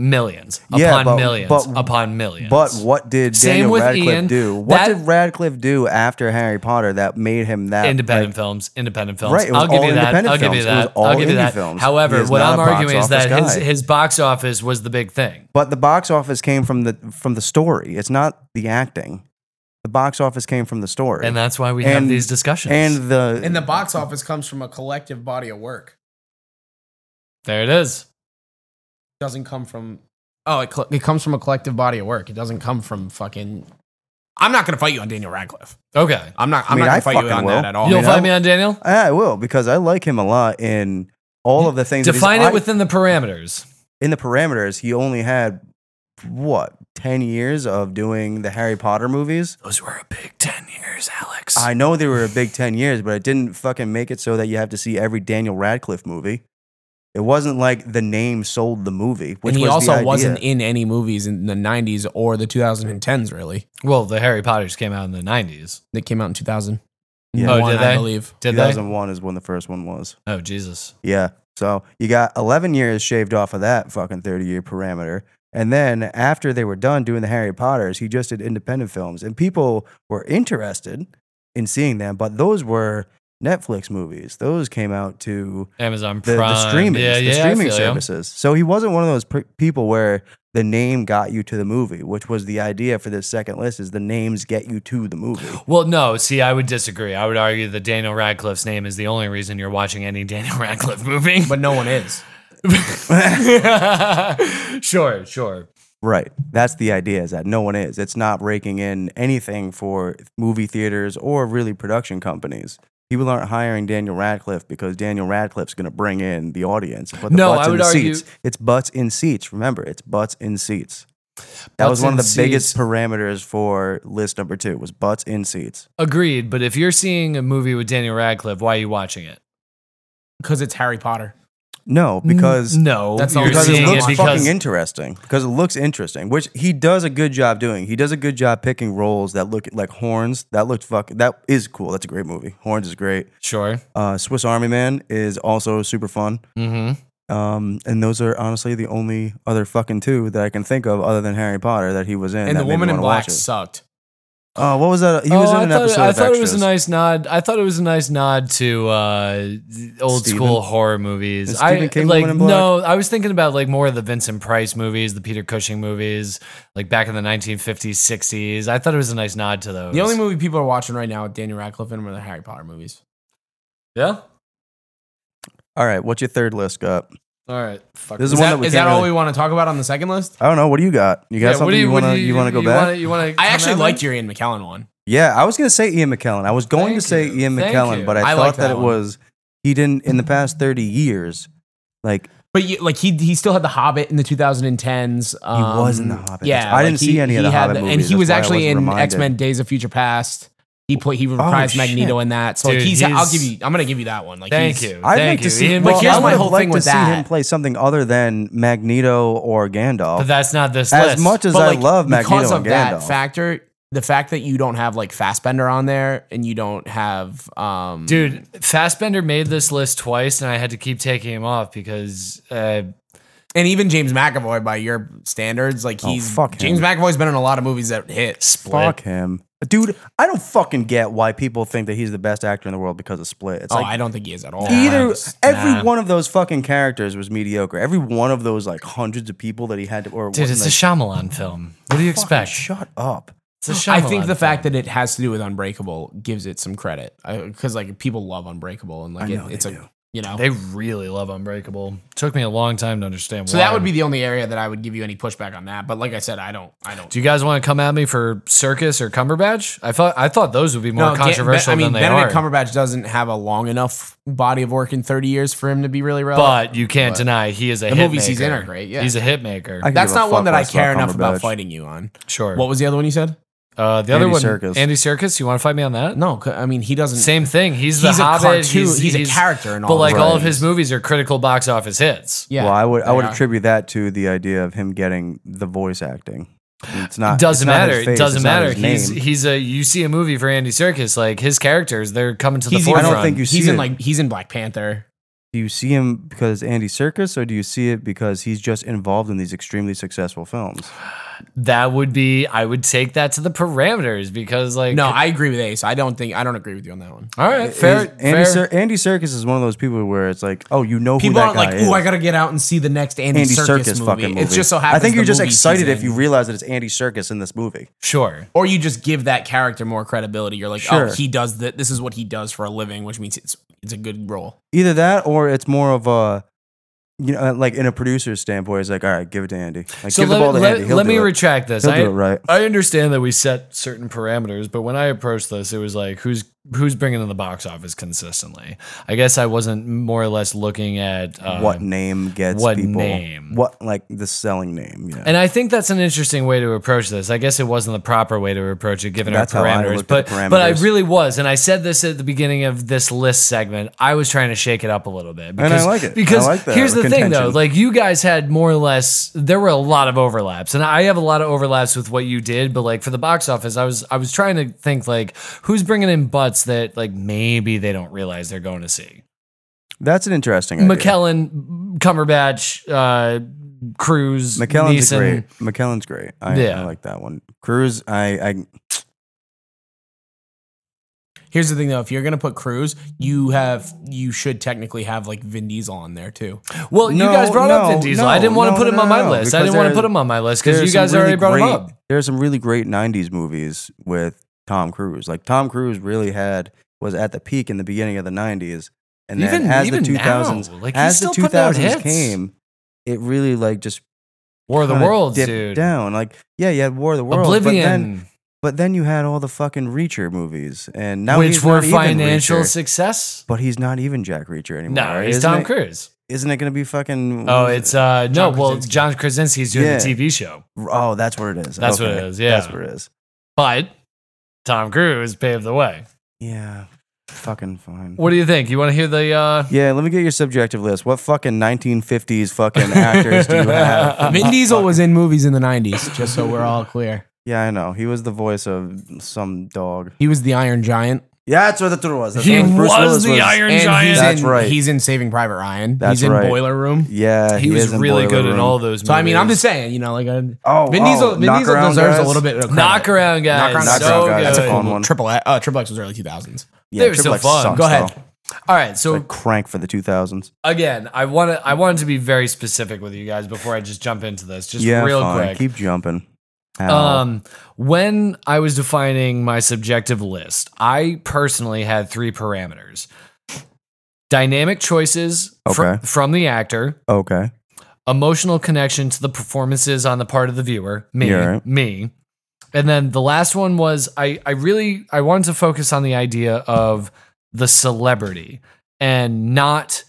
millions
Yeah,
upon
but-
millions
but-
upon millions
But what did
Same
Daniel
with
Radcliffe
Ian.
do? What
That-
did Radcliffe do after Harry Potter that made him that
independent films independent films
Right, it was
i'll give
all
you that
independent
i'll give you
films. It was
that
all
i'll give you
indie
that
films. He
however
is
what
not
i'm
a box
arguing is that
office
his,
guy.
his box office was the big thing
But the box office came from the from the story. It's not the acting. The box office came from the story.
and that's why we have
And-
these discussions
and the
and the box office comes from a collective body of work.
there it is
doesn't come from oh it, cl- it comes from a collective body of work it doesn't come from fucking i'm not gonna fight you on daniel radcliffe
okay
i'm not i'm
I mean,
not gonna
I
fight you
fucking
on
will.
that at all
I
you'll
mean,
find
Oh, I-
me on daniel
Yeah, I will because I like him a lot in all of the things. that he's-
define
I-
it within the parameters
in the parameters. He only had what ten years of doing the Harry Potter movies.
those were a big 10 years alex
I know they were a big ten years, but it didn't fucking make it so that you have to see every Daniel Radcliffe movie. It wasn't like the name sold the movie, which
and he
was the
also
idea.
wasn't in any movies in the 90s or the 2010s really
well the harry potters came out in the 90s
that came out in 2000
Yeah.
Oh, did
i
they?
believe
did they
2001 is when the first one was.
oh jesus
Yeah. So you got 11 years shaved off of that fucking 30 year parameter. And then after they were done doing the Harry Potters, he just did independent films. And people were interested in seeing them, but those were Netflix movies. Those came out to
Amazon
the,
Prime,
the streaming,
yeah,
the
yeah, I
streaming
feel ya.
services. So he wasn't one of those pr- people where the name got you to the movie, which was the idea for this second list is the names get you to the movie.
Well, no, see, I would disagree. I would argue that Daniel Radcliffe's name is the only reason you're watching any Daniel Radcliffe movie.
but no one is
sure, sure.
Right. That's the idea is that no one is. It's not raking in anything for movie theaters or really production companies. People aren't hiring Daniel Radcliffe because Daniel Radcliffe's going to bring in the audience. But the
No,
butts
I
in
would
the
argue-
seats. It's butts in seats. Remember, it's butts in seats. That
Butts
was one of
in
the biggest
seats. parameters
parameters for list number two was butts in seats.
Agreed. But if you're seeing a movie with Daniel Radcliffe, why are you watching it?
because it's harry potter
No, because
no,
That's
you're
all-
because it
seeing
looks
it
fucking
because
interesting. Because it looks interesting, which he does a good job doing. He does a good job picking roles that look like horns. That looked fucking. That is cool. That's a great movie. Horns is great.
sure.
Uh, Swiss Army Man is also super fun.
hmm
Um, and those are honestly the only other fucking two that I can think of other than Harry Potter that he was in.
and
that
the
made me
woman in
wanna watch
black
it.
sucked
Oh, what was that? He was
oh,
in
I
an
thought,
episode
I
of
thought it was a
Extras.
nice nod. I thought it was a nice nod to uh, old
Stephen?
school horror movies.
Is
I
Stephen King
like
Woman in Black?
no. I was thinking about like more of the Vincent Price movies, the Peter Cushing movies, like back in the 1950s, 60s. I thought it was a nice nod to those.
The only movie people are watching right now with Daniel Radcliffe in them are the Harry Potter movies.
yeah.
All right, what's your third list up?
All right. Fuck.
This
Is,
is one
that,
that we
is
can't
that all
really-
we want to talk about on the second list?
I don't know. What do you got? You got
Yeah, what
something
do
you
what
want
do
to you want to go
you
back?
Wanna, you want to?
I actually liked your Ian McKellen one.
Yeah, I was going to say Ian McKellen. I was going
Thank
to say
you.
Ian
Thank
McKellen,
you.
but I,
I
thought
like
that,
that
it
one.
was he didn't in the past 30 years. Like
But you, like he he still had the Hobbit in the 2010s. Um,
was in The Hobbit.
Yeah,
I didn't see any of the Hobbit
And
movies.
he was
That's why I
actually
wasn't
in
reminded. Oh,
X Men: Days of Future Past. He play he reprised
shit.
Magneto in that. So like
Dude,
he's, I'll
he's-
give you I'm gonna give you that one. Like
Thank
he's-
you.
I'd
Thank
like
you.
to see
Ian
But
well,
here's
I
my
would have
whole
liked
thing
to
with
see
that.
him play something other than Magneto or Gandalf.
But that's not this
as
list.
much as
But
I
like,
love Magneto
because of
and
that
Gandalf.
factor, the fact that you don't have like Fassbender on there and you don't have um
Dude, Fassbender made this list twice, and I had to keep taking him off because uh,
and even James McAvoy by your standards, like
Oh,
he's
fuck him.
James McAvoy's been in a lot of movies that hit.
Split.
Fuck him. Dude, I don't fucking get why people think that he's the best actor in the world because of Split. It's
oh,
like
I don't think he is at all.
either
Just-
every
nah.
one of those fucking characters was mediocre. Every one of those like hundreds of people that he had to or
dude, it's
wasn't,
a Shyamalan film. What do you
like, fucking
expect?
Shut up.
It's a
I
Shyamalan
think the
film.
fact that it has to do with Unbreakable gives it some credit because like people love Unbreakable and like
I know
it,
they
it's a
do.
you know.
They really love Unbreakable. Took me a long time to understand.
so
why.
that would be the only area that I would give you any pushback on that. But like I said, I don't. I don't.
Do you guys want to come at me for Circus or Cumberbatch? I thought I thought those would be more
Dan-
controversial
I mean,
than they
Benedict
are.
Cumberbatch doesn't have a long enough body of work in 30 years for him to be really relevant.
but you can't deny he is a
The
hit
movies he's in
maker.
are great, yeah.
he's a hit maker.
I-
that's
give a
not one
fuck
that I
less about
care enough about
Cumberbatch.
fighting you on.
sure.
What was the other one you said?
uh, the other
Andy
one,
Serkis.
Andy Circus. You want to fight me on that?
No, 'cause- I mean he doesn't.
Same thing. He's,
He's
the
a
Hobbit.
cartoon. He's, a character, and all.
But like
that.
all of
Right.
his movies are critical box office hits.
yeah.
well, I would I
they
would
are.
attribute that to the idea of him getting the voice acting. It's not
doesn't
it's not his
matter. It
face,
doesn't
it's not
matter.
his
He's
name.
he's a you see a movie for Andy Circus, like his characters, they're coming to the
He's even-
I
forefront.
don't think you see
he's in
it.
like he's in Black Panther.
do you see him because Andy Circus or do you see it because he's just involved in these extremely successful films?
that would be I would take that to the parameters because like
No, I agree with Ace. I don't think I don't agree with you on that one.
all right, fair,
Is- Andy,
fair.
Cir- Andy Circus is one of those people where it's like, oh, you know who
People
that
aren't
guy
like,
is.
"Ooh, I gotta get out and see the next Andy,
Andy
Circus,
Circus
movie.
fucking movie.
It's just so happens.
I think
the
you're just
movies
excited
he's
if you
in.
realize that it's Andy Circus in this movie.
sure.
or you just give that character more credibility. You're like,
Sure.
oh, he does that. This is what he does for a living, which means it's it's a good role.
Either that or it's more of a, you know, like in a producer's standpoint, it's like, all right, give it to Andy. Like,
So
give the
let,
ball to
let-
Andy. He'll
let
do
me
it.
retract this.
He'll
I,
do it right.
I understand that we set certain parameters, but when I approached this, it was like who's who's bringing in the box office consistently. I guess I wasn't more or less looking at uh,
what name gets
what
people?
name?
What like the selling name? Yeah.
And I think that's an interesting way to approach this. I guess it wasn't the proper way to approach it given
That's
our
how I
parameters,
looked
but
at the
but I
parameters.
really was, and I said this at the beginning of this list segment. I was trying to shake it up a little bit, because,
I like it. I
Because
like that
here's the thing, though:
contention.
like you guys had more or less, there were a lot of overlaps, and I have a lot of overlaps with what you did. But like for the box office, I was I was trying to think like who's bringing in butts that like maybe they don't realize they're going to see.
That's an interesting. idea.
McKellen, Cumberbatch, uh, Cruz,
McKellen's
Neeson.
great. McKellen's great. I,
Yeah.
I like that one. Cruz, I, I
Here's the thing, though: if you're gonna put Cruz, you have you should technically have like Vin Diesel on there too.
Well, you
No,
guys brought up Vin
no,
Diesel.
no,
I didn't want
no,
to put
no,
him on
no,
my
no,
list. I
because
didn't want to
there-
put him on my list
there
because
are
you
some
guys
really
already brought
great,
him up.
There are some really great '90s movies with Tom Cruise. Like Tom Cruise really had was at the peak in the beginning of the '90s, and then
Even-
as
even
the
now,
2000s,
like, he's
as the
still putting out
2000s
hits.
came, it really like just
War of the
kinda
Worlds,
dipped
dude.
down. Like yeah, you had War of the Worlds, but then
Oblivion,
but then you had all the fucking Reacher movies, and now
which
he's
were
not even
financial
Reacher.
success.
but he's not even Jack Reacher anymore.
No, he's
Isn't
Tom
it-
Cruise.
Isn't it going to be fucking?
Oh, it's uh no.
John
well,
Krasinski.
John Krasinski's doing
Yeah.
the TV show,
Oh, that's what it is.
That's what it is, yeah.
that's what it is.
but Tom Cruise paved the way.
Yeah, fucking fine.
What do you think? You want to hear the? uh
yeah, let me get your subjective list. What fucking 1950s fucking actors do you have?
Vin Diesel was in movies in the '90s, just so we're all clear.
Yeah, I know. He was the voice of some dog.
He was the Iron Giant.
Yeah, that's what that's what it was. That's
He
what Bruce Willis
was the Iron
And he's
Giant.
That's
in,
right.
he's in Saving Private Ryan.
That's
he's in
right.
Boiler Room.
Yeah,
he, was
is in
really
Boiler
good in
Room.
all those. Movies.
So I mean, I'm just saying, you know, like uh, a,
Oh,
Vin
oh,
Diesel, Vin
Knock
Diesel
Around
deserves
Guys?
a little bit of credit.
knock around guys.
Knock Around
Knock
so
Around Guys.
good.
That's a fun
Cool.
one.
Triple X, uh, Triple X was early 2000s.
Yeah,
They were so
Triple X
fun.
sucks,
Go ahead.
though.
All right, so
Like crank for the 2000s.
again, I want to I wanted to be very specific with you guys before I just jump into this, just
yeah,
real
fine.
quick.
Keep jumping. Ow.
um, when I was defining my subjective list, I personally had three parameters: dynamic choices fr-
Okay.
from the actor,
okay.
emotional connection to the performances on the part of the viewer, me,
You're right.
me. And then the last one was I I really I wanted to focus on the idea of the celebrity and not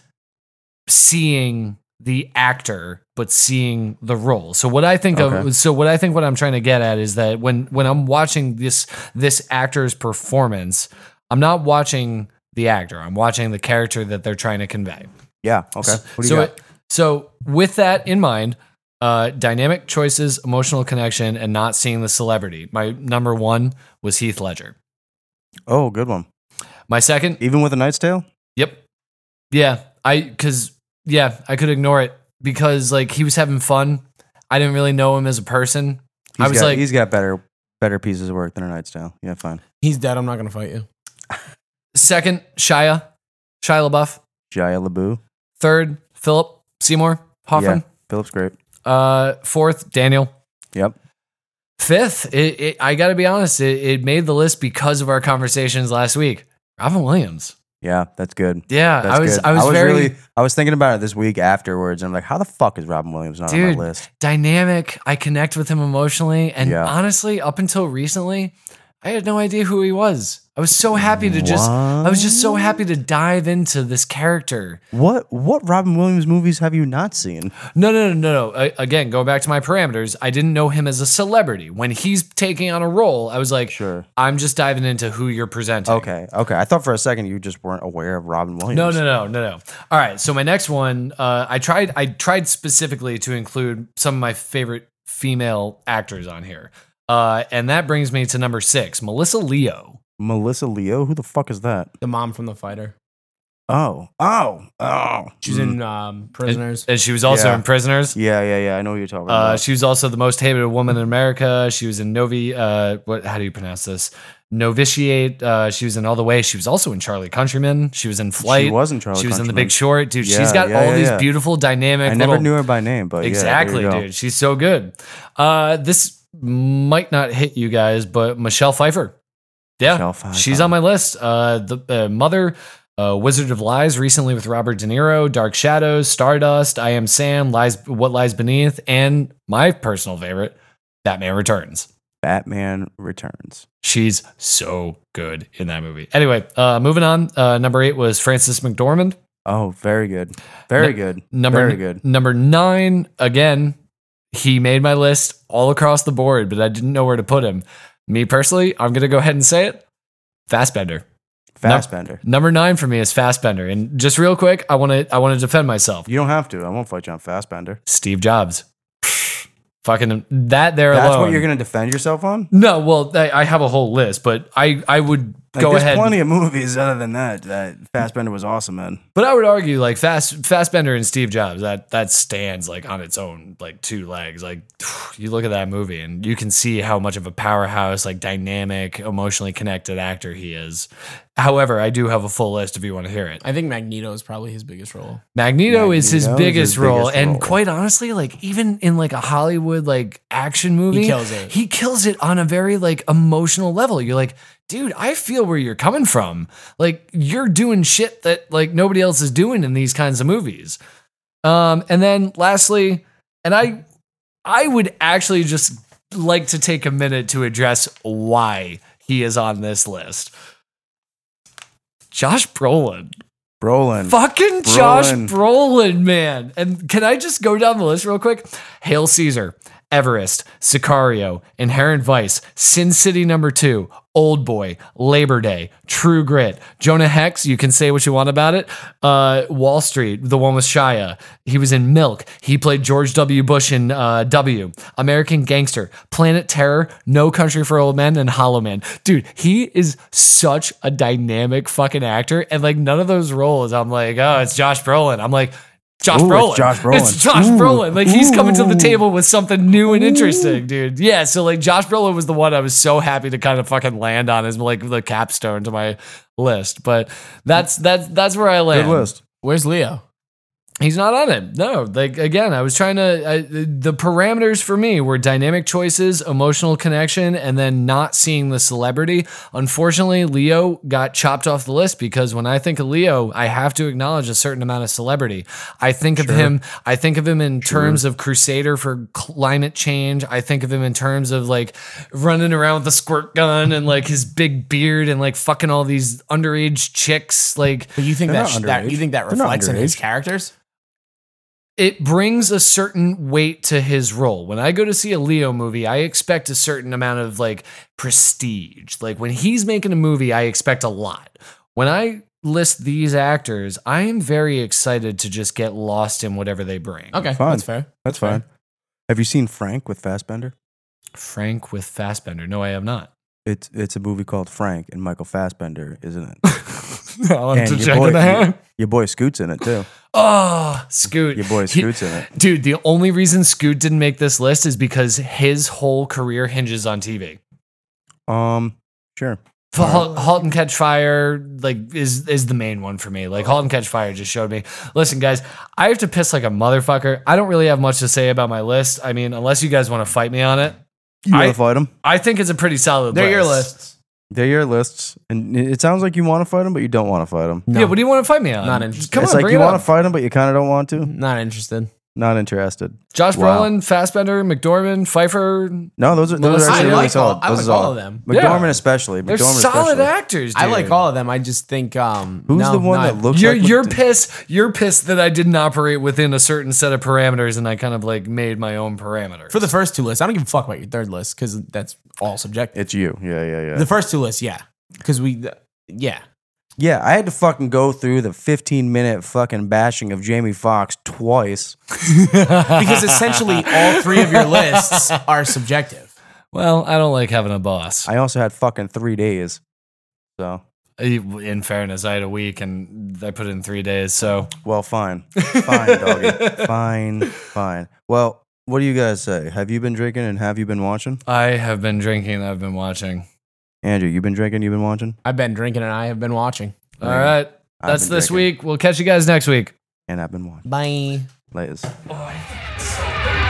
seeing the actor but seeing the role. So what I think
Okay.
of so what I think what I'm trying to get at is that when when I'm watching this this actor's performance, I'm not watching the actor. I'm watching the character that they're trying to convey.
Yeah. Okay. What do you
So,
got?
it- so with that in mind, uh, dynamic choices, emotional connection, and not seeing the celebrity. My number one was Heath Ledger.
oh, good one.
My second,
Even with a Knight's Tale.
yep, yeah, I because yeah, I could ignore it because like he was having fun. I didn't really know him as a person. I
He's
was
got-
like,
he's got better better pieces of work than a Knight's Tale. Yeah, fine.
He's dead. I'm not going to fight you.
second, Shia, Shia LaBeouf.
Jaya LaBeouf.
Third, Philip Seymour Hoffman.
Phillips great.
Uh, fourth, Daniel.
Yep.
Fifth, it, it, I got to be honest, it, it made the list because of our conversations last week. Robin Williams.
Yeah, that's good.
Yeah,
That's
I was,
good.
I was very
really I was thinking about it this week afterwards and I'm like, how the fuck is Robin Williams not on
Dude.
my list?
dynamic. I connect with him emotionally, and
Yeah.
honestly, up until recently, I had no idea who he was. I was so happy to just, I was just so happy to dive into this character.
What what Robin Williams movies have you not seen?
No, no, no, no, no. I, again, going back to my parameters, I didn't know him as a celebrity. When he's taking on a role, I was like,
Sure.
I'm just diving into who you're presenting.
Okay, okay. I thought for a second you just weren't aware of Robin Williams.
No, no, no, no, no. All right. So my next one, uh, I tried. I tried specifically to include some of my favorite female actors on here, uh, and that brings me to number six, Melissa Leo.
Melissa Leo, who the fuck is that?
The mom from The Fighter.
Oh, oh, oh.
She's in um, Prisoners.
And Uh, she was also
Yeah.
in Prisoners.
Yeah, yeah, yeah. I know what you're talking
Uh,
about.
she was also the most hated woman in America. She was in Novi. Uh, what? How do you pronounce this? Novitiate. Uh, she was in All the Way. She was also in Charlie Countryman. She was in Flight.
She was in Charlie.
She was in The
Countryman.
Big Short. Dude, she's
Yeah,
got
yeah,
all
yeah,
these
yeah.
beautiful dynamic.
I never
little-
knew her by name, but
Exactly,
yeah, there you go.
dude. She's so good. Uh, this might not hit you guys, but Michelle Pfeiffer. Yeah,
Michelle Pfeiffer.
she's on my list. Uh, the uh, mother, uh, Wizard of Lies, recently with Robert De Niro, Dark Shadows, Stardust, I Am Sam, Lies, What Lies Beneath, and my personal favorite, Batman Returns.
Batman Returns.
She's so good in that movie. Anyway, uh, moving on. Uh, number eight was Frances McDormand.
Oh, very good, very
N-
good,
Number
very good.
Number nine again. He made my list all across the board, but I didn't know where to put him. Me personally, I'm gonna go ahead and say it. Fastbender.
Fastbender.
Number nine for me is Fastbender. And just real quick, I want to I want to defend myself.
You don't have to. I won't fight you on Fastbender.
Steve Jobs. Fucking that there
That's
alone.
what you're gonna defend yourself on.
no, well, I, I have a whole list, but I I would
Like,
go
there's
ahead.
plenty of movies other than that that Fastbender was awesome in.
But I would argue like Fast Fastbender and Steve Jobs that that stands like on its own like two legs. Like you look at that movie and you can see how much of a powerhouse, like dynamic, emotionally connected actor he is. However, I do have a full list if you want to hear it.
I think Magneto is probably his biggest role.
Magneto, is his
Magneto's his
biggest,
biggest
role,
role.
and quite honestly, like even in like a Hollywood like action movie,
kills it.
He kills it on a very like emotional level. You're like, dude, I feel where you're coming from. Like you're doing shit that like nobody else is doing in these kinds of movies. Um, and then lastly, and I, I would actually just like to take a minute to address why he is on this list. Josh Brolin.
Brolin.
Fucking Josh
Brolin.
Brolin, man. And can I just go down the list real quick? Hail Caesar, Everest, Sicario, Inherent Vice, Sin City Number Two, Old Boy, Labor Day, True Grit, Jonah Hex. You can say what you want about it. Uh, Wall Street, the one with Shia. He was in Milk. He played George W. Bush in uh, W. American Gangster, Planet Terror, No Country for Old Men, and Hollow Man. Dude, he is such a dynamic fucking actor, and like none of those roles, I'm like, oh, it's Josh Brolin. I'm like. Josh
Ooh, it's
Brolin.
Josh Brolin.
It's Josh Brolin. Like he's coming to the table with something new and interesting, dude. Yeah. So like Josh Brolin was the one I was so happy to kind of fucking land on as like the capstone to my list. But that's that's that's where I land.
Good list.
Where's Leo?
He's not on it. No, like again, I was trying to. I, the parameters for me were dynamic choices, emotional connection, and then not seeing the celebrity. Unfortunately, Leo got chopped off the list because when I think of Leo, I have to acknowledge a certain amount of celebrity. I think of him. I think of him in terms of crusader for climate change. I think of him in terms of like running around with a squirt gun and like his big beard and like fucking all these underage chicks. Like
But you think
They're
that,
not
that
underage.
you think that
They're not
reflects in his
underage.
characters?
it brings a certain weight to his role. When I go to see a Leo movie, I expect a certain amount of like prestige. Like when he's making a movie, I expect a lot. When I list these actors, I am very excited to just get lost in whatever they bring.
Okay,
Fine.
that's fair.
That's fine. Have you seen Frank with Fassbender?
Frank with Fassbender. No, I have not.
It's it's a movie called Frank, and Michael Fassbender is in it.
I'll have
And
to
your
check
boy-
it out.
Your boy Scoot's in it too.
Oh, Scoot.
Your boy
He-
Scoot's in it.
Dude, the only reason Scoot didn't make this list is because his whole career hinges on TV.
Um, sure.
For Halt, halt and Catch Fire, like is is the main one for me. Like Halt and Catch Fire just showed me. Listen, guys, I have to piss like a motherfucker. I don't really have much to say about my list. I mean, unless you guys want to fight me on it,
You
I-
want to fight him?
I think it's a pretty solid.
They're
list.
your lists.
They're your lists, and it it sounds like you want to fight him, but you don't want to fight him.
No,
Yeah, what do you want to fight me on?
Not interested.
Come
it's
on,
like
bring
you
it
want
up.
to fight him, but you kind of don't want to.
not interested.
Not interested.
Josh
Wow.
Brolin, Fassbender, McDormand, Pfeiffer.
No, those are those
Melissa-
are
I
actually really
like all-
solid.
I
Those
like
are
all
solid.
of them.
McDormand
Yeah.
especially.
They're
McDormand
solid eh?
especially.
actors. Dude.
I like all of them. I just think um
Who's
no,
the one
no, I-
that looks
You're
like
you're
McD-
pissed. You're pissed that I didn't operate within a certain set of parameters, and I kind of like made my own parameters.
for the first two lists? I don't give a fuck about your third list because that's all subjective.
It's you. Yeah, yeah, yeah.
The first two lists, yeah, because we, yeah,
yeah, I had to fucking go through the 15 minute fucking bashing of Jamie Foxx twice.
because essentially all three of your lists are subjective.
Well, I don't like having a boss.
I also had fucking three days. So,
E, in fairness, I had a week and I put in three days. So
well, fine. Fine, doggy. fine, fine. Well, what do you guys say? Have you been drinking and have you been watching?
I have been drinking. and I've been watching.
Andrew, you been drinking, you've been watching?
I've been drinking and I have been watching.
All
Drinking.
right.
I've
That's
been
this
drinking,
week. We'll catch you guys next week.
And I've been watching.
Bye.
Latest.
Boy, I feel so bad.